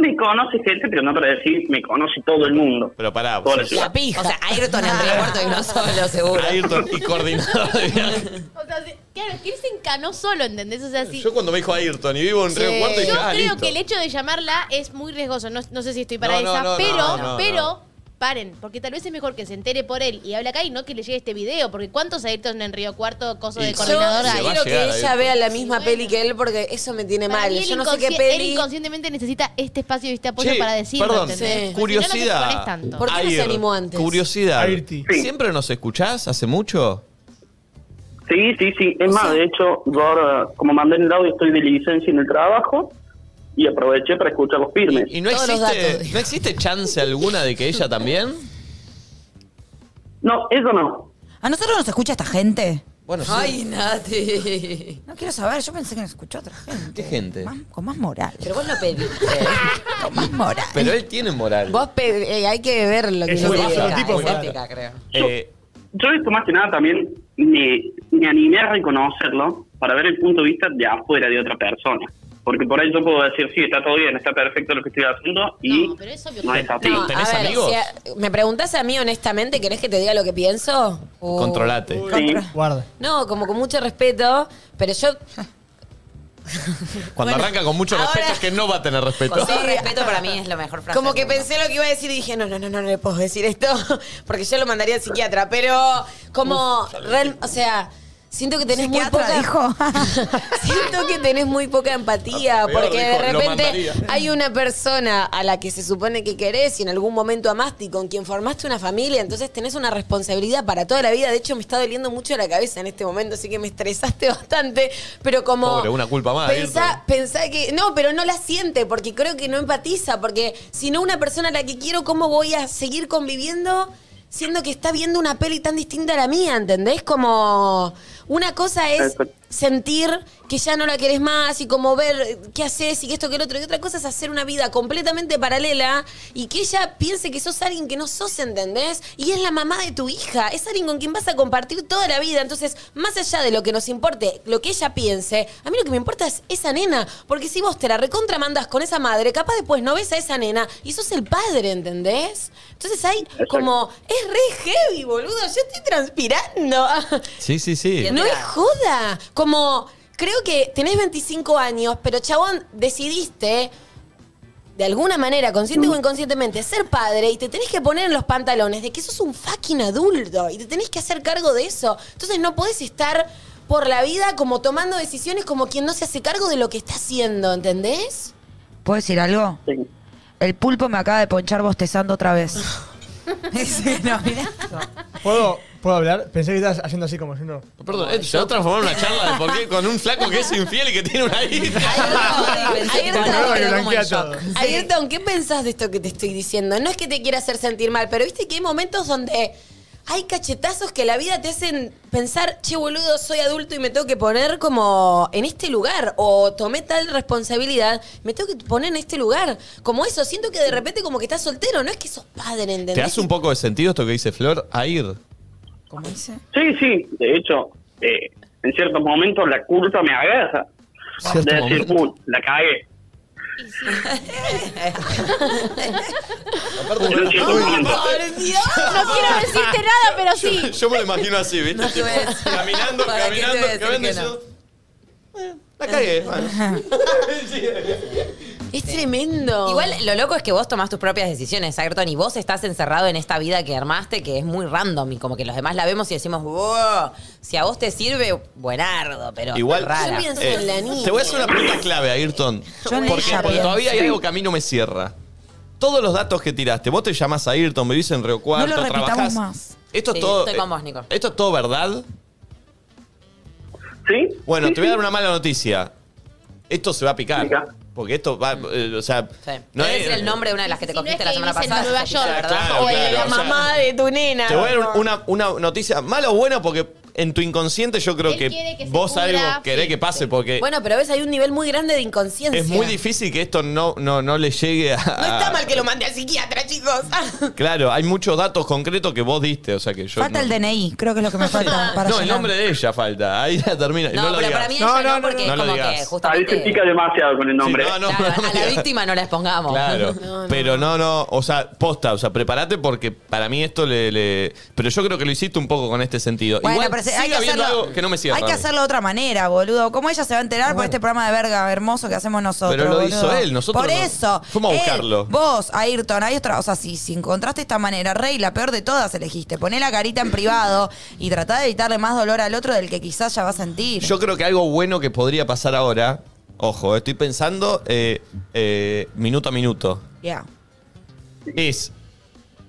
Me conoce gente, pero no para decir me conoce todo el mundo.
Pero pará.
Toda la
sos
ciudad.
pija.
O sea, Ayrton en
Ah.
Río Cuarto y no solo, seguro.
Ayrton y coordinador de viaje.
O sea, se- claro, que él se encanó solo, ¿entendés? O sea, sí.
Yo cuando me dijo Ayrton y vivo en Río Cuarto, dije,
Yo
ah,
creo
listo.
que el hecho de llamarla es muy riesgoso. No, no sé si estoy para
No, no,
esa,
no, no,
pero,
no, no.
pero separen, porque tal vez es mejor que se entere por él y hable acá y no que le llegue este video, porque ¿cuántos adictos en Río Cuarto, coso
Y
de
yo
coordinador hay?
quiero que
eh,
ella vea la misma peli que él porque eso me tiene
Para
mal.
mí él
Yo no sé qué
inconsci-
peli.
Él inconscientemente necesita este espacio y este apoyo
Che,
para decirlo.
perdón,
¿entendés? Porque si no, no te expones
curiosidad.
tanto.
[LAUGHS]
Ayer, Curiosidad.
Airti.
¿Siempre nos escuchás? ¿Hace mucho?
Sí, sí, sí. Es más, de hecho, yo ahora, como mandé en el audio, estoy de licencia en el trabajo y aproveché para escuchar los firmes.
¿Y no existe, no existe chance alguna de que ella también?
No, eso no.
¿A nosotros nos escucha esta gente?
Bueno, sí.
Ay,
Nati.
No quiero saber, yo pensé que nos escuchó otra gente.
¿Qué gente?
Con más moral.
Pero vos no pedís.
Con más moral.
Pero él tiene moral.
Vos pe- eh, hay que ver lo que
Es otro-
significa,
otro tipo de
es
moral.
épica, creo.
Eh,
Yo esto más que nada también me, me animé a reconocerlo para ver el punto de vista de afuera de otra persona. Porque por ahí yo puedo decir, sí, está todo bien, está perfecto lo que estoy haciendo y no, es así.
No, a ver, si a- ¿me preguntás a mí honestamente? ¿Querés que te diga lo que pienso?
Oh.
O-
Controlate.
Guarda.
No, como con mucho respeto, pero yo
Cuando arranca con mucho respeto es que no va a tener
[LAUGHS]
respeto.
Con todo [LAUGHS] respeto para mí es la mejor frase.
como que pensé lo que iba a decir y dije, no, no, no, no, no le puedo decir esto, [LAUGHS] porque yo lo mandaría al psiquiatra, pero como, real- o sea, siento que tenés muy
¿Psiquiatra
poca... [LAUGHS] siento que tenés muy poca empatía,
Ah, peor,
porque de
dijo, lo
repente
mandaría.
hay una persona a la que se supone que querés y en algún momento amaste y con quien formaste una familia, entonces tenés una responsabilidad para toda la vida. De hecho, me está doliendo mucho la cabeza en este momento, así que me estresaste [LAUGHS] bastante, pero como...
Pobre, una culpa más. Ayrton.
Pensá, pensá que. No, pero no la siente, porque creo que no empatiza, porque si no, una persona a la que quiero, ¿cómo voy a seguir conviviendo? Siendo que está viendo una peli tan distinta a la mía, ¿entendés? Como una cosa es
Exacto.
sentir que ya no la querés más y como ver eh, qué haces y que esto que el otro. Y otra cosa es hacer una vida completamente paralela y que ella piense que sos alguien que no sos, ¿entendés? Y es la mamá de tu hija, es alguien con quien vas a compartir toda la vida. Entonces, más allá de lo que nos importe, lo que ella piense, a mí lo que me importa es esa nena. Porque si vos te la recontra mandás con esa madre, capaz después no ves a esa nena y sos el padre, ¿entendés? Entonces hay como, es re heavy, boludo, yo estoy transpirando. [LAUGHS]
Sí, sí, sí.
No es joda. Como, creo que tenés 25 años, pero chabón, decidiste, de alguna manera, consciente o inconscientemente, ser padre y te tenés que poner en los pantalones de que sos un fucking adulto y te tenés que hacer cargo de eso. Entonces no podés estar por la vida como tomando decisiones como quien no se hace cargo de lo que está haciendo, ¿entendés?
¿Puedo decir algo?
Sí.
El pulpo me acaba de ponchar bostezando otra vez. [LAUGHS] Sí, no, mirá.
¿Puedo, ¿Puedo hablar? Pensé que estabas haciendo así como yendo.
[LAUGHS] Perdón, esto se va a transformar en una charla de por qué con un flaco que es infiel y que tiene una hija. [LAUGHS]
Ayrton, ¿qué pensás de esto que te estoy diciendo? No es que te quiera hacer sentir mal, pero viste que hay momentos donde hay cachetazos que la vida te hacen pensar, che, boludo, soy adulto y me tengo que poner como en este lugar, o tomé tal responsabilidad, me tengo que poner en este lugar. Como eso, siento que de repente como que estás soltero, no es que sos padre, ¿entendés?
¿Te hace un poco de sentido esto que dice Flor? A ir.
¿Cómo dice?
Sí, sí, de hecho, eh, en ciertos momentos la culpa me agarra. De
Cierto
decir,
momento.
"Uh, la cagué. Yo en ciertos momentos-
No quiero decirte nada, pero
Yo,
sí.
[LAUGHS] yo me lo imagino así, ¿viste?
Ah, No te voy a
Tipo,
decir.
caminando,
¿Para qué te voy
caminando,
a decir
caminando.
que
y
no?
yo, eh, la cagué. bueno.
[LAUGHS]
Es tremendo.
Igual lo loco es que vos tomás tus propias decisiones, Ayrton, y vos estás encerrado en esta vida que armaste que es muy random y como que los demás la vemos y decimos, wow, si a vos te sirve, buenardo, pero
Igual,
rara.
eh, te voy a hacer una pregunta clave, Ayrton.
Yo en
Porque
ella
porque todavía hay
pienso.
algo que a mí no me cierra. Todos los datos que tiraste, vos te llamás Ayrton, vivís en Río
No
Cuarto,
lo repitamos
trabajás.
más.
Esto
Sí,
es todo.
estoy con vos,
eh,
Nico.
¿Esto es todo verdad?
Sí.
Bueno,
sí,
te voy a dar
sí.
una mala noticia. Esto se va a picar.
Pica.
Porque esto va. eh, o sea.
No es el nombre de una de las que te cogiste
es
la
que
semana
vivís en
pasada.
Nueva
se te dice
York.
la verdad.
Claro,
o de
claro,
la
o sea,
mamá de tu nena.
Te voy a dar una, una noticia mala o buena porque en tu inconsciente yo creo
Él
que,
quiere que se
vos
pudra,
algo querés que pase porque
Bueno, pero ves, hay un nivel muy grande de inconsciencia.
es muy difícil que esto no, no, no le llegue a...
No está mal que lo mande al psiquiatra, chicos.
Claro, hay muchos datos concretos que vos diste, o sea que yo...
Falta
no-
el DNI, creo que es lo que me
[LAUGHS]
falta para
No, el
llenar.
nombre de ella falta. Ahí ya termina. No,
No,
lo
pero
digas.
para mí ella no, porque es
lo
como que
digas.
Ahí
justamente
se pica demasiado con el nombre.
no, no,
claro,
no, no
a la
digas.
víctima no la expongamos.
Claro,
[LAUGHS]
pero no, no, o sea, posta, o sea, prepárate porque para mí esto le, le- Pero yo creo que lo hiciste un poco con este sentido.
Bueno,
Igual-
pero se- hay que
Sigue habiendo
hacerlo,
algo que no me cierra.
hay que hacerlo de otra manera, boludo. ¿Cómo ella se va a enterar por este programa de verga hermoso que hacemos nosotros?
Pero lo
boludo?
hizo él, nosotros
Por
no.
eso.
Fuimos a
Él,
buscarlo.
vos, Ayrton, hay otra. O sea, si, si encontraste esta manera, Rey, la peor de todas elegiste. Poné la carita en privado y tratá de evitarle más dolor al otro del que quizás ya va a sentir.
Yo creo que algo bueno que podría pasar ahora, ojo, estoy pensando eh, eh, minuto a minuto,
Ya.
es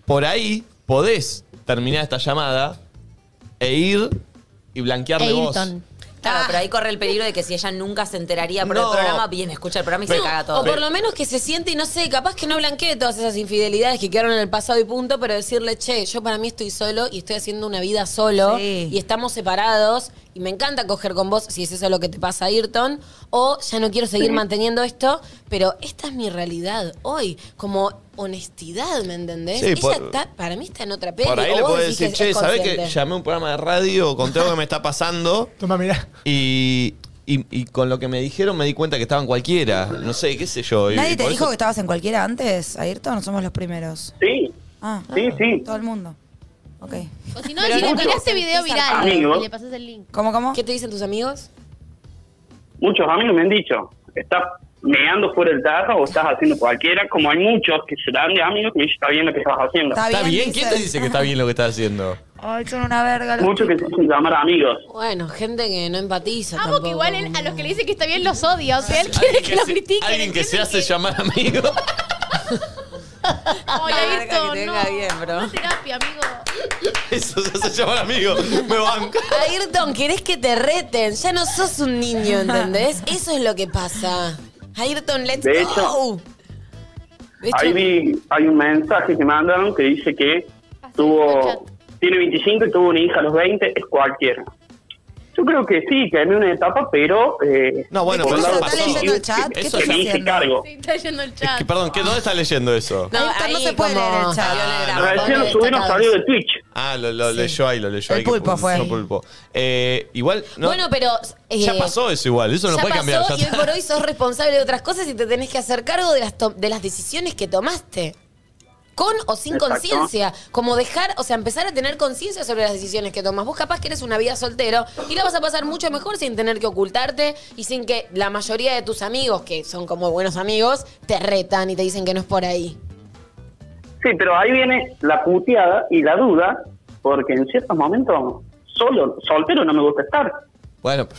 por ahí podés terminar esta llamada e ir y blanquearle vos.
Ah.
Claro, pero ahí corre el peligro de que si ella nunca se enteraría por
No.
el programa, viene, escucha el programa y se
Ve-
caga todo.
O por lo menos que se siente y no sé, capaz que no blanquee todas esas infidelidades que quedaron en el pasado y punto, pero decirle, che, yo para mí estoy solo y estoy haciendo una vida solo
Sí.
y estamos separados y me encanta coger con vos si es eso lo que te pasa, Ayrton, o ya no quiero seguir
Sí.
manteniendo esto, pero esta es mi realidad hoy, como honestidad, ¿me entendés?
Sí,
Ella
por-
está- para mí está en otra peli.
Por ahí
o
le
vos
podés
decís
decir, che,
es
¿sabés que
consciente".
llamé a un programa de radio, conté lo que me está pasando?
Toma, mirá.
Y, y- y con lo que me dijeron me di cuenta que estaban cualquiera. No sé, qué sé yo. y- y
¿Nadie te
por
dijo
eso-
que estabas en cualquiera antes, Ayrton? ¿No somos los primeros?
Sí.
Ah,
Sí, sí.
Todo el mundo. Ok.
Eh,
O si no, si le pones este video viral
Amigos.
y le pasas el link.
¿Cómo, cómo?
¿Qué te dicen tus amigos?
Muchos amigos me han dicho, estás meando fuera del tajo o estás haciendo cualquiera, como hay muchos que se dan de amigos que me dicen, está bien lo que estás haciendo.
Está
¿Está bien? ¿Quién te dice que está bien lo que estás haciendo?
Ay, son una verga. los
Muchos que se dicen llamar amigos.
Bueno, gente que no empatiza.
Amo
tampoco,
que igual él- a los que le dicen que está bien los odia. O sea, él [LAUGHS]
Alguien
quiere que, lo
se-
critiquen.
Alguien que se hace llamar amigo.
Ay,
[LAUGHS] La verga
Ayrton,
que te
no.
venga bien, bro.
No terapia, amigo.
[LAUGHS] Eso se hace llamar amigo. Me banca.
Ayrton, querés que te reten. Ya no sos un niño,
[LAUGHS]
¿entendés? Eso es lo que pasa. Ayrton, let's
De
go. De hecho,
Ahí vi, hay un mensaje que mandaron que dice que tuvo, tiene 25 y tuvo una hija a los 20, es cualquiera. Yo creo que sí, que en una etapa, pero... eh,
No, bueno,
por
pero
lado
eso está
pasado,
leyendo
que-
el chat, ¿qué
que
estás
me hice
haciendo?
cargo.
Sí, está yendo el chat.
Que, perdón, ¿qué, ¿dónde estás leyendo eso?
No,
Ayrton no
ahí
se puede
como-
leer el chat.
Recién lo subieron salido de Twitch.
Ah, lo, lo leyó ahí, lo leyó ahí.
El
que
pulpo
puso
fue.
pulpo. Eh, igual, no,
Bueno, pero. eh,
ya pasó eso igual, eso no
ya
puede
pasó
cambiar. ya
y hoy
está.
por hoy sos responsable de otras cosas y te tenés que hacer cargo de las, to- de las decisiones que tomaste. Con o sin
Exacto.
conciencia. Como dejar, o sea, empezar a tener conciencia sobre las decisiones que tomas. Vos capaz que eres una vida soltero y la vas a pasar mucho mejor sin tener que ocultarte y sin que la mayoría de tus amigos, que son como buenos amigos, te retan y te dicen que no es por ahí.
Sí, pero ahí viene la puteada y la duda, porque en ciertos momentos solo, soltero no me gusta estar.
Bueno,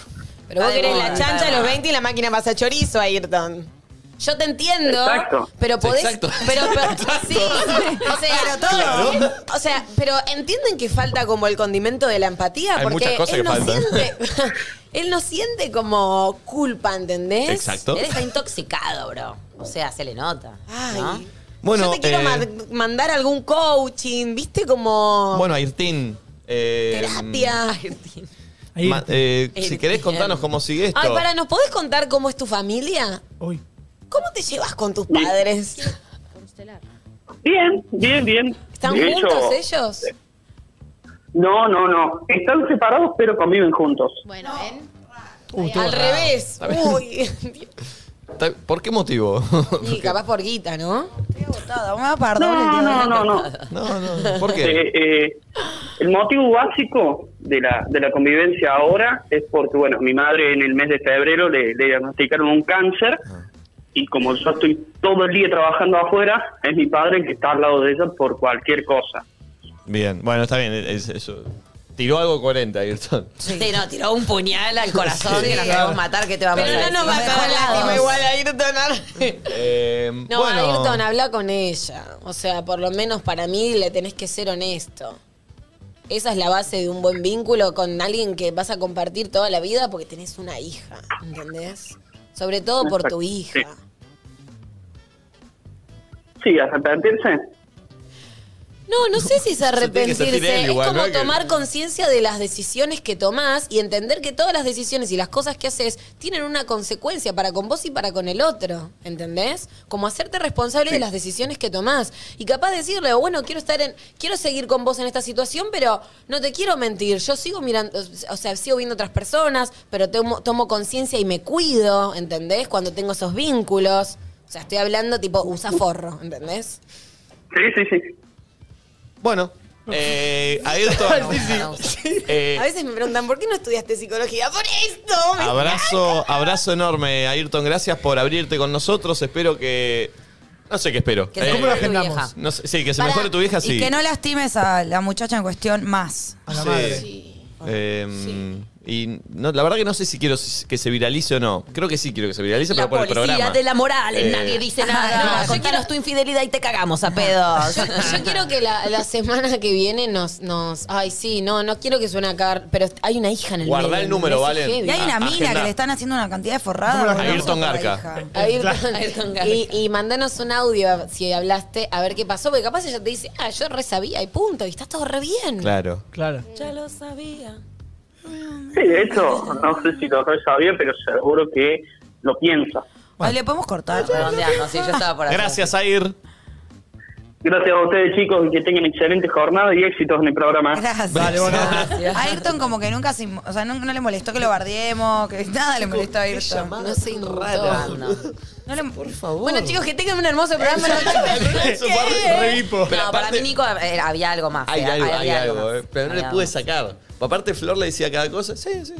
Pero vos
Ay,
querés
bueno,
la chancha
bueno.
a los 20 y la máquina pasa chorizo, Ayrton. Yo te entiendo,
Exacto.
pero podés.
[LAUGHS] Exacto.
Pero, pero- sí, o sea,
todo.
Claro.
O sea, pero entienden que falta como el condimento de la empatía,
Hay
porque
muchas cosas
él
que
no
faltan.
siente, [LAUGHS] él no siente como culpa, ¿entendés?
Exacto.
Él está intoxicado, bro. O sea, se le nota.
Ay.
¿no?
Eh. bueno,
Yo te quiero
eh,
ma- mandar algún coaching, viste como [LAUGHS]
bueno, Ayrtín. eh,
terapia.
ma- eh, si querés contanos cómo sigue esto.
Ay, para, ¿nos podés contar cómo es tu familia? ¿Cómo te llevas con tus padres?
Bien, bien, bien.
¿Están
De hecho, eh,
juntos ellos?
No, no, no. Están separados, pero conviven juntos.
Bueno, ven.
Al revés. Uy. [LAUGHS]
Ta- ¿Por qué motivo? [LAUGHS]
Y capaz por guita, ¿no?
Botada, me va a parar doble el
No,
dedo
no,
de la
no, no.
cartada.
no, no, ¿por qué?
Eh, eh, el motivo básico de la, de la convivencia ahora es porque, bueno, mi madre en el mes de febrero le, le diagnosticaron un cáncer
Ah.
y como yo estoy todo el día trabajando afuera, es mi padre el que está al lado de ella por cualquier cosa.
Bien, bueno, está bien, es- eso. Tiró algo coherente, Ayrton.
Sí. no, tiró un puñal al corazón
Sí.
que nos queremos matar, que te va a
Pero
pasar?
no nos va a
Mejor
caer lástima
lados.
igual a Ayrton. ar-
Eh,
[LAUGHS] No,
bueno,
Ayrton, habla con ella. O sea, por lo menos para mí le tenés que ser honesto. Esa es la base de un buen vínculo con alguien que vas a compartir toda la vida porque tenés una hija, ¿entendés? Sobre todo por tu hija.
Sí, arrepentirse.
No, no sé si es
tiene que sentir él
arrepentirse. Es
igual,
como
¿no? Que-
tomar conciencia de las decisiones que tomás y entender que todas las decisiones y las cosas que haces tienen una consecuencia para con vos y para con el otro. ¿Entendés? Como hacerte responsable de las decisiones que tomás. Y capaz decirle, bueno, quiero estar en. Quiero seguir con vos en esta situación, pero no te quiero mentir. Yo sigo mirando, o sea, sigo viendo otras personas, pero tomo, tomo conciencia y me cuido, ¿entendés? Cuando tengo esos vínculos. O sea, estoy hablando tipo, usa forro, ¿entendés?
Sí, sí, sí.
bueno, Eh, Ayrton, [LAUGHS] eh,
A veces me preguntan, ¿por qué no estudiaste psicología? ¡Por esto! me
abrazo, abrazo enorme, Ayrton. Gracias por abrirte con nosotros. Espero que. No sé qué espero. Eh,
Que se ¿Cómo lo mejore tu agendamos? vieja.
No sé, sí, que se
Pará,
mejore tu vieja, sí.
Y que no lastimes a la muchacha en cuestión más.
Sí. Eh, Y no, la verdad que no sé si quiero que se viralice o no. Creo que sí quiero que se viralice, pero por el programa.
Policía de la moral,
Eh,
nadie dice nada.
no, yo
Contanos tu infidelidad y te cagamos a pedos.
Yo, yo quiero que la, la semana que viene nos, nos. Ay, sí, no, no quiero que suene acá. Pero hay una hija en el
Guardá
medio.
el número,
me parece
Valen.
heavy.
Y hay una
Ah,
mina
agenda.
que le están haciendo una cantidad de forrada. boludo.
Ayrton Garca.
Ayrton- y, y mandanos un audio si hablaste, a ver qué pasó, porque capaz ella te dice, ah, yo re sabía y punto, y está todo re bien.
Claro.
Claro.
Ya lo sabía.
Sí, de hecho, no sé si lo re sabía, pero seguro que lo piensa.
Ay, le podemos cortar.
Redondeando, sí, yo estaba por hacer.
Gracias, Air.
Gracias a ustedes, chicos, y que tengan excelente jornada y éxitos en el programa.
Gracias.
Vale, bueno.
[LAUGHS] [LAUGHS] Ayrton como que nunca se... inmo- O sea, no, no le molestó que lo bardiemos, que [LAUGHS] nada le molestó a Ayrton.
No se
rara. Por favor.
Bueno, chicos, que tengan un hermoso programa.
Eso fue re hipo. Pero
No, para
aparte-
mí, Nico, eh, había algo más.
Hay
eh,
algo, hay
había
algo,
más.
eh, pero no
Había
le
algo
pude
más.
sacar. Aparte, Flor le decía cada cosa. Sí, sí.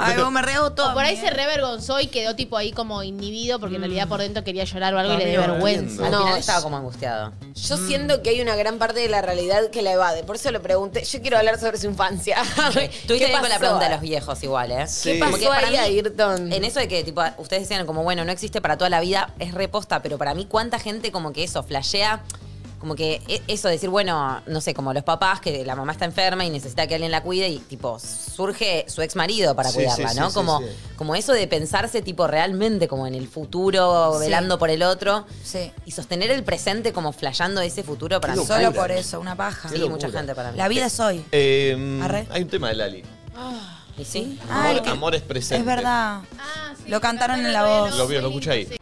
Ay, vos me reo todo.
O por ahí se revergonzó y quedó tipo ahí como inhibido porque en realidad por dentro quería llorar o algo y le dio
Amigo,
vergüenza.
Al final
No,
estaba como angustiado.
Yo
Mm.
siento que hay una gran parte de la realidad que la evade, por eso le pregunté, yo quiero hablar sobre su infancia. [LAUGHS]
Tuviste bien con la pregunta de los viejos igual, ¿eh?
¿Qué pasó ahí, Ayrton?
En eso de que, tipo, ustedes decían como, bueno, no existe para toda la vida, es reposta, pero para mí, ¿cuánta gente como que eso flashea? Como que e- eso de decir, bueno, no sé, como los papás, que la mamá está enferma y necesita que alguien la cuide y, tipo, surge su ex marido para
Sí,
cuidarla,
sí, sí,
¿no?
sí,
como,
sí.
como eso de pensarse, tipo, realmente como en el futuro,
Sí.
velando por el otro.
Sí.
Y sostener el presente como flasheando ese futuro para
Qué
mí.
locura. Solo por eso, una paja.
Sí,
Qué
mucha
locura.
gente para mí.
La vida es hoy.
Eh,
Arre.
hay un tema de Lali.
¿Y sí?
Amor, amor es presente.
Es verdad. Ah, lo cantaron en la voz.
Lo vio, lo escuché ahí.